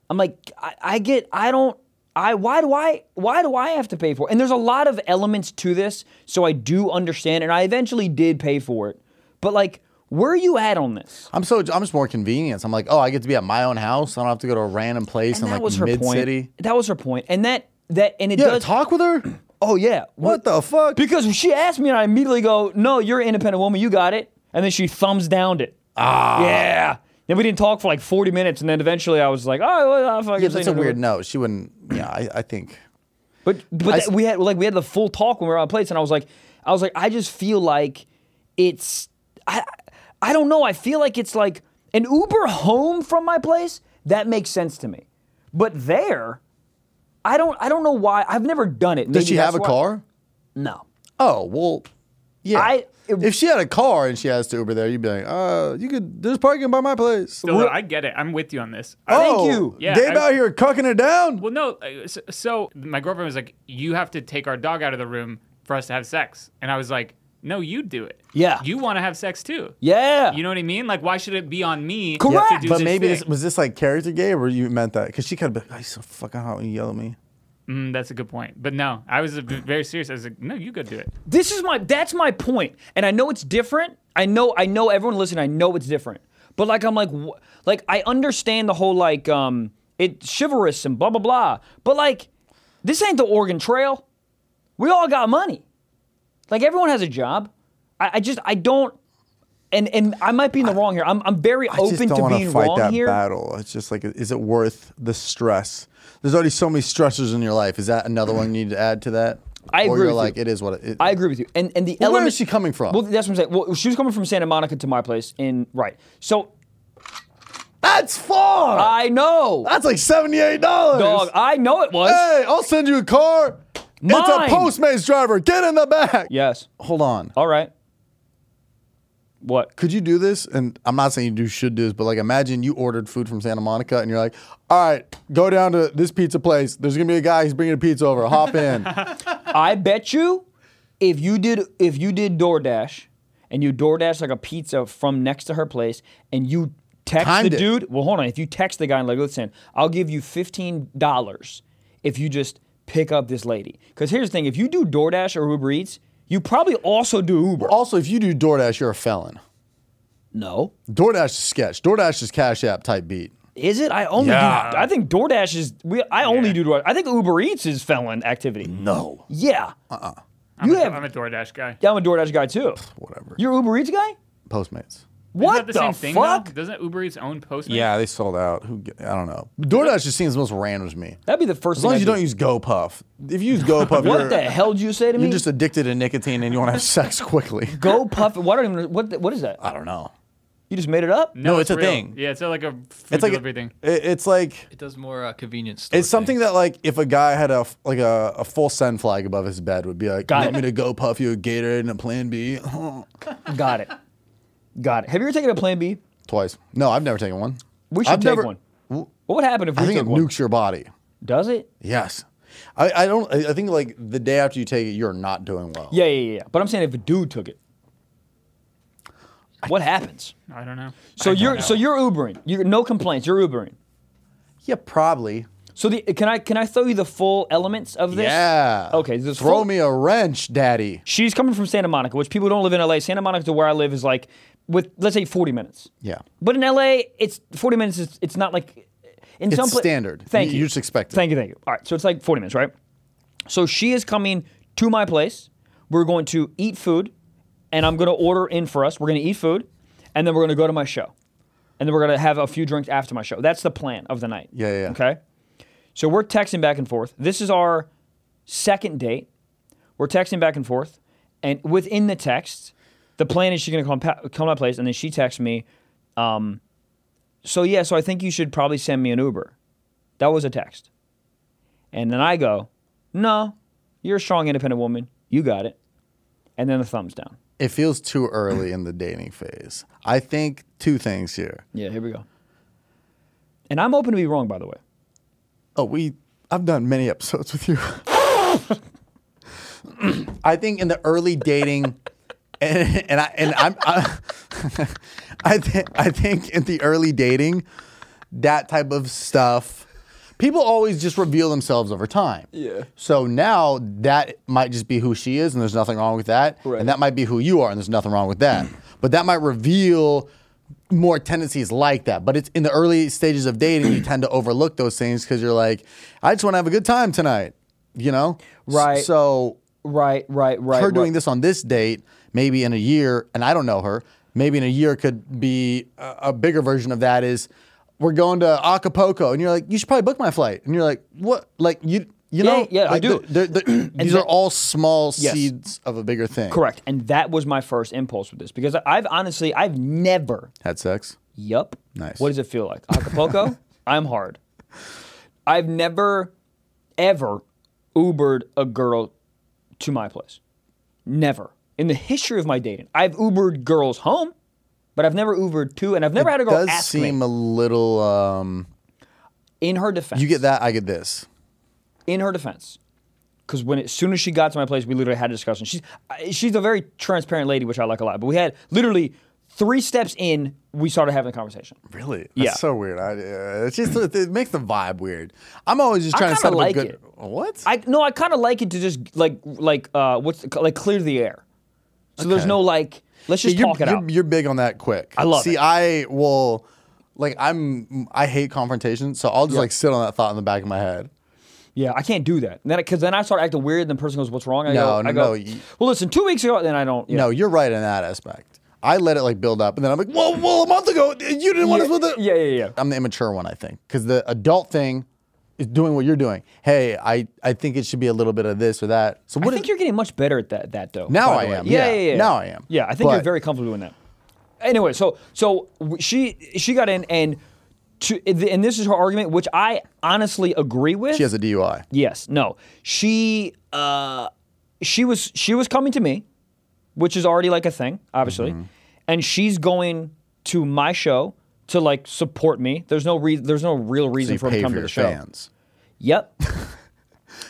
B: I'm like I, I get I don't I why do I why do I have to pay for it? And there's a lot of elements to this, so I do understand, and I eventually did pay for it. But like, where are you at on this?
D: I'm so, I'm just more convenience. I'm like, oh, I get to be at my own house. I don't have to go to a random place
B: And
D: in
B: that
D: like
B: was her
D: mid
B: point.
D: city.
B: That was her point, and that that and it
D: Yeah,
B: does.
D: talk with her?
B: oh yeah,
D: What the fuck?
B: Because she asked me, and I immediately go, "No, you're an independent woman. You got it." And then she thumbs downed it. Ah. Yeah. Then we didn't talk for like 40 minutes, and then eventually I was like, "Oh, well, I fucking."
D: Yeah, that's
B: say
D: a
B: no to
D: weird
B: it."
D: no. She wouldn't, yeah, I, I think.
B: But but
D: I
B: that- we had like we had the full talk when we were on plates, and I was like, I was like, I just feel like it's I I don't know. I feel like it's like an Uber home from my place. That makes sense to me. But there, I don't I don't know why. I've never done it.
D: Does
B: Maybe
D: she have
B: that's
D: a
B: why-
D: car?
B: No.
D: Oh well, yeah.
B: I-
D: if she had a car and she has to Uber there, you'd be like, uh, you could. There's parking by my place.
A: Still, though,
D: We're-
A: I get it. I'm with you on this. I-
D: oh,
B: you.
A: Yeah,
D: Dave
A: I-
D: out here cucking her down.
A: Well, no. uh, So, so my girlfriend was like, "You have to take our dog out of the room for us to have sex," and I was like, "No, you do it.
B: Yeah.
A: you want to have sex too.
B: Yeah.
A: you know what I mean. Like, why should it be on me? To
B: Correct.
A: do
D: but
A: this
D: maybe
A: thing?
D: this, was this like character gay, or you meant that? Because she could have been, oh, he's so fucking hot when you yell at me.
A: Mm, that's a good point. But no, I was uh, very serious. I was like, "No, you go do it."
B: This is my that's my point. And I know it's different. I know I know everyone listening, I know it's different. But like I'm like wh- like I understand the whole like um it's chivalrous and blah blah blah. But like this ain't the Oregon Trail. We all got money. Like everyone has a job. I, I just I don't and and I might be in the wrong here. I'm I'm very
D: I
B: open
D: just don't
B: to
D: want
B: being
D: to fight
B: wrong
D: that
B: here.
D: battle. It's just like, is it worth the stress? There's already so many stressors in your life. Is that another one you need to add to that?
B: I
D: or
B: agree
D: You're
B: with
D: like,
B: you.
D: it is what it is.
B: I agree with you. And and the
D: Well, where
B: element
D: is she coming from?
B: Well, that's what I'm saying. Well, she was coming from Santa Monica to my place in right. So
D: That's far.
B: I know.
D: That's like seventy-eight dollars.
B: Dog, I know it was.
D: Hey, I'll send you a car. It's
B: Mine.
D: a Postmates driver. Get in the back.
B: Yes.
D: Hold on.
B: All right. What?
D: Could you do this? And I'm not saying you do should do this, but like imagine you ordered food from Santa Monica and you're like, all right, go down to this pizza place. There's gonna be a guy. He's bringing a pizza over. Hop in.
B: I bet you, if you did, if you did DoorDash, and you DoorDash like a pizza from next to her place, and you text
D: Timed
B: the
D: it.
B: dude. Well, hold on. If you text the guy and like, listen, I'll give you fifteen dollars if you just pick up this lady. Because here's the thing: if you do DoorDash or Uber Eats, you probably also do Uber.
D: also, if you do DoorDash, you're a felon.
B: No,
D: DoorDash is sketch. DoorDash is Cash App type beat.
B: is it? I only.
D: Yeah.
B: Do, I think DoorDash is. We. I only do DoorDash. I think Uber Eats is felon activity.
D: No.
B: Yeah. Uh-uh.
A: I'm,
B: You
A: a,
B: have.
A: I'm a DoorDash guy.
B: Yeah, I'm a DoorDash guy too.
D: Whatever.
B: You're Uber Eats guy?
D: Postmates.
B: What
A: Isn't that the,
B: the,
A: same thing?
B: fuck?
A: Though? Doesn't Uber Eats own Postmates?
D: Yeah, they sold out. Who? I don't know. DoorDash just seems the most random to me.
B: That'd be the first
D: As
B: thing.
D: long as you
B: I'd
D: don't use GoPuff. If you use GoPuff,
B: do.
D: you're,
B: What the hell did you say to me?
D: you're just addicted to nicotine and you want to have sex quickly.
B: go puff. What, don't even, what, the- what is that?
D: I don't know.
B: You just made it up?
A: No,
E: No,
A: it's,
E: it's a
A: real.
E: thing.
A: Yeah, it's a, like a food
D: It's like
A: delivery thing.
D: It, it's like
E: It does more uh, convenience. Store
D: it's something that like if a guy had a f- like a, a full send flag above his bed would be like,
B: Got
D: "You
B: it.
D: want me to go puff you a Gatorade and a Plan B
B: Got it. Got it. Have you ever taken a Plan B?
D: twice." No, I've never taken one.
B: We should
D: I've
B: take
D: never-
B: one. What would happen if we
D: I think it
B: took one?
D: nukes your body.
B: Does it?
D: Yes, I, I don't. I I think like the day after you take it, you're not doing well.
B: Yeah, yeah, yeah. yeah. But I'm saying if a dude took it, what happens?
A: I don't know.
B: So you're so you're Ubering. You no complaints. You're Ubering.
D: yeah, probably.
B: So the can I can I throw you the full elements of this?
D: Yeah.
B: Okay. This
D: Throw
B: full-
D: me a wrench, Daddy.
B: She's coming from Santa Monica, which people don't live in LA. Santa Monica to where I live is like with let's say 40 minutes.
D: Yeah.
B: But in LA, it's 40 minutes. Is, it's not like in
D: It's
B: some pla-
D: standard.
B: Thank
D: You-
B: you.
D: you just expect it.
B: Thank you. Thank you. All right. So it's like 40 minutes, right? So she is coming to my place. We're going to eat food, and I'm going to order in for us. We're going to eat food, and then we're going to go to my show, and then we're going to have a few drinks after my show. That's the plan of the night.
D: Yeah, yeah, yeah.
B: Okay. So we're texting back and forth. This is our second date. We're texting back and forth, and within the text, the plan is she's gonna come pa- come to my place, and then she texts me, um, "So yeah, so I think you should probably send me an Uber." That was a text, and then I go, "No, you're a strong, independent woman. You got it." And then the thumbs down.
D: It feels too early in the dating phase. I think two things here.
B: Yeah, here we go. And I'm open to be wrong, by the way.
D: Oh, we. I've done many episodes with you. I think in the early dating, and, and I and I'm, I, I think I think in the early dating, that type of stuff, people always just reveal themselves over time. Yeah. So now that might just be who she is, and there's nothing wrong with that.
B: Right.
D: And that might be who you are, and there's nothing wrong with that. but that might reveal more tendencies like that. But it's in the early stages of dating, you tend to overlook those things because you're like, I just want to have a good time tonight, you know? S-
B: Right.
D: So
B: Right, right, right.
D: her doing this on this date, maybe in a year, and I don't know her, maybe in a year could be a, a bigger version of that is we're going to Acapulco, and you're like, you should probably book my flight, and you're like, what? Like you. You
B: Yeah,
D: know,
B: yeah, I
D: Like,
B: do.
D: they're- they're- these
B: that-
D: are all small
B: Yes.
D: seeds of a bigger thing.
B: Correct. And that was my first impulse with this because I've honestly, I've never,
D: Had sex.
B: yup.
D: Nice.
B: What does it feel like? Acapulco? I'm hard. I've never, ever Ubered a girl to my place. Never. In the history of my dating, I've Ubered girls home, but I've never Ubered to, and I've never had a girl
D: Does
B: ask
D: seem
B: me.
D: a little. Um,
B: In her defense,
D: you get that. I get this.
B: in her defense, because when as soon as she got to my place, we literally had a discussion. She's I- she's a very transparent lady, which I like a lot. But we had literally three steps in, we started having a conversation.
D: Really? That's
B: Yeah.
D: so weird. I, uh, it's just it makes the vibe weird. I'm always just
B: I
D: trying to
B: kinda
D: set up
B: like
D: a good.
B: it.
D: What?
B: I no, I kind of like it to just like like uh what's the, like clear the air. So there's
D: Okay.
B: no like let's just
D: you're,
B: talk it
D: you're,
B: out.
D: you're big on that quick.
B: I love
D: See,
B: it.
D: I will, like, I'm, I hate confrontation, so I'll just like sit on that thought in the back of my head.
B: yeah, I can't do that. And then because then I start acting weird, and the person goes, "What's wrong?" I
D: No,
B: go,
D: no,
B: I go,
D: no, you-
B: Well, listen, two weeks ago, then I don't. Yeah.
D: No, you're right in that aspect. I let it like build up, and then I'm like, whoa, whoa, a month ago, you didn't want us with it.
B: yeah, yeah, yeah, yeah.
D: I'm the immature one, I think, because the adult thing is doing what you're doing. Hey, I, I think it should be a little bit of this or that. So what
B: I think
D: if-
B: you're getting much better at that, that though.
D: Now
B: by
D: I
B: the way.
D: am,
B: Yeah,
D: yeah.
B: yeah, yeah, yeah.
D: Now I am.
B: Yeah, I think you're
D: But-
B: very comfortable doing that. Anyway, so so w- she she got in and to, and this is her argument, which I honestly agree with.
D: she has a DUI?
B: Yes. No. She uh she was she was coming to me, which is already like a thing, obviously.
D: Mm-hmm.
B: And she's going to my show to like support me. There's no re- there's no real reason
D: You
B: for her
D: pay
B: to
D: for
B: come to
D: your
B: the show.
D: fans.
B: Yep.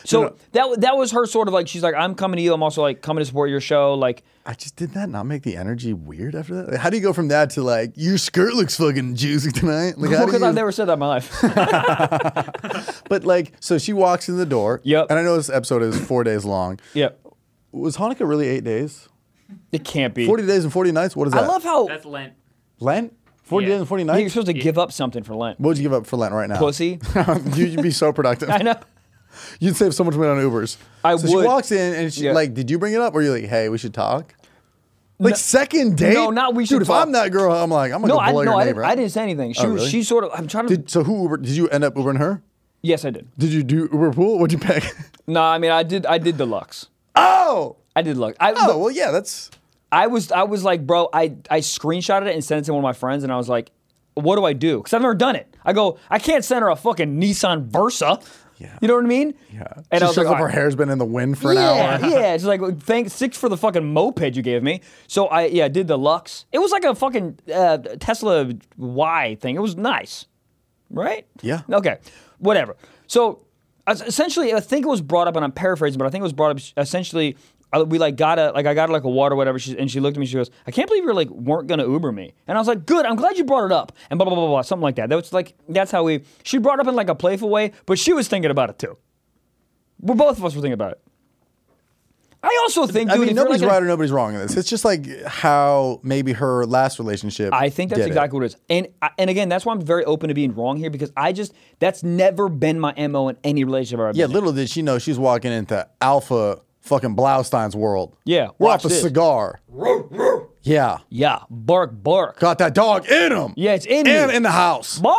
B: so that w- that was her sort of like she's like I'm coming to you. I'm also like coming to support your show. Like
D: I just did that not make the energy weird after that. Like, how do you go from that to like your skirt looks fucking juicy tonight? Like, how do
B: because
D: you-
B: I've never said that in my life.
D: But like, so she walks in the door.
B: Yep.
D: And I know this episode is four days long.
B: yep.
D: Was Hanukkah really eight days?
B: It can't be.
D: Forty days and forty nights. What is that?
B: I love how
A: That's Lent.
D: Lent. Forty
A: Yeah.
D: days and forty
B: you're
D: nights.
B: supposed to give up something for Lent.
D: what would you give up for Lent right now?
B: Pussy.
D: You- You'd be so productive.
B: I know.
D: You'd save so much money on Ubers.
B: I
D: so She
B: would.
D: walks in and she's
B: Yeah.
D: like, "Did you bring it up?" Or you're like, "Hey, we should talk." Like second date.
B: No, not we should
D: Dude, if
B: talk.
D: I'm that girl, I'm like, I'm gonna
B: No,
D: go
B: I,
D: blow
B: no
D: your
B: I,
D: neighbor.
B: didn't, I didn't say anything. She
D: Oh,
B: was
D: really?
B: she sort of I'm trying to
D: Did, so who Uber? Did you end up Ubering her?
B: Yes, I did.
D: Did you do Uber pool? What'd you pick?
B: No, I mean I did. I did deluxe.
D: oh.
B: I did deluxe. I,
D: Oh well, yeah. That's
B: I was I was like, bro. I I screenshotted it and sent it to one of my friends, and I was like, what do I do? Because I've never done it. I go, I can't send her a fucking Nissan Versa.
D: Yeah.
B: You know what I mean? Yeah. And
D: she
B: I was
D: shows
B: like,
D: up. Her
B: "Alright."
D: hair's been in the wind for an hour.
B: yeah, yeah. It's like thanks six for the fucking moped you gave me. So I yeah did the Lux. It was like a fucking uh, Tesla Y thing. It was nice, right?
D: Yeah.
B: Okay, whatever. So es- essentially, I think it was brought up, and I'm paraphrasing, but I think it was brought up essentially. I- We like got a like I got her like a water or whatever, she, and she looked at me. She goes, "I can't believe you're like weren't gonna Uber me." And I was like, "Good, I'm glad you brought it up." And blah blah blah blah, blah something like that. That was like that's how we. She brought it up in like a playful way, but she was thinking about it too. Well, both of us were thinking about it. I also think,
D: I
B: dude,
D: mean,
B: if you're,
D: nobody's
B: like,
D: right
B: in
D: or
B: a-
D: nobody's wrong in this. It's just like how maybe her last relationship.
B: I think that's
D: did it.
B: exactly what it is, and I- and again, that's why I'm very open to being wrong here because I just that's never been my mo in any relationship I've ever
D: Yeah,
B: been in.
D: little did she know she's walking into Alpha fucking Blaustein's world.
B: Yeah,
D: we're
B: watch
D: off a
B: this.
D: cigar. yeah,
B: Yeah, bark, bark.
D: got that dog in him.
B: Yeah, it's in
D: and
B: you.
D: in the house.
B: Bark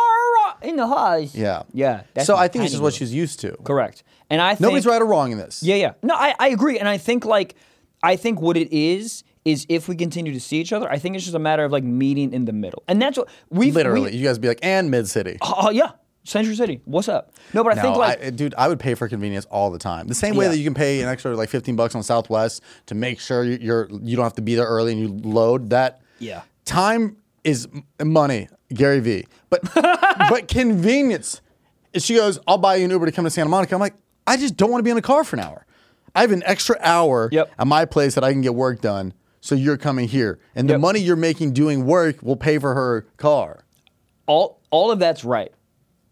B: in the house.
D: Yeah,
B: yeah. that's
D: So I think
B: tiny
D: it's just what
B: little.
D: she's used to.
B: correct, and I think,
D: Nobody's right or wrong in this.
B: Yeah, yeah. No, I, I agree, and I think like I think what it is is if we continue to see each other, I think it's just a matter of like meeting in the middle, and that's what we've- we
D: literally, you guys be like, and Mid City.
B: Oh yeah, Century City. What's up? No, but I think
D: No,
B: like
D: I- eh, dude, I would pay for convenience all the time. The same way
B: Yeah.
D: that you can pay an extra like fifteen bucks on Southwest to make sure you- you're you don't have to be there early and you load that.
B: Yeah.
D: time is m- money, Gary V. But but convenience. If She goes, I'll buy you an Uber to come to Santa Monica. I'm like, I just don't want to be in a car for an hour. I have an extra hour
B: Yep.
D: at my place that I can get work done. So you're coming here, and the
B: Yep.
D: money you're making doing work will pay for her car.
B: all all of that's right.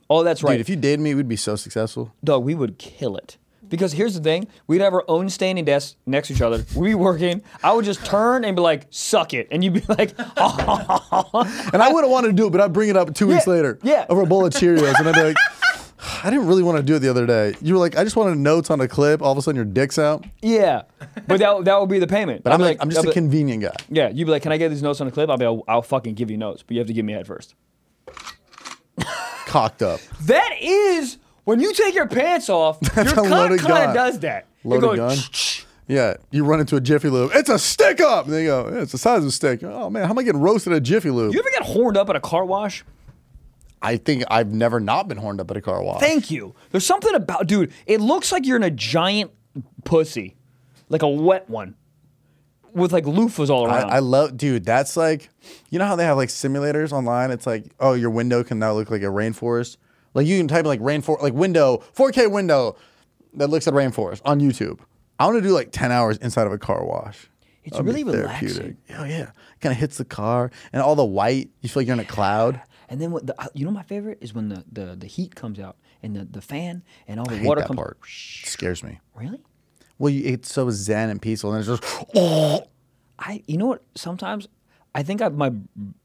B: All of that's right.
D: Dude, if you dated me, we'd be so successful.
B: dog, we would kill it. Because here's the thing, we'd have our own standing desks next to each other. We'd be working. I would just turn and be like, "Suck it," and you'd be like, "Oh,
D: And I wouldn't want to do it, but I'd bring it up two weeks
B: Yeah,
D: later
B: yeah.
D: over a bowl of Cheerios. And I'd be like, I didn't really want to do it the other day. You were like, I just wanted notes on a clip. All of a sudden, your dick's out.
B: "Yeah," but that that would be the payment.
D: But
B: I'd
D: I'm
B: be
D: like, I'm just
B: I'd
D: a
B: be like,
D: convenient guy.
B: Yeah, you'd be like, "Can I get these notes on a clip?" I'll be, "I'll, I'll fucking give you notes, but you have to give me head first.
D: Cocked up.
B: That is When you take your pants off, your
D: a
B: cunt
D: loaded
B: kind
D: gun.
B: of does that. It
D: Loaded
B: goes
D: gun? Yeah, you run into a Jiffy Lube. It's a stick up. And they go, "Yeah, it's the size of a stick. Oh man, how am I getting roasted at Jiffy Lube?
B: You ever get horned up at a car wash?
D: I think I've never not been horned up at a car wash.
B: Thank you. There's something about, dude. It looks like you're in a giant pussy, like a wet one, with like loofahs all
D: I,
B: around.
D: I love, dude. That's like, you know how they have like simulators online. It's like, oh, your window can now look like a rainforest. Like you can type in like rainforest, like window, 4K window that looks at rainforest on YouTube. I want to do like 10 hours inside of a car wash.
B: it's
D: That'd be
B: really relaxing.
D: therapeutic. Oh yeah, kind of hits the car and all the white. You feel like you're in a cloud.
B: And then what the, uh, you know, my favorite is when the, the, the heat comes out and the, the fan and all the
D: I hate
B: water
D: that
B: comes.
D: part. Scares me.
B: Really?
D: Well, you, it's so zen and peaceful, and it's just
B: I you know what? Sometimes I think I, my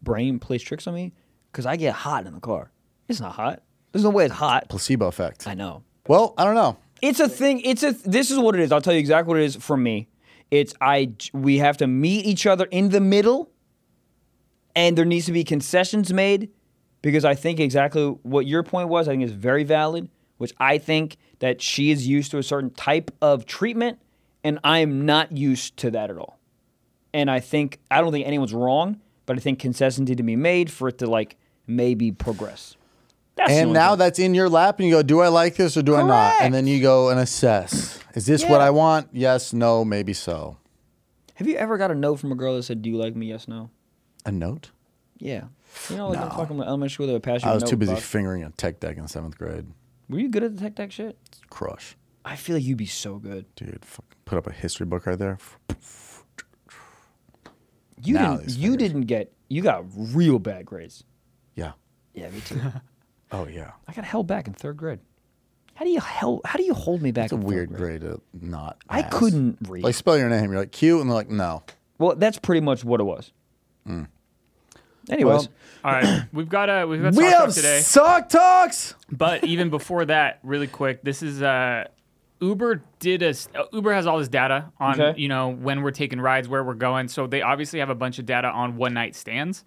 B: brain plays tricks on me because I get hot in the car. It's not hot. There's no way it's hot.
D: placebo effect.
B: I know.
D: Well, I don't know.
B: It's a thing. It's a. This is what it is. I'll tell you exactly what it is for me. It's I. We have to meet each other in the middle, and there needs to be concessions made, because I think exactly what your point was. I think is very valid. Which I think that she is used to a certain type of treatment, and I am not used to that at all. And I think I don't think anyone's wrong, but I think concessions need to be made for it to like maybe progress. That's the
D: And
B: only
D: now
B: thing.
D: that's in your lap, and you go, "Do I like this or do I not?"
B: Correct.
D: And then you go and assess: Is this what
B: Yeah.
D: I want? Yes, no, maybe so.
B: have you ever got a note from a girl that said, "Do you like me?" Yes, no.
D: A note?
B: Yeah. You know, like I'm talking about elementary school, they would pass you
D: I
B: a
D: was too busy
B: notebook.
D: fingering a tech deck in seventh grade.
B: Were you good at the tech deck shit?
D: Crush,
B: I feel like you'd be so good.
D: dude. Fucking put up a history book right there.
B: You
D: Now
B: didn't.
D: these
B: You
D: fingers.
B: didn't get. You got real bad grades.
D: Yeah.
B: Yeah, me too.
D: Oh yeah.
B: I got held back in third grade. How do you held? How do you hold me back?
D: It's a
B: in third
D: weird grade
B: grade?
D: to not.
B: I
D: pass.
B: couldn't read.
D: Like spell your name. You're like Q, and they're like, no.
B: Well, that's pretty much what it was.
D: Mm.
B: Anyways,
D: Well,
A: All right, we've got a we've got
D: We
A: sock talk
D: have
A: today.
D: sock talks.
A: But even before that, really quick, this is uh, Uber did a s- uh, Uber has all this data on
B: Okay.
A: you know when we're taking rides, where we're going. So they obviously have a bunch of data on one night stands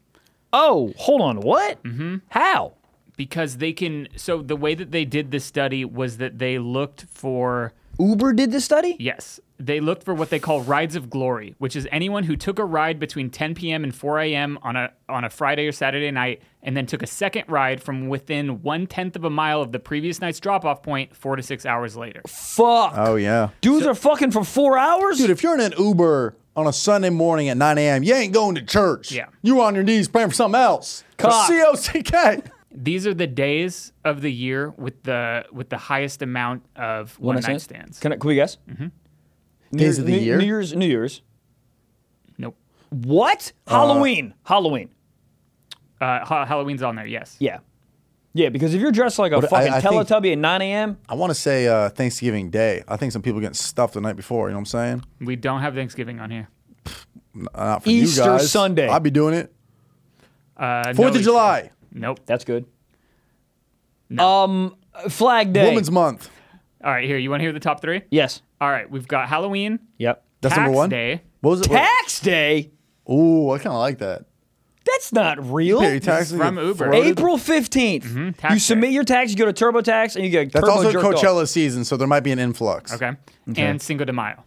B: oh, hold on. What? Mm-hmm. How?
A: because they can. So the way that they did this study was that they looked for
B: Uber did this study?
A: yes, they looked for what they call rides of glory, which is anyone who took a ride between 10 p.m. and 4 a.m. on a on a Friday or Saturday night, and then took a second ride from within one tenth of a mile of the previous night's drop off point four to six hours later.
B: Fuck.
D: Oh yeah.
B: Dudes are fucking for four hours.
D: Dude, if you're in an Uber on a Sunday morning at 9 a.m., you ain't going to church.
A: Yeah.
D: You on your knees praying for something else.
B: Cock.
D: C O C K.
A: these are the days of the year with the with the highest amount of one, night stands.
B: Can, I, can we guess? Mm-hmm.
D: Days of the year?
B: New Year's. New Year's. Uh,
A: nope.
B: What? Halloween. Halloween.
A: Uh, ha- Halloween's on there. Yes.
B: Yeah. Yeah, because if you're dressed like a
D: But I-
B: fucking
D: I think-
B: Teletubby at 9 a.m.,
D: I want to say uh, Thanksgiving Day. I think some people getting stuffed the night before. You know what I'm saying?
A: We don't have Thanksgiving on here.
D: Uh, Not for
B: Easter
D: you guys.
B: Sunday.
D: I'd be doing it.
A: Uh, no,
D: Fourth of
A: it's-
D: July,
A: Nope.
B: that's good. Um, Flag Day.
D: Women's Month.
A: All right. Here, you want to hear the top three?
B: Yes.
A: All right. We've got Halloween.
B: Yep.
D: That's
A: Tax
D: number one.
A: Day.
D: What was it?
B: Tax Day?
D: What- Ooh, I kind of like that.
B: That's not real.
D: Pay your taxes.
A: from
D: get
A: Uber.
D: thwarted.
B: April 15th.
A: Tax
B: you
A: Day.
B: submit your Mm-hmm. tax, you go to TurboTax, and you get
D: That's
B: turbo
D: also
B: jerked off.
D: Coachella season, so there might be an influx.
A: Okay. And Cinco de Mayo.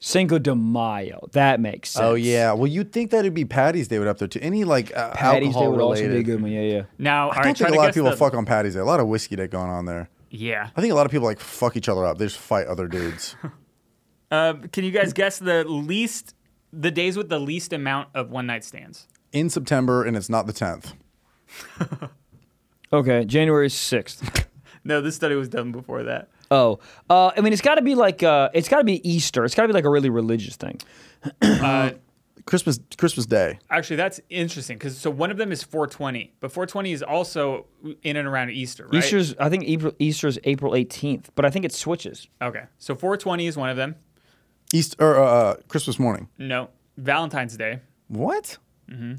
B: Cinco de Mayo. That makes sense.
D: Oh yeah. Well, you'd think that'd be Patty's Day would up there too. Any like uh,
B: Patty's Day
D: alcohol
B: would also be a
D: related.
B: good one. Yeah, yeah.
A: Now, all
D: I
A: right.
D: don't
A: try
D: think a
A: to
D: lot of
A: guess
D: people
A: the-
D: fuck on Patty's Day. A lot of whiskey that going on there.
A: Yeah.
D: I think a lot of people like fuck each other up. They just fight other dudes.
A: Uh, can you guys guess the least the days with the least amount of one night stands?
D: in September, and it's not the 10th.
B: Okay, January 6th.
A: No, this study was done before that.
B: Oh, uh, I mean, it's got to be like uh, it's got to be Easter. It's got to be like a really religious thing.
D: Christmas Christmas Day.
A: Actually, that's interesting because so one of them is 420, but 420 is also in and around Easter, right?
B: Easter's I think April, Easter's April eighteenth, but I think it switches.
A: Okay, so 420 is one of them.
D: East or uh, uh, Christmas morning.
A: No, Valentine's Day,
D: What?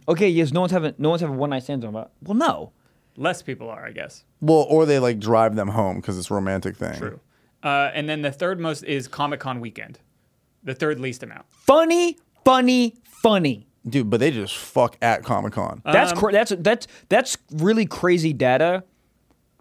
B: Okay, yes, no one's having no one's having one night stands on about. Well, no,
A: less people are, I guess.
D: Well, or they like drive them home because it's a romantic thing.
A: True. Uh, and then the third most is Comic Con weekend, the third least amount.
B: funny, funny, funny.
D: Dude, but they just fuck at Comic Con.
B: Uh, That's cra- that's that's that's really crazy data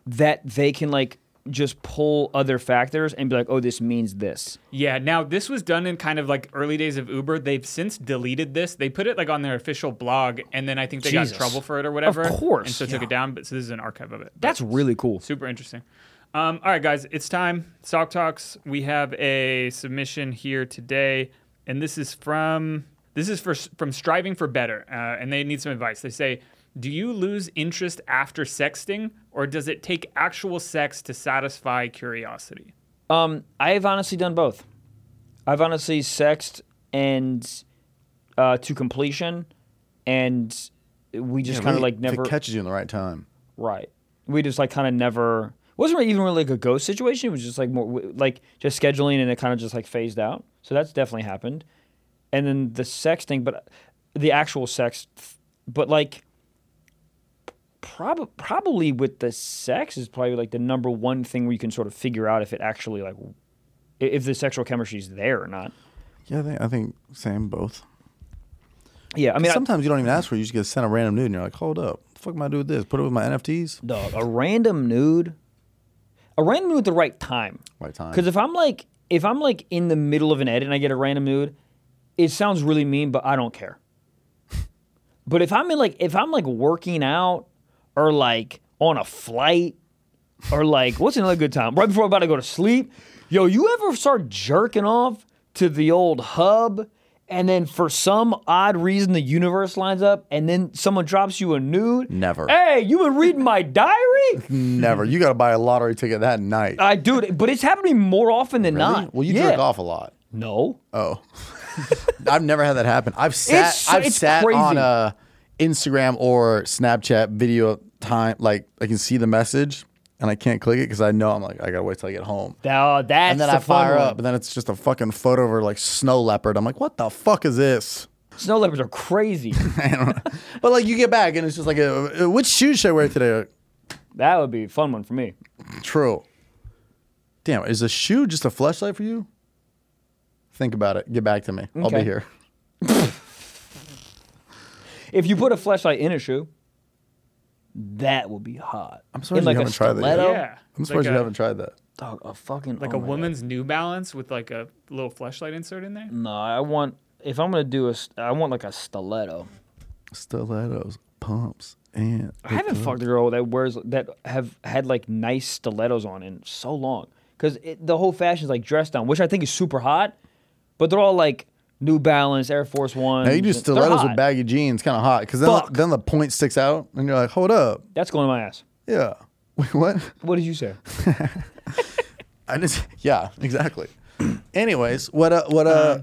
B: that they can like just pull other factors and be like, oh, this means this.
A: Yeah, now this was done in kind of like early days of Uber. They've since deleted this. They put it like on their official blog, and then I think they
B: Jesus.
A: got trouble for it or whatever.
B: course,
A: And so took
B: yeah.
A: it down, but so this is an archive of it. But
B: That's really cool.
A: super interesting. Um, all right, guys, it's time. Sock Talks. We have a submission here today, and this is from this is for from Striving for Better, uh, and they need some advice. They say, "Do you lose interest after sexting, or does it take actual sex to satisfy curiosity?"
B: Um, I've honestly done both. I've honestly sexed and uh, to completion, and we just kind of like never
D: If it catches you in the right time.
B: right. We just like kind of never wasn't really even really like a ghost situation. It was just like more w- like just scheduling, and it kind of just like phased out. So that's definitely happened. And then the sex thing, but the actual sex, th- but like. Prob- probably with the sex is probably like the number one thing where you can sort of figure out if it actually like i- if the sexual chemistry is there or not.
D: Yeah, I think, I think same both.
B: Yeah, I mean, I-
D: Sometimes you don't even ask for it. You just get sent a random nude and you're like, hold up. The fuck am I doing with this? Put it with my NFTs?
B: dog, a random nude, a random nude at the right time.
D: Right time.
B: Because if I'm like, if I'm like in the middle of an edit and I get a random nude, it sounds really mean, but I don't care. but if I'm in like, if I'm like working out or like on a flight or like, what's another good time? Right before I'm about to go to sleep, yo, you ever start jerking off to the old hub? And then for some odd reason, the universe lines up, and then someone drops you a nude.
D: Never.
B: Hey, you been reading my diary?
D: Never. You got to buy a lottery ticket that night.
B: I do, it, but it's happening more often than
D: Really?
B: not.
D: Well, you
B: Uh, yeah.
D: jerk off a lot.
B: No.
D: Oh, I've never had that happen. I've sat.
B: It's-
D: I've
B: it's
D: sat
B: crazy.
D: on a Instagram or Snapchat video time. Like I can see the message and I can't click it because I know I'm like I gotta wait till I get home.
B: Oh, that's
D: and then
B: the
D: I
B: fun
D: fire
B: one.
D: up, and then it's just a fucking photo of her like snow leopard. I'm like, what the fuck is this?
B: Snow leopards are crazy.
D: But like, you get back, and it's just like, uh, uh, which shoes should I wear today?
B: that would be a fun one for me.
D: True. Damn, is a shoe just a flashlight for you? Think about it. Get back to me. I'll be
B: Okay.
D: here.
B: If you put a flashlight in a shoe, that would be hot. I'm
D: surprised you
B: in like a
D: haven't tried that yet.
B: stiletto,
A: Yeah,
D: I'm surprised
A: Like
D: you
A: a-
D: haven't tried that.
B: Dog, a fucking
A: like
B: oh
A: a
B: my
A: woman's New Balance with like a little flashlight insert in there.
B: God. No, I want if I'm gonna do a, st- I want like a stiletto.
D: stilettos, pumps, and
B: I haven't fucked a girl that wears that have had like nice stilettos on in so long because the whole fashion is like dress down, which I think is super hot, but they're all like New Balance, Air Force One.
D: now you do stilettos with baggy jeans, kind of hot, because then
B: Fuck.
D: then the point sticks out, and you're like, hold up,
B: That's going in my ass.
D: yeah, wait, what?
B: What did you say?
D: I just, yeah, exactly. Anyways, what uh, what uh,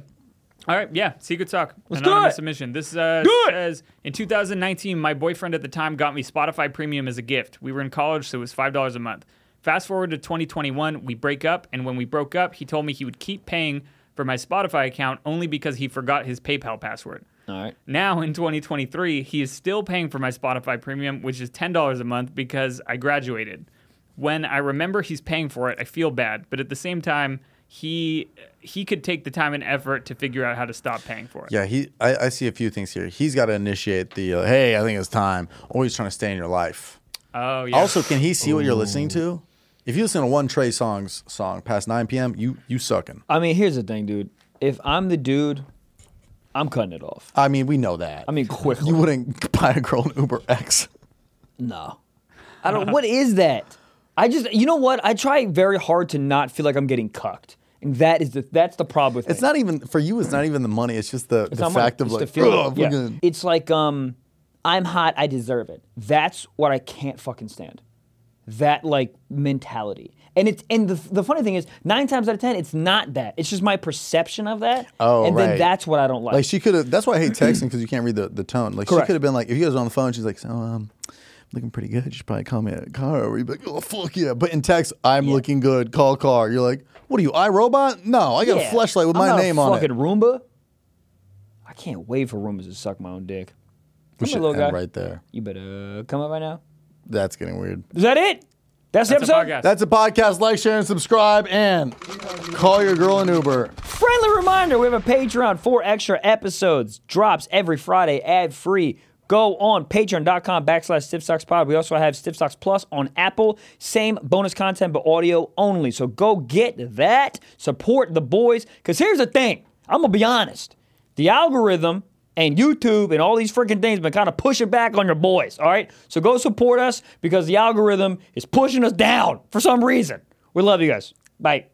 A: All right, yeah, secret talk.
B: Let's do
A: anonymous
B: it.
A: submission. This uh,
B: Do it.
A: says in 2019, my boyfriend at the time got me Spotify Premium as a gift. We were in college, so it was five dollars a month. Fast forward to 2021, we break up, and when we broke up, he told me he would keep paying for my Spotify account only because he forgot his PayPal password.
B: all right.
A: Now in 2023, he is still paying for my Spotify premium, which is $10 a month because I graduated. When I remember he's paying for it, I feel bad, but at the same time, he he could take the time and effort to figure out how to stop paying for it.
D: yeah, he, I, I see a few things here. He's got to initiate the, uh, hey, I think it's time. Always trying to stay in your life.
A: Oh yeah.
D: Also, can he see what you're listening to? If you listen to one Trey Songz song past 9 p.m., you you sucking.
B: I mean, here's the thing, dude. If I'm the dude, I'm cutting it off.
D: I mean, we know that.
B: I mean, quickly.
D: you wouldn't buy a girl an Uber X.
B: No. I don't what is that? I just you know what? I try very hard to not feel like I'm getting cucked. And that is the that's the problem with
D: It's
B: me.
D: not even for you. It's not even the money. It's just the,
B: It's
D: the
B: not money,
D: fact of
B: it's the
D: like,
B: feeling.
D: "Ugh,
B: Yeah.
D: fucking-"
B: It's like um I'm hot, I deserve it. That's what I can't fucking stand. That like mentality. And it's and the, the funny thing is, nine times out of ten, it's not that. It's just my perception of that.
D: Oh,
B: and
D: right.
B: then that's what I don't like.
D: Like she could have. That's why I hate texting because you can't read the, the tone. Like she
B: Correct.
D: could have been like, if you guys were on the phone, she's like, so um, looking pretty good. You should probably call me a car. Or you'd be like, oh fuck yeah. But in text, I'm looking good. Call car. You're like, what are you, iRobot? No, I got
B: Yeah.
D: a flashlight with
B: I'm
D: my
B: not
D: name
B: a
D: on it.
B: fucking Roomba. I can't wait for Roombas to suck my own dick.
D: We
B: a
D: should
B: little
D: end
B: guy.
D: right there.
B: You better come up right now.
D: That's getting weird.
B: Is that it? That's the
A: That's a
B: episode.
A: podcast.
D: That's a podcast. Like, share, and subscribe, and call your girl an Uber.
B: Friendly reminder: we have a Patreon. Four extra episodes drops every Friday, ad free. Go on patreon.com backslash StiffSocksPod. We also have StiffSocks Plus on Apple. Same bonus content, but audio only. So go get that. Support the boys. Because here's the thing I'm going to be honest. The algorithm and YouTube and all these freaking things been kind of pushing back on your boys, all right? So go support us because the algorithm is pushing us down for some reason. We love you guys. Bye.